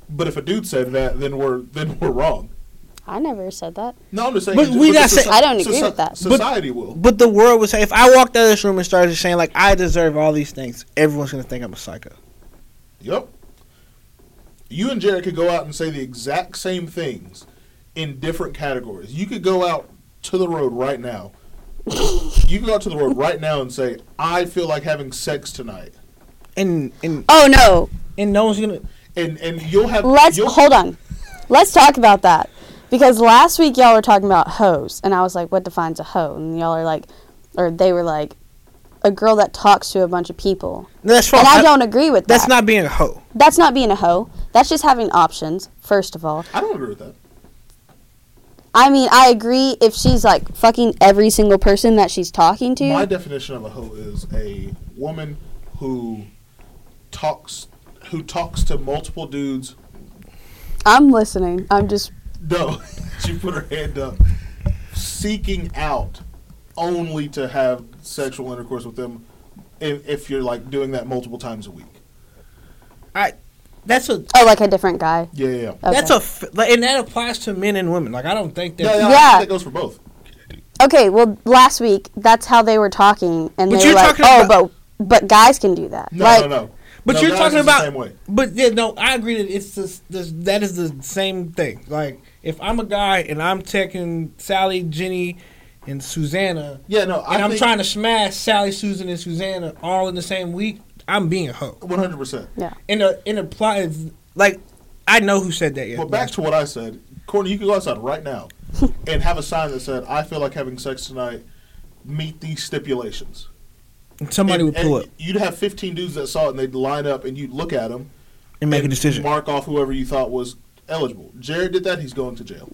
Speaker 2: But if a dude said that, then we're then we're wrong.
Speaker 3: I never said that.
Speaker 2: No, I'm just saying.
Speaker 1: But we
Speaker 2: the
Speaker 1: not say-
Speaker 2: soci-
Speaker 3: I don't agree with that.
Speaker 1: But-
Speaker 2: Society will.
Speaker 1: But the world would say if I walked out of this room and started saying like I deserve all these things, everyone's gonna think I'm a psycho.
Speaker 2: Yep. You and Jared could go out and say the exact same things in different categories. You could go out to the road right now. you can go out to the road right now and say, "I feel like having sex tonight,"
Speaker 1: And and
Speaker 3: Oh no,
Speaker 1: and no one's gonna.
Speaker 2: and and you'll have.
Speaker 3: let's
Speaker 2: you'll,
Speaker 3: hold on. Let's talk about that because last week y'all were talking about hoes, and I was like, "What defines a hoe?" And y'all are like, or they were like, "A girl that talks to a bunch of people."
Speaker 1: No, that's wrong.
Speaker 3: And I don't agree with
Speaker 1: That's
Speaker 3: that.
Speaker 1: not being a hoe.
Speaker 3: That's not being a hoe. That's just having options. First of all,
Speaker 2: I don't agree with that.
Speaker 3: I mean, I agree if she's like fucking every single person that she's talking to.
Speaker 2: My definition of a hoe is a woman who talks who talks to multiple dudes.
Speaker 3: I'm listening. I'm just
Speaker 2: No, she put her hand up, seeking out only to have sexual intercourse with them. If, if you're like doing that multiple times a week,
Speaker 1: I. That's a
Speaker 3: oh, like a different guy.
Speaker 2: yeah, yeah, yeah.
Speaker 3: Okay.
Speaker 1: that's a f- like, and that applies to men and women. Like I don't think that.
Speaker 2: yeah, yeah, I
Speaker 3: Yeah.
Speaker 2: think that goes for both.
Speaker 3: Okay, well, last week that's how they were talking, and
Speaker 1: But
Speaker 3: they
Speaker 1: you're
Speaker 3: were like,
Speaker 1: talking
Speaker 3: "Oh,
Speaker 1: about-
Speaker 3: but but guys can do that."
Speaker 2: No,
Speaker 3: like,
Speaker 2: no, no.
Speaker 1: But
Speaker 2: No,
Speaker 1: you're
Speaker 2: guys
Speaker 1: talking
Speaker 2: is the
Speaker 1: about.
Speaker 2: same way.
Speaker 1: But yeah, no, I agree that it's this, this. That is the same thing. Like if I'm a guy and I'm taking Sally, Jenny, and Susanna,
Speaker 2: Yeah, no.
Speaker 1: and
Speaker 2: I
Speaker 1: I'm
Speaker 2: am
Speaker 1: trying to smash Sally, Susan, and Susanna all in the same week, I'm being a hoe.
Speaker 2: one hundred percent.
Speaker 1: And a and applies like I know who said that. Yet,
Speaker 2: Well, back to what I said, Courtney. You could go outside right now and have a sign that said, "I feel like having sex tonight." Meet these stipulations.
Speaker 1: somebody
Speaker 2: And-
Speaker 1: would pull
Speaker 2: and
Speaker 1: up
Speaker 2: You'd have 15 dudes that saw it, and they'd line up, and you'd look at them,
Speaker 1: and make a
Speaker 2: and
Speaker 1: decision.
Speaker 2: Mark off whoever you thought was eligible. Jared did that. He's going to jail.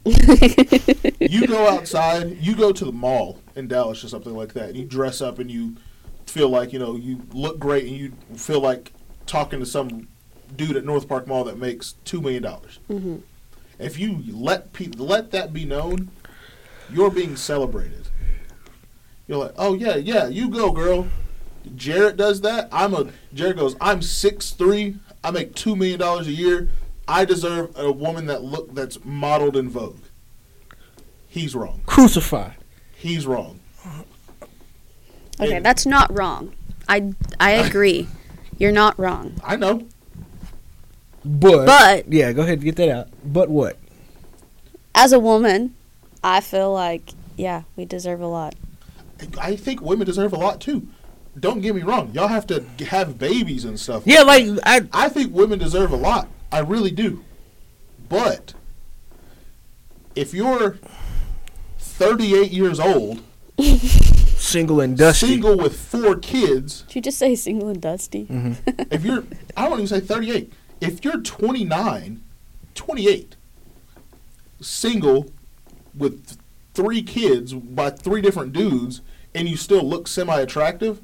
Speaker 2: you go outside. You go to the mall in Dallas or something like that. And you dress up and you feel like you know you look great and you feel like talking to some dude at North Park Mall that makes two million dollars. If you let pe- let that be known, you're being celebrated. You're like, oh yeah, yeah, you go, girl. Jarrett does that. I'm a Jarrett goes. I'm six three. I make two million dollars a year. I deserve a woman that look that's modeled in Vogue. He's wrong.
Speaker 1: Crucify.
Speaker 2: He's wrong.
Speaker 4: Okay,
Speaker 2: And-
Speaker 4: that's not wrong. I I agree.
Speaker 3: You're not wrong.
Speaker 2: I know.
Speaker 1: But,
Speaker 3: But
Speaker 1: yeah, go ahead and get that out. But what?
Speaker 3: as a woman, I feel like yeah, we deserve a lot.
Speaker 2: I think women deserve a lot too. Don't get me wrong. Y'all have to g- have babies and stuff.
Speaker 1: Yeah, like I
Speaker 2: I think women deserve a lot. I really do. But if you're 38 years old,
Speaker 1: single and dusty.
Speaker 2: single with four kids,
Speaker 3: Did you just say single and dusty?
Speaker 2: if you're I don't even say 38. If you're 29, 28, single with th- three kids by three different dudes and you still look semi-attractive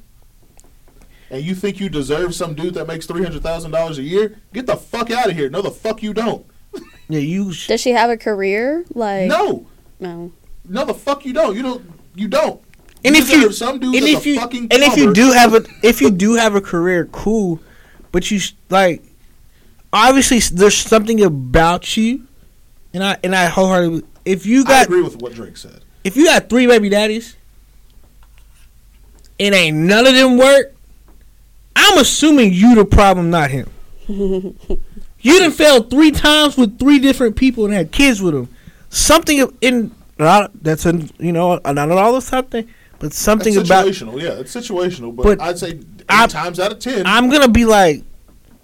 Speaker 2: and you think you deserve some dude that makes $300,000 a year, get the fuck out of here. No the fuck you don't.
Speaker 1: Yeah, you. Sh-
Speaker 3: Does she have a career? Like
Speaker 2: No.
Speaker 3: no.
Speaker 2: No, the fuck you don't. You don't. You don't.
Speaker 1: and if you
Speaker 2: deserve some dude
Speaker 1: and
Speaker 2: that's
Speaker 1: if
Speaker 2: a
Speaker 1: you
Speaker 2: fucking
Speaker 1: and if you
Speaker 2: plumber.
Speaker 1: do have a if you do have a career, cool. But you s- like obviously s- there's something about you, and I and I wholeheartedly if you
Speaker 2: I
Speaker 1: got
Speaker 2: agree with what Drake said.
Speaker 1: if you got three baby daddies, and ain't none of them work, I'm assuming you the problem, not him. you done failed three times with three different people and had kids with them. Something in not, that's a you know not at all or something, but something
Speaker 2: It's
Speaker 1: about
Speaker 2: situational, yeah, it's situational. But,
Speaker 1: But
Speaker 2: I'd say eight
Speaker 1: I-
Speaker 2: times out of 10 i
Speaker 1: I'm gonna be like,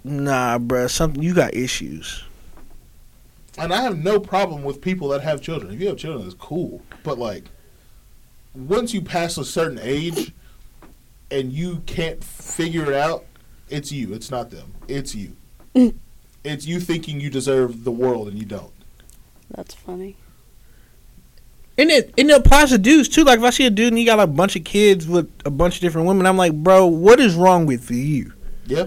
Speaker 1: nah, bruh, something you got issues.
Speaker 2: and I have no problem with people that have children. If you have children, it's cool. But like, once you pass a certain age, and you can't figure it out, it's you. It's not them. It's you. it's you thinking you deserve the world and you don't.
Speaker 3: That's funny.
Speaker 1: And it and it applies to dudes too. Like if I see a dude and he got like a bunch of kids with a bunch of different women, I'm like, bro, what is wrong with you?
Speaker 2: Yeah.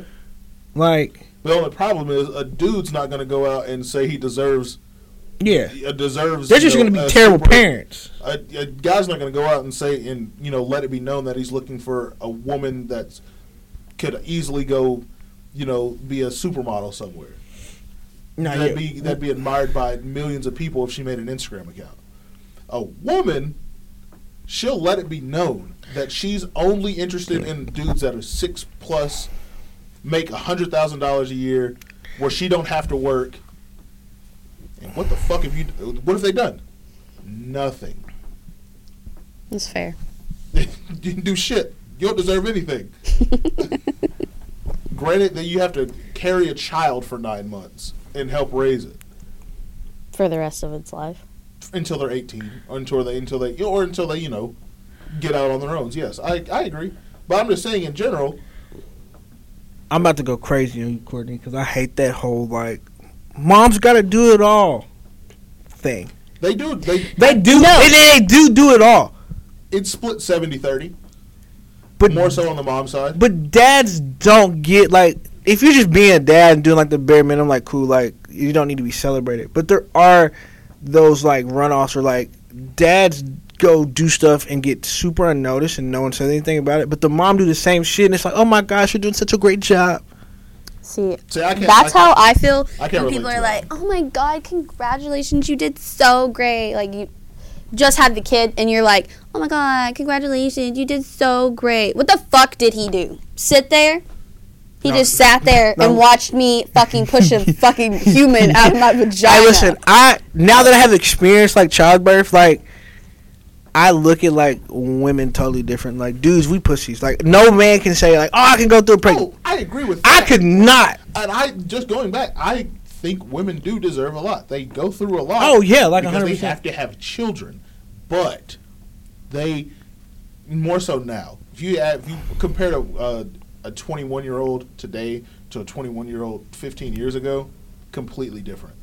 Speaker 1: Like,
Speaker 2: The only problem is a dude's not going to go out and say he deserves
Speaker 1: yeah.
Speaker 2: uh, deserves.
Speaker 1: They're just
Speaker 2: you know,
Speaker 1: going to
Speaker 2: a
Speaker 1: be terrible
Speaker 2: super-
Speaker 1: parents.
Speaker 2: A, a guy's not going to go out and say and you know let it be known that he's looking for a woman that could easily go, you know, be a supermodel somewhere.
Speaker 1: No,
Speaker 2: that'd
Speaker 1: yeah.
Speaker 2: be that'd be admired by millions of people if she made an Instagram account. A woman, she'll let it be known that she's only interested in dudes that are six plus, make a hundred thousand dollars a year, where she don't have to work. And what the fuck have you? What have they done? Nothing.
Speaker 3: That's fair.
Speaker 2: didn't do shit. You don't deserve anything. Granted that you have to carry a child for nine months and help raise it
Speaker 3: For the rest of its life.
Speaker 2: until they're eighteen, or until they until they or until they you know get out on their own. Yes, I I agree. But I'm just saying in general,
Speaker 1: I'm about to go crazy on you, Courtney, because I hate that whole like, mom's got to do it all thing.
Speaker 2: they do they
Speaker 1: They do, and they do do it all.
Speaker 2: it's split 70-30,
Speaker 1: But
Speaker 2: more so on the mom side.
Speaker 1: but dads don't get like if you're just being a dad and doing like the bare minimum, like cool, like you don't need to be celebrated. But there are those like runoffs where like dads go do stuff and get super unnoticed and no one says anything about it. But the mom do the same shit and it's like, oh my gosh, you're doing such a great job.
Speaker 3: See,
Speaker 2: See, I can't,
Speaker 3: that's
Speaker 2: I
Speaker 3: how I feel
Speaker 2: I can't
Speaker 3: when
Speaker 2: relate
Speaker 3: people
Speaker 2: to
Speaker 3: are
Speaker 2: that.
Speaker 3: like, "Oh my god, congratulations! You did so great. Like you just had the kid and you're like, "Oh my god, congratulations! You did so great." What the fuck did he do? Sit there? He just sat there
Speaker 1: No.
Speaker 3: and watched me fucking push a fucking human out of my vagina.
Speaker 1: Hey, listen, I now that I have experienced like childbirth, like I look at like women totally different. Like dudes, we pussies. Like no man can say like, oh, I can go through a pregnancy.
Speaker 2: Oh, I agree with
Speaker 1: I
Speaker 2: that.
Speaker 1: could not.
Speaker 2: and I just going back, I think women do deserve a lot. They go through a lot.
Speaker 1: Oh, yeah, like
Speaker 2: because they
Speaker 1: 100%.
Speaker 2: have to have children, but they more so now. If you add, if you compare a uh, a 21 year old today to a 21 year old 15 years ago, completely different.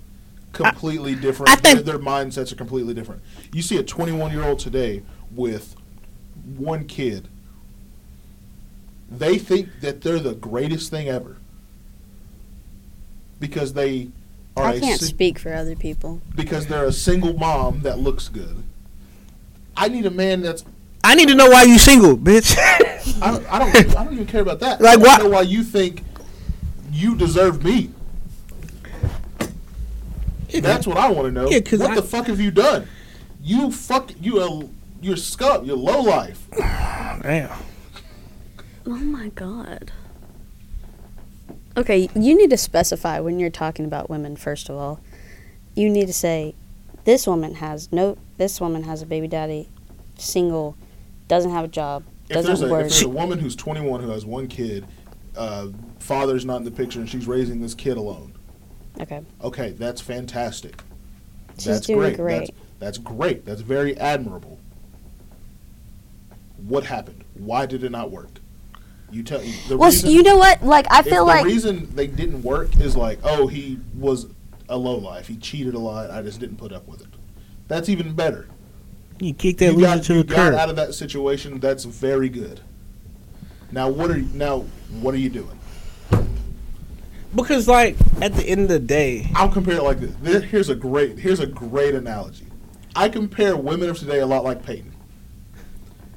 Speaker 2: Completely different.
Speaker 1: I think-
Speaker 2: their, their mindsets are completely different. You see a 21 year old today with one kid. They think that they're the greatest thing ever because they are a si-
Speaker 3: speak for other people.
Speaker 2: because they're a single mom that looks good. I need a man that's
Speaker 1: I need to know why you single, bitch.
Speaker 2: I don't I don't, I don't even care about that.
Speaker 1: Like
Speaker 2: I
Speaker 1: what-
Speaker 2: don't know why you think you deserve me. That's what I want to know.
Speaker 1: Yeah, 'cause
Speaker 2: what
Speaker 1: I-
Speaker 2: the fuck have you done? You fuck you a you're scum, you're low life.
Speaker 1: Damn.
Speaker 3: Oh my god. Okay, you need to specify when you're talking about women. First of all, you need to say this woman has no. This woman has a baby daddy, single, doesn't have a job,
Speaker 2: If there's,
Speaker 3: doesn't
Speaker 2: a, if
Speaker 3: work.
Speaker 2: there's a woman who's 21 who has one kid, uh, father's not in the picture, and she's raising this kid alone.
Speaker 3: Okay.
Speaker 2: Okay, that's fantastic.
Speaker 3: She's
Speaker 2: that's
Speaker 3: doing
Speaker 2: great.
Speaker 3: great.
Speaker 2: That's, that's great. That's very admirable. What happened? Why did it not work? You tell the
Speaker 3: Well,
Speaker 2: reason,
Speaker 3: you know what? Like I
Speaker 2: if the
Speaker 3: feel like
Speaker 2: reason they didn't work is like, oh, he was a low life. He cheated a lot. I just didn't put up with it. That's even better.
Speaker 1: You kick that
Speaker 2: you
Speaker 1: loser
Speaker 2: got,
Speaker 1: to
Speaker 2: you
Speaker 1: the
Speaker 2: got out
Speaker 1: curb.
Speaker 2: of that situation. That's very good. Now what are you, now what are you doing?
Speaker 1: Because like at the end of the day,
Speaker 2: I'll compare it like this. This- Here's a great here's a great analogy. I compare women of today a lot like Peyton.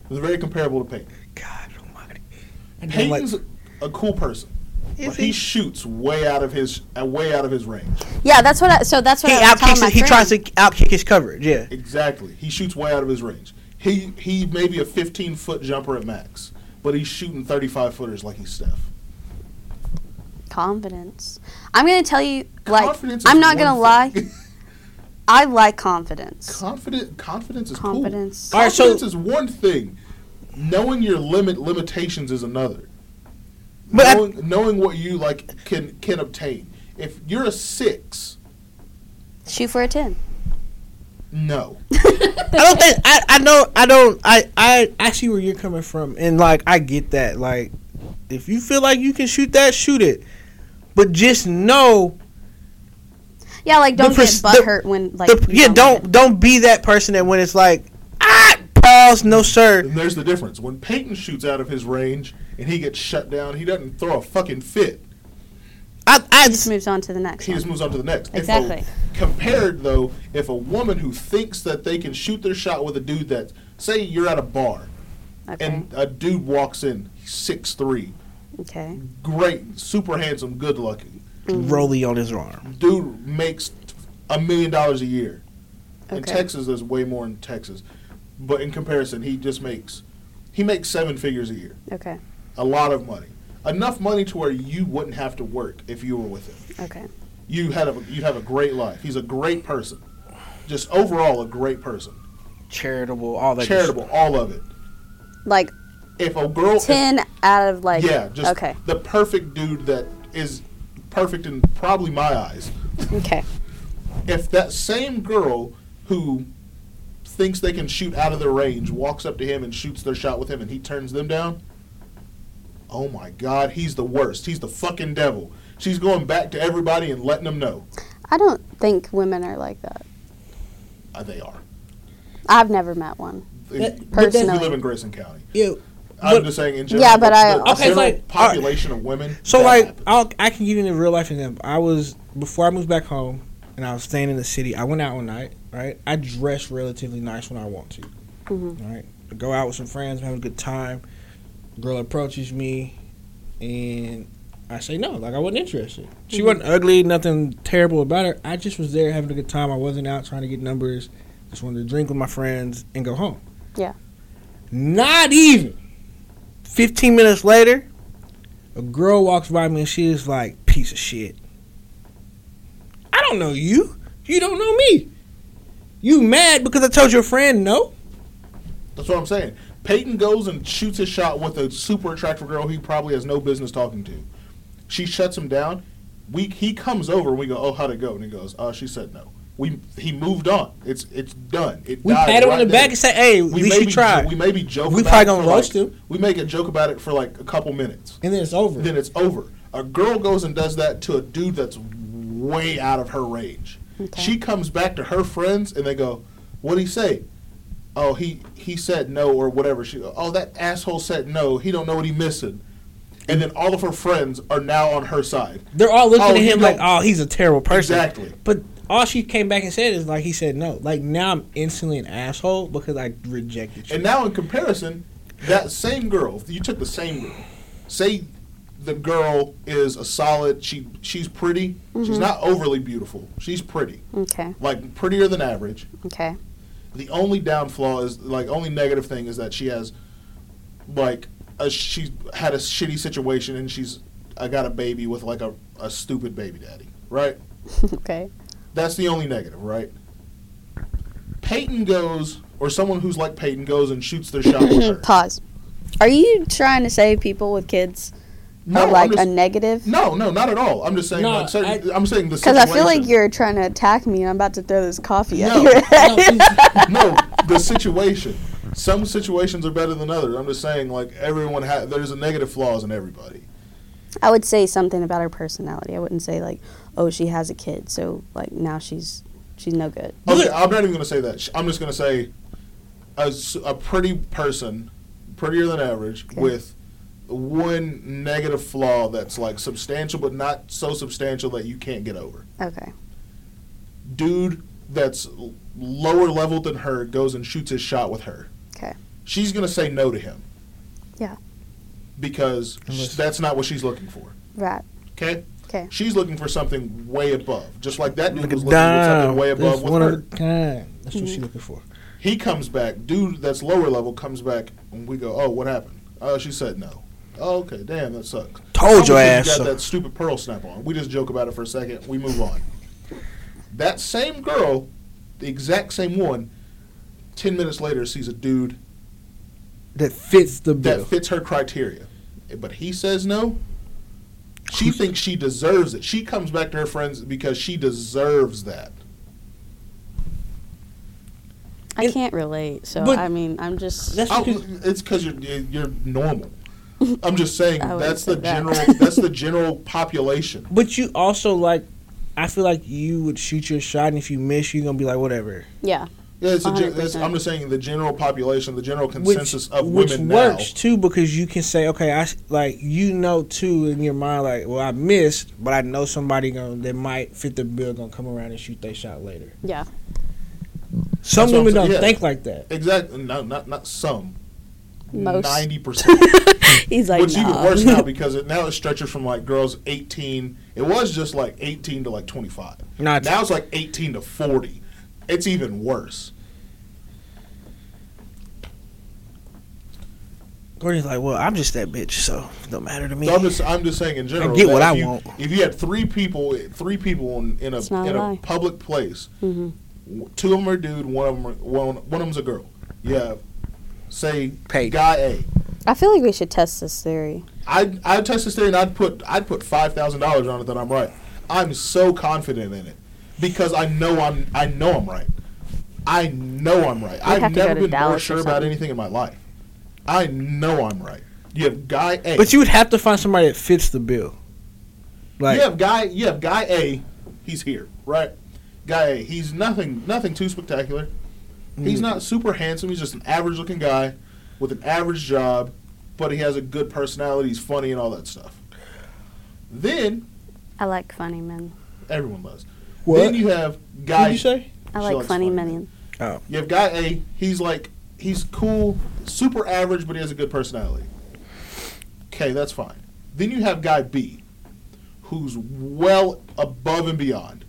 Speaker 2: It was very comparable to Peyton.
Speaker 1: God Almighty, I'm like-
Speaker 2: Peyton's a cool person. But he shoots way out of his uh, way out of his range.
Speaker 3: yeah, that's what. I, so that's what
Speaker 1: he
Speaker 3: I was telling
Speaker 1: outkicks.
Speaker 3: my
Speaker 1: it- He
Speaker 3: friend.
Speaker 1: tries to outkick his coverage. Yeah.
Speaker 2: Exactly. He shoots way out of his range. He he may be a 15 foot jumper at max, but he's shooting 35 footers like he's Steph.
Speaker 3: confidence. I'm gonna tell you, like
Speaker 2: Confidence is
Speaker 3: I'm not
Speaker 2: one
Speaker 3: gonna lie.
Speaker 2: thing.
Speaker 3: I like confidence.
Speaker 2: Confident confidence is
Speaker 3: Confidence.
Speaker 2: cool.
Speaker 1: All right, so-
Speaker 2: Confidence is one thing. Knowing your limit limitations is another.
Speaker 1: But I-
Speaker 2: knowing, knowing what you like can can obtain. If you're a six,
Speaker 3: Shoot for a ten.
Speaker 2: no.
Speaker 1: I don't think I, I know I don't I, I I see where you're coming from and like I get that like if you feel like you can shoot that shoot it but just know
Speaker 3: Yeah, like don't
Speaker 1: pers-
Speaker 3: get
Speaker 1: the-
Speaker 3: butt hurt when like
Speaker 1: the,
Speaker 3: you
Speaker 1: yeah don't don't be that person that when it's like ah pause no sir
Speaker 2: And there's the difference. When Peyton shoots out of his range and he gets shut down, he doesn't throw a fucking fit.
Speaker 1: I I
Speaker 3: He just moves on to the next.
Speaker 2: He
Speaker 3: One.
Speaker 2: just moves on to the next. If a-
Speaker 3: Exactly.
Speaker 2: compared though, if a woman who thinks that they can shoot their shot with a dude that, say, you're at a bar,
Speaker 3: Okay.
Speaker 2: and a dude walks in, six three,
Speaker 3: okay.
Speaker 2: great, super handsome, good looking.
Speaker 1: Rolly on his arm
Speaker 2: Dude makes a million dollars a year. In
Speaker 3: Okay.
Speaker 2: Texas, there's way more in Texas, but in comparison, he just makes he makes seven figures a year.
Speaker 3: Okay.
Speaker 2: A lot of money, enough money to where you wouldn't have to work if you were with him.
Speaker 3: Okay.
Speaker 2: You had a you'd have a great life. He's a great person, just overall a great person,
Speaker 1: charitable all that
Speaker 2: charitable, all of it.
Speaker 3: Like
Speaker 2: If a girl, if-
Speaker 3: ten out of like.
Speaker 2: yeah, just
Speaker 3: okay.
Speaker 2: the perfect dude that is perfect in probably my eyes.
Speaker 3: Okay.
Speaker 2: if that same girl who thinks they can shoot out of their range walks up to him and shoots their shot with him and he turns them down, oh my god, he's the worst. He's the fucking devil. She's going back to everybody and letting them know.
Speaker 3: I don't think women are like that.
Speaker 2: Uh, they are.
Speaker 3: I've never met one.
Speaker 2: They-
Speaker 3: personally-
Speaker 2: We live in Grayson County.
Speaker 1: yeah
Speaker 2: I'm
Speaker 1: But-
Speaker 2: just saying in general.
Speaker 3: Yeah, but
Speaker 2: the-
Speaker 3: I-
Speaker 2: the
Speaker 1: Okay,
Speaker 2: general
Speaker 1: like,
Speaker 2: population of women.
Speaker 1: So
Speaker 2: that
Speaker 1: like,
Speaker 2: happens.
Speaker 1: I'll, I can give you a real life example. I was before I moved back home, and I was staying in the city. I went out one night, right? I dress relatively nice when I want to, right? I go out with some friends, I'm having a good time. Girl approaches me, and I say no, like I wasn't interested. She wasn't ugly, nothing terrible about her. I just was there having a good time. I wasn't out trying to get numbers. Just wanted to drink with my friends and go home.
Speaker 3: Yeah.
Speaker 1: Not even. Fifteen minutes later. A girl walks by me and she is like, piece of shit. I don't know you. You don't know me. You mad because I told your friend no?
Speaker 2: That's what I'm saying. Peyton goes and shoots his shot with a super attractive girl he probably has no business talking to. She shuts him down. We he comes over and we go, oh, how'd it go? And he goes, uh, she said no. We he moved on. It's it's done. It
Speaker 1: We
Speaker 2: died
Speaker 1: pat her on
Speaker 2: right
Speaker 1: the
Speaker 2: there.
Speaker 1: back and say, hey, at
Speaker 2: we
Speaker 1: least
Speaker 2: maybe
Speaker 1: you tried.
Speaker 2: we maybe joke.
Speaker 1: We
Speaker 2: about
Speaker 1: probably
Speaker 2: it
Speaker 1: gonna
Speaker 2: for like-
Speaker 1: roast him.
Speaker 2: We make a joke about it for like a couple minutes.
Speaker 1: and then it's over.
Speaker 2: Then it's over. A girl goes and does that to a dude that's way out of her range. She comes back to her friends and they go, "What'd he say? Oh, he he said no or whatever." She, go, "Oh, that asshole said no. He don't know what he missing." And then all of her friends are now on her side.
Speaker 1: They're all looking
Speaker 2: Oh,
Speaker 1: at
Speaker 2: you
Speaker 1: him like,
Speaker 2: don't-
Speaker 1: oh, he's a terrible person.
Speaker 2: Exactly.
Speaker 1: But all she came back and said is like, he said no. Like now I'm instantly an asshole because I rejected you.
Speaker 2: And now, in comparison, that same girl, if you took the same girl, say the girl is a solid, she she's pretty, she's not overly beautiful, she's pretty,
Speaker 3: Okay.
Speaker 2: like prettier than average.
Speaker 3: Okay.
Speaker 2: The only downfall is like only negative thing is that she has like a she had a shitty situation and she's I got a baby with like a, a stupid baby daddy, right?
Speaker 3: okay.
Speaker 2: That's the only negative, right? Peyton goes, or someone who's like Peyton goes and shoots their shot with her.
Speaker 3: Pause. Are you trying to say people with kids
Speaker 2: No,
Speaker 3: are
Speaker 2: I'm
Speaker 3: like
Speaker 2: just-
Speaker 3: a negative?
Speaker 2: no, no, not at all. I'm just saying.
Speaker 7: No,
Speaker 2: like, certain, I, am saying the
Speaker 3: Because I feel like
Speaker 2: situation.
Speaker 3: you're trying to attack me, and I'm about to throw this coffee at
Speaker 2: No.
Speaker 3: you.
Speaker 7: No, please.
Speaker 2: no, the situation. Some situations are better than others. I'm just saying, like everyone has. There's a negative flaws in everybody.
Speaker 3: I would say something about her personality. I wouldn't say like, oh, she has a kid, so like now she's she's no good.
Speaker 2: Okay, I'm not even gonna say that. Sh- I'm just gonna say, a, s- a pretty person, prettier than average, with one negative flaw that's like substantial, but not so substantial that you can't get over.
Speaker 3: Okay.
Speaker 2: Dude that's l- lower level than her goes and shoots his shot with her.
Speaker 3: Okay.
Speaker 2: She's gonna say no to him.
Speaker 3: Yeah.
Speaker 2: Because sh-
Speaker 7: Unless-
Speaker 2: that's not what she's looking for.
Speaker 3: Right.
Speaker 2: Okay.
Speaker 3: 'Kay.
Speaker 2: She's looking for something way above, just like that dude
Speaker 1: Look
Speaker 2: was
Speaker 1: at
Speaker 2: looking for something
Speaker 1: Dom.
Speaker 2: way above
Speaker 1: That's
Speaker 2: with
Speaker 1: one
Speaker 2: her.
Speaker 1: of a kind. That's what she's looking for.
Speaker 2: He comes back, dude. That's lower level comes back, and we go, "Oh, what happened? Oh, she said no. Oh, okay, damn, that sucks.
Speaker 1: Told your
Speaker 2: Someone
Speaker 1: ass.
Speaker 2: just Got
Speaker 1: so.
Speaker 2: that stupid pearl snap on. We just joke about it for a second. We move on. that same girl, the exact same one, ten minutes later sees a dude
Speaker 1: That fits the
Speaker 2: that
Speaker 1: bill.
Speaker 2: fits her criteria, but he says no. She thinks she deserves it. She comes back to her friends because she deserves that.
Speaker 3: I can't relate, so
Speaker 1: but-
Speaker 3: I mean, I'm just.
Speaker 1: That's
Speaker 2: Oh,
Speaker 1: because
Speaker 2: it's because you're you're normal. I'm just saying
Speaker 3: I wouldn't
Speaker 2: that's the
Speaker 3: say that.
Speaker 2: general that's the general population.
Speaker 1: But you also like, I feel like you would shoot your shot, and if you miss, you're gonna be like, whatever.
Speaker 3: yeah.
Speaker 2: Yeah, it's a gen-
Speaker 3: 100%.
Speaker 2: that's- I'm just saying the general population, the general
Speaker 1: Which
Speaker 2: consensus of
Speaker 1: which
Speaker 2: women
Speaker 1: works too because you can say, okay, I s- like you know too in your mind, like, well, I missed, but I know somebody gonna that might fit the bill gonna come around and shoot their shot later.
Speaker 3: Yeah.
Speaker 1: Some
Speaker 2: That's what I'm
Speaker 1: women
Speaker 2: saying,
Speaker 1: don't
Speaker 2: yeah.
Speaker 1: think like that.
Speaker 2: now. Exactly. No, not not some.
Speaker 3: Most.
Speaker 2: Ninety percent.
Speaker 3: He's like,
Speaker 2: Which even
Speaker 3: "Nah."
Speaker 2: worse now because it now it stretches from like girls 18. It was just like 18 to like 25.
Speaker 1: Not
Speaker 2: Now it's like 18 to 40. It's even worse.
Speaker 1: Courtney's like, well, I'm just that bitch, so it don't matter to me.
Speaker 2: So I'm just I'm just saying in general.
Speaker 1: get
Speaker 2: that
Speaker 1: what
Speaker 2: if
Speaker 1: I
Speaker 2: you,
Speaker 1: want.
Speaker 2: If you had three people, three people in, in a
Speaker 3: It's not
Speaker 2: in
Speaker 3: a
Speaker 2: a,
Speaker 3: lie.
Speaker 2: public place,
Speaker 4: Mm-hmm.
Speaker 2: w- two of them are dude, one of them are, one one of them's a girl. Yeah, say
Speaker 1: Paid.
Speaker 2: guy A.
Speaker 3: I feel like we should test this theory.
Speaker 2: I'd I'd touch this thing and I'd put I'd put five thousand dollars on it that I'm right. I'm so confident in it because I know I'm I know I'm right. I know I'm right.
Speaker 4: have
Speaker 2: I've
Speaker 4: to go
Speaker 2: never
Speaker 4: to
Speaker 2: been more
Speaker 4: Dallas or
Speaker 2: sure about
Speaker 4: something.
Speaker 2: anything in my life. I know I'm right. You have guy A.
Speaker 1: But you would have to find somebody that fits the bill. Like,
Speaker 2: you have guy you have guy A, he's here, right? Guy A, he's nothing nothing too spectacular. He's
Speaker 1: Mm-hmm.
Speaker 2: not super handsome, he's just an average looking guy with an average job, but he has a good personality, he's funny and all that stuff. Then
Speaker 4: I like funny men.
Speaker 2: everyone loves.
Speaker 1: What?
Speaker 2: Then you have guy
Speaker 1: What'd you say?
Speaker 4: I
Speaker 2: She
Speaker 4: like
Speaker 2: likes
Speaker 4: funny,
Speaker 2: funny
Speaker 4: men.
Speaker 2: You have guy A, he's like he's cool, super average, but he has a good personality. Okay, that's fine. Then you have guy B, who's well above and beyond,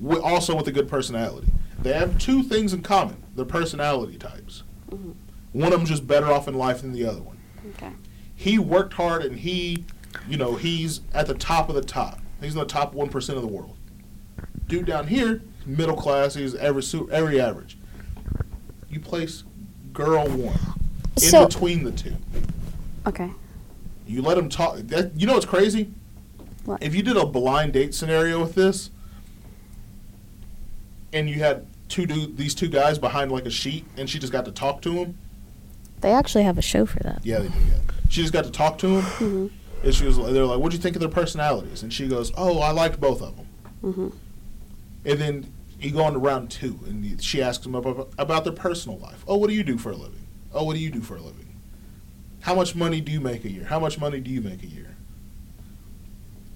Speaker 2: wi- also with a good personality. They have two things in common: their personality types. One of them's just better off in life than the other one.
Speaker 3: Okay.
Speaker 2: He worked hard, and he, you know, he's at the top of the top. He's in the top one percent of the world. Dude down here, middle class, he's every su- every average. You place girl one in
Speaker 3: So-
Speaker 2: between the two.
Speaker 4: Okay.
Speaker 2: You let him talk. That, you know what's crazy?
Speaker 4: What?
Speaker 2: If you did a blind date scenario with this, and you had two dude, these two guys behind like a sheet, and she just got to talk to him.
Speaker 3: They actually have a show for that.
Speaker 2: Yeah, they do. Yeah. She just got to talk to him,
Speaker 3: Mm-hmm.
Speaker 2: and she was. like- They're like, "What do you think of their personalities?" And she goes, "Oh, I liked both of them."
Speaker 3: Mm-hmm.
Speaker 2: And then you go on to round two, and you- she asks him about, about their personal life. Oh, what do you do for a living? Oh, what do you do for a living? How much money do you make a year? How much money do you make a year?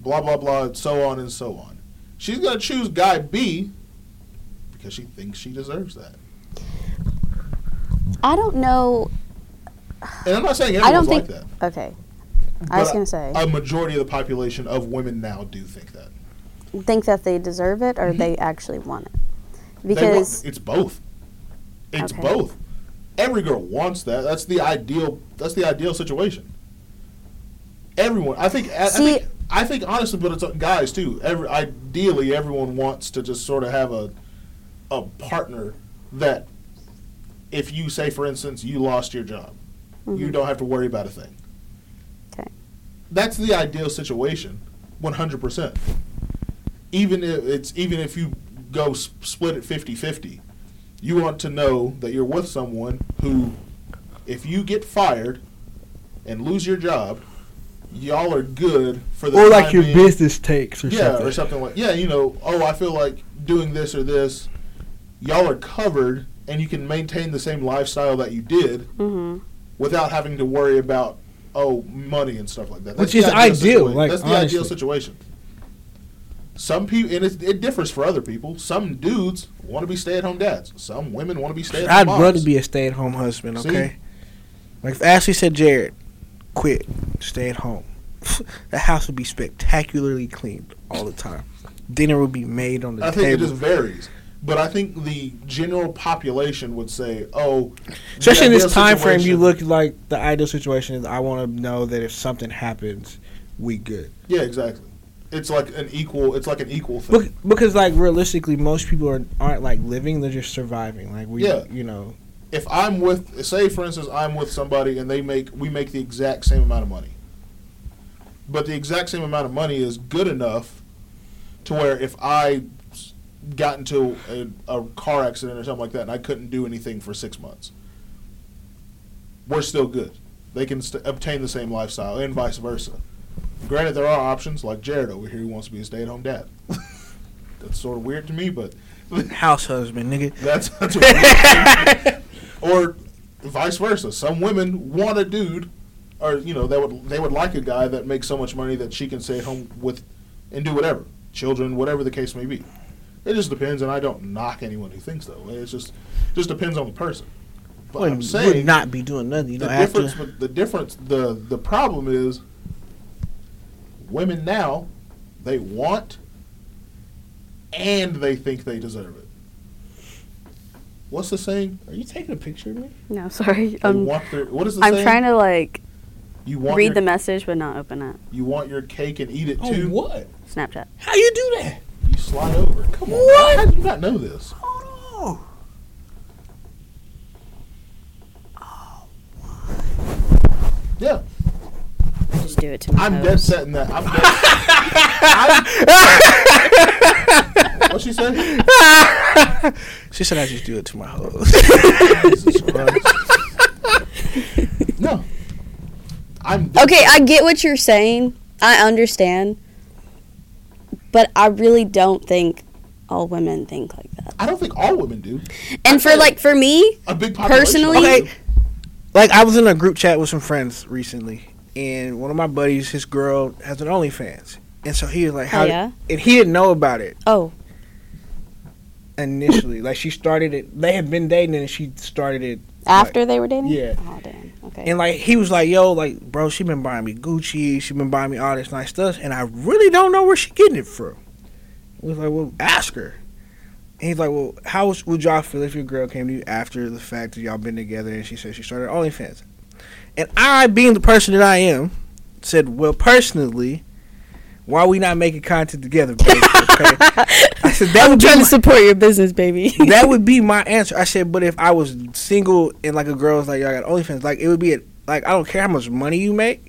Speaker 2: Blah blah blah, and so on and so on. She's gonna choose guy B because she thinks she deserves that.
Speaker 3: I don't know.
Speaker 2: And I'm not saying
Speaker 3: I
Speaker 2: everyone's
Speaker 3: don't
Speaker 2: like
Speaker 3: think-
Speaker 2: that.
Speaker 3: Okay. I was
Speaker 2: but
Speaker 3: gonna say,
Speaker 2: A majority of the population of women now do think that.
Speaker 3: think that they deserve it or they actually want it,
Speaker 2: Mm-hmm. They want-
Speaker 3: because
Speaker 2: it's both. It's
Speaker 3: Okay.
Speaker 2: both. Every girl wants that. That's the ideal. That's the ideal situation. Everyone, I think. I, I
Speaker 3: See-
Speaker 2: think I think honestly, but it's uh, guys too. Every ideally, everyone wants to just sort of have a a partner that, if you say, for instance, you lost your job, you don't have to worry about a thing.
Speaker 4: 'Kay.
Speaker 2: That's the ideal situation, one hundred percent. Even if it's even if you go s- split it 50-50, you want to know that you're with someone who, if you get fired and lose your job, y'all are good for the
Speaker 1: Or like
Speaker 2: time
Speaker 1: your
Speaker 2: being.
Speaker 1: business takes or
Speaker 2: yeah,
Speaker 1: something.
Speaker 2: or something like yeah. You know, oh, I feel like doing this or this. Y'all are covered, and you can maintain the same lifestyle that you did
Speaker 4: Mm-hmm.
Speaker 2: without having to worry about oh money and stuff like that.
Speaker 1: Which
Speaker 2: the
Speaker 1: is ideal,
Speaker 2: situa-
Speaker 1: like,
Speaker 2: that's the
Speaker 1: honestly.
Speaker 2: ideal situation. Some people, and it, it differs for other people. Some dudes want to be stay-at-home dads. Some women want to be
Speaker 1: I'd
Speaker 2: stay-at-home moms.
Speaker 1: rather be a stay at home husband,
Speaker 2: See?
Speaker 1: okay? Like if Ashley said, Jared, quit, stay at home. the house would be spectacularly cleaned all the time. Dinner would be made on the
Speaker 2: I think it
Speaker 1: table.
Speaker 2: just varies, but I think the general population would say, "Oh,
Speaker 1: Especially in
Speaker 2: the
Speaker 1: this
Speaker 2: ideal
Speaker 1: time frame, you
Speaker 2: situation-
Speaker 1: look like the ideal situation is I want to know that if something happens, we good.
Speaker 2: Yeah, exactly. It's like an equal. It's like an equal thing.
Speaker 1: Bec- Because like realistically, most people are, aren't like living; they're just surviving. Like we,
Speaker 2: Yeah.
Speaker 1: you know,
Speaker 2: if I'm with, say for instance, I'm with somebody and they make, we make the exact same amount of money. But the exact same amount of money is good enough to where if I s- got into a, a car accident or something like that and I couldn't do anything for six months, we're still good. They can st- obtain the same lifestyle and vice versa. Granted, there are options like Jared over here who wants to be a stay-at-home dad. That's sort of weird to me, but
Speaker 1: house husband, nigga.
Speaker 2: that's that's what we're- or vice versa. Some women want a dude, or you know, they would they would like a guy that makes so much money that she can stay at home with and do whatever, children, whatever the case may be. It just depends, and I don't knock anyone who thinks that way. It's just just depends on the person. But I'm
Speaker 1: Wouldn't-
Speaker 2: saying
Speaker 1: Um, would not be doing nothing. You
Speaker 2: the
Speaker 1: know, after
Speaker 2: difference, with- the difference, the the problem is, women now, they want, and they think they deserve it. What's the saying?
Speaker 7: Are you taking a picture of me?
Speaker 4: No, sorry.
Speaker 2: They
Speaker 4: Um,
Speaker 2: want their. What is the
Speaker 4: I'm
Speaker 2: saying?
Speaker 4: trying to like
Speaker 2: you want
Speaker 4: read
Speaker 2: your,
Speaker 4: the message but not open it.
Speaker 2: You want your cake and eat it
Speaker 7: Oh,
Speaker 2: too.
Speaker 7: what?
Speaker 4: Snapchat.
Speaker 7: How you do that?
Speaker 2: You slide over. Come on.
Speaker 7: What?
Speaker 2: How do you not know this?
Speaker 1: Hold on.
Speaker 2: Yeah,
Speaker 4: Just do it to me.
Speaker 2: I'm dead set in that. I'm dead. I'm- what she said?
Speaker 1: She said, "I just do it to my hoes."
Speaker 2: Jesus Christ. No. I'm dead
Speaker 3: Okay, I get what you're saying. I understand. But I really don't think all women think like that.
Speaker 2: I don't think all women do.
Speaker 3: And for like for me,
Speaker 2: A big population.
Speaker 3: Personally-
Speaker 1: okay, like I was in a group chat with some friends recently, and one of my buddies, his girl has an OnlyFans, and so he was like, "How?"
Speaker 3: oh yeah.
Speaker 1: And he didn't know about it
Speaker 3: Oh,
Speaker 1: initially. like she started it. They had been dating, and she started it
Speaker 3: after they were dating?
Speaker 1: Yeah.
Speaker 3: Oh damn. Okay.
Speaker 1: And like he was like, "Yo, like bro, she been buying me Gucci, she been buying me all this nice stuff, and I really don't know where she getting it from." We was like, "Well, ask her." And he's like, "Well, how was- would y'all feel if your girl came to you after the fact that y'all been together and she said she started OnlyFans?" And I, being the person that I am, said, "Well, personally." Why we not making content together, baby? Okay? I said that would be my-
Speaker 3: support your business, baby.
Speaker 1: that would be my answer. I said, but if I was single and like a girl was like, "Yo, I got OnlyFans," like it would be a, like I don't care how much money you make.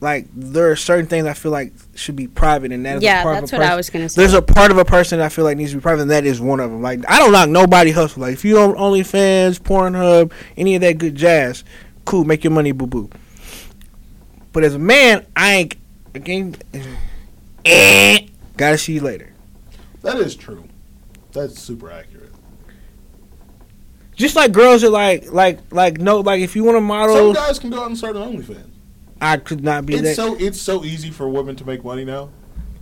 Speaker 1: Like there are certain things I feel like should be private, and that is a
Speaker 3: yeah,
Speaker 1: part
Speaker 3: that's
Speaker 1: of a
Speaker 3: what I
Speaker 1: person-
Speaker 3: was gonna say.
Speaker 1: There's a part of a person that I feel like needs to be private, and that is one of them. Like I don't knock nobody hustle. Like if you own OnlyFans, Pornhub, any of that good jazz, cool, make your money, boo boo. But as a man, I ain't again. Eh, gotta see you later.
Speaker 2: That is true. That's super accurate.
Speaker 1: Just like girls are like like like no like if you want to
Speaker 2: Some
Speaker 1: model,
Speaker 2: guys can go out and start an OnlyFans.
Speaker 1: I could not be
Speaker 2: It's
Speaker 1: that.
Speaker 2: so it's so easy for women to make money now.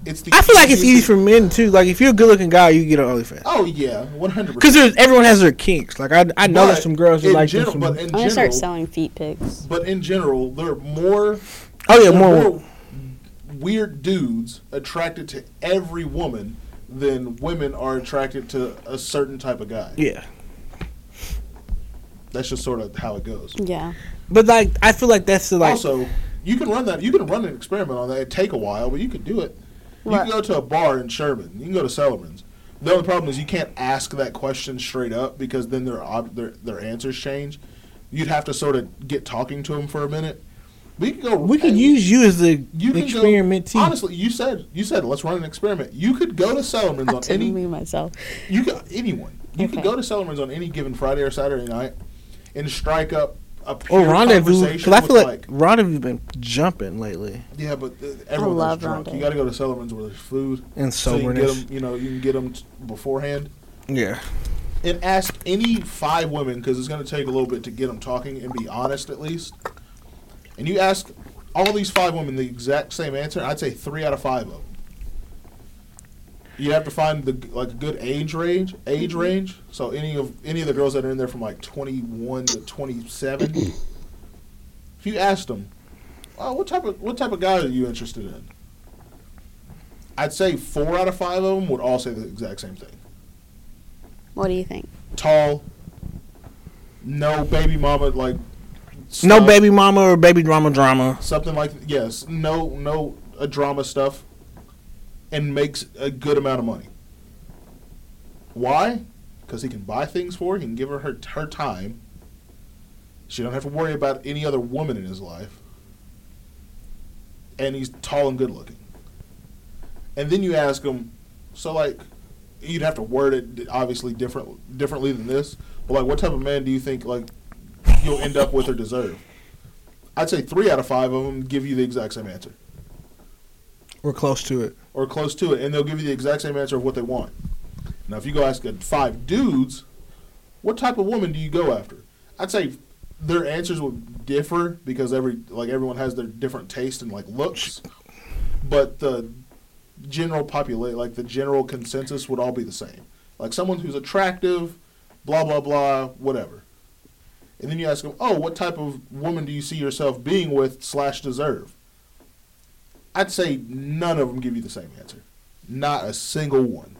Speaker 2: It's the
Speaker 1: I feel like it's easy
Speaker 2: easiest-
Speaker 1: for men too. Like if you're a good looking guy, you get an OnlyFans
Speaker 2: Oh yeah, one hundred
Speaker 1: because there's everyone has their kinks. Like I I know there's some girls that
Speaker 2: in
Speaker 1: like them
Speaker 2: general,
Speaker 1: some,
Speaker 2: but in
Speaker 3: I'm gonna start
Speaker 2: general,
Speaker 3: selling feet pics.
Speaker 2: but in general, there are more
Speaker 1: oh yeah
Speaker 2: there are
Speaker 1: more,
Speaker 2: more weird dudes attracted to every woman than women are attracted to a certain type of guy.
Speaker 1: yeah.
Speaker 2: That's just sort of how it goes.
Speaker 3: Yeah.
Speaker 1: But like I feel like that's the like
Speaker 2: also, You can run that. You can run an experiment on that. It take a while, but you can do it. You
Speaker 4: What?
Speaker 2: can go to a bar in Sherman. You can go to Sullivan's. The only problem is you can't ask that question straight up because then their ob- their their answers change. You'd have to sort of get talking to them for a minute. We could go.
Speaker 1: We could
Speaker 2: hey,
Speaker 1: use you as the
Speaker 2: you can go-
Speaker 1: experimentee.
Speaker 2: Honestly, you said you said let's run an experiment. You could go to Sullivan's on any
Speaker 3: me myself.
Speaker 2: you could anyone. You could
Speaker 3: Okay.
Speaker 2: go to Sullivan's on any given Friday or Saturday night and strike up a pure
Speaker 1: or rendezvous,
Speaker 2: conversation
Speaker 1: because I
Speaker 2: with,
Speaker 1: feel like, rendezvous been jumping lately
Speaker 2: yeah, but uh, everyone
Speaker 3: love
Speaker 2: gets drunk. You
Speaker 3: rendezvous.
Speaker 2: got to go to Sullivan's where there's food.
Speaker 1: and
Speaker 2: So you, can get
Speaker 1: soberness.
Speaker 2: 'em- you know, you can get them t- beforehand
Speaker 1: yeah,
Speaker 2: and ask any five women because it's going to take a little bit to get them talking and be honest at least. And you ask all these five women the exact same answer. I'd say three out of five of them. You have to find the like a good age range. Age range. So any of any of the girls that are in there from like twenty one to twenty seven. if you asked them, oh, what type of what type of guy are you interested in? I'd say four out of five of them would all say the exact same thing
Speaker 3: What do you think?
Speaker 2: tall, no baby mama like
Speaker 1: no
Speaker 2: stuff,
Speaker 1: baby mama or baby drama drama.
Speaker 2: something like yes, no no uh, drama stuff, and makes a good amount of money. Why? Because he can buy things for her. He can give her her, her time. She don't have to worry about any other woman in his life. And he's tall and good looking. And then you ask him, so like, you'd have to word it d- obviously different differently than this. But like, what type of man do you think like you'll end up with or deserve? I'd say three out of five of them give you the exact same answer
Speaker 1: We're close to it.
Speaker 2: or close to it, and they'll give you the exact same answer of what they want. Now, if you go ask uh, five dudes, what type of woman do you go after? I'd say their answers would differ because every like everyone has their different taste and like looks, but the general populate like the general consensus would all be the same. Like someone who's attractive, blah blah blah, whatever. And then you ask them, oh, what type of woman do you see yourself being with slash deserve? I'd say none of them give you the same answer. Not a single one.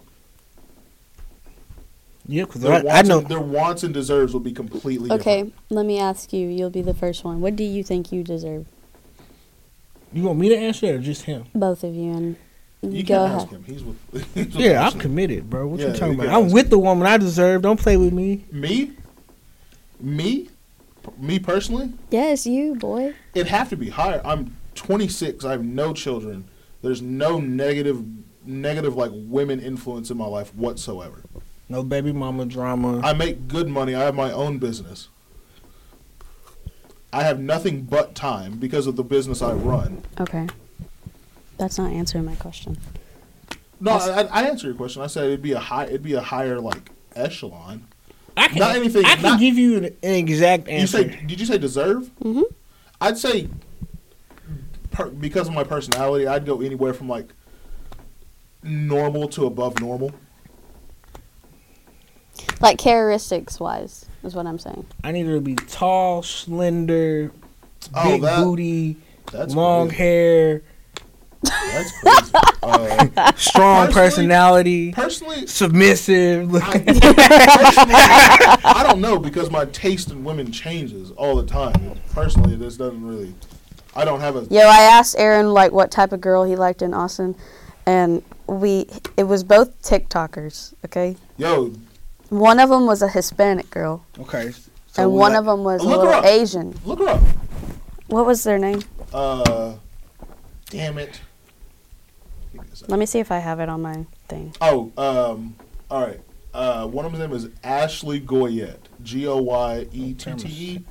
Speaker 1: Yeah, because
Speaker 2: Their,
Speaker 1: I, I
Speaker 2: wants
Speaker 1: know
Speaker 2: and, their wants and deserves will be completely
Speaker 3: Okay,
Speaker 2: different.
Speaker 3: let me ask you. You'll be the first one. What do you think you deserve?
Speaker 1: you want me to answer it or just him.
Speaker 3: Both of you and
Speaker 2: You
Speaker 3: go
Speaker 2: can
Speaker 3: ahead.
Speaker 2: ask him. He's with. he's with
Speaker 1: Yeah, I'm
Speaker 2: Ashton.
Speaker 1: committed, bro. What
Speaker 2: Yeah,
Speaker 1: you talking
Speaker 2: you
Speaker 1: about?
Speaker 2: can
Speaker 1: I'm
Speaker 2: ask
Speaker 1: with
Speaker 2: him.
Speaker 1: the woman I deserve. Don't play with me.
Speaker 2: me, me, me personally.
Speaker 3: Yes, you boy.
Speaker 2: It'd have to be higher. I'm 26. I have no children. There's no negative, negative like women influence in my life whatsoever.
Speaker 1: No baby mama drama.
Speaker 2: I make good money. I have my own business. I have nothing but time because of the business I run.
Speaker 3: Okay, that's not answering my question.
Speaker 2: No, I, I answered your question. I said it'd be a high, it'd be a higher like echelon.
Speaker 1: I can,
Speaker 2: not anything-
Speaker 1: I can
Speaker 2: not-
Speaker 1: give you an, an exact answer.
Speaker 2: You say, did you say deserve?
Speaker 3: Mhm.
Speaker 2: I'd say per, because of my personality, I'd go anywhere from like normal to above normal.
Speaker 3: Like characteristics wise is what I'm saying.
Speaker 1: I need her to be tall, slender,
Speaker 2: Oh,
Speaker 1: big
Speaker 2: that-
Speaker 1: booty,
Speaker 2: That's
Speaker 1: long
Speaker 2: crazy.
Speaker 1: hair,
Speaker 2: That's crazy. uh,
Speaker 1: strong
Speaker 2: Personally-
Speaker 1: personality,
Speaker 2: personally,
Speaker 1: submissive.
Speaker 2: I,
Speaker 1: Look,
Speaker 2: personally, I don't know because my taste in women changes all the time. Personally, this doesn't really. I don't have a.
Speaker 3: Yo, I asked Aaron like what type of girl he liked in Austin, and we it was both TikTokers. Okay,
Speaker 2: Yo,
Speaker 3: one of them was a Hispanic girl,
Speaker 1: okay.
Speaker 3: and
Speaker 1: we
Speaker 3: one
Speaker 1: like-
Speaker 3: of them was a
Speaker 2: Look her
Speaker 3: little
Speaker 2: up.
Speaker 3: Asian.
Speaker 2: look her up.
Speaker 3: What was their name?
Speaker 2: Uh, damn it. Give me a second.
Speaker 3: Let me see if I have it on my thing.
Speaker 2: Oh, um, all right. Uh, one of them is Ashley Goyette. G O Y E T T E,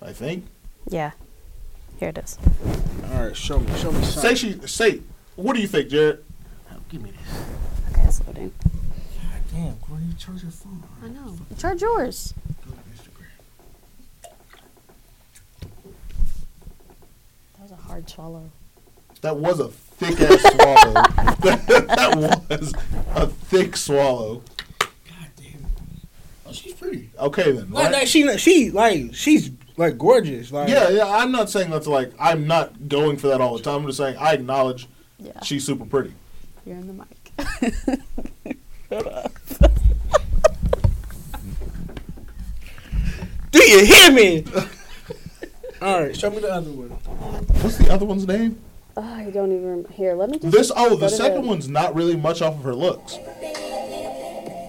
Speaker 2: I think.
Speaker 3: Yeah, here it is.
Speaker 1: All right, show me, show me
Speaker 2: Say
Speaker 1: something.
Speaker 2: she. Say, what do you think, Jared?
Speaker 7: Give me this.
Speaker 3: Okay, it's loading.
Speaker 1: Damn, where you charge your phone?
Speaker 3: I know. Charge yours. That was a hard swallow.
Speaker 2: That was a thick ass swallow. that was a thick swallow.
Speaker 7: God damn. Oh, she's pretty.
Speaker 2: Okay then.
Speaker 1: Like,
Speaker 2: right?
Speaker 1: like she, she, like she's like gorgeous. Like
Speaker 2: Yeah, yeah. I'm not saying that's like I'm not going for that all the time. I'm just saying I acknowledge
Speaker 3: Yeah.
Speaker 2: she's super pretty.
Speaker 3: You're in the mic.
Speaker 1: Do you hear me? All right, show me the other one.
Speaker 2: What's the other one's name?
Speaker 3: Oh, I don't even. Here, let me just.
Speaker 2: This oh the
Speaker 3: to
Speaker 2: second
Speaker 3: bed.
Speaker 2: one's not really much off of her looks.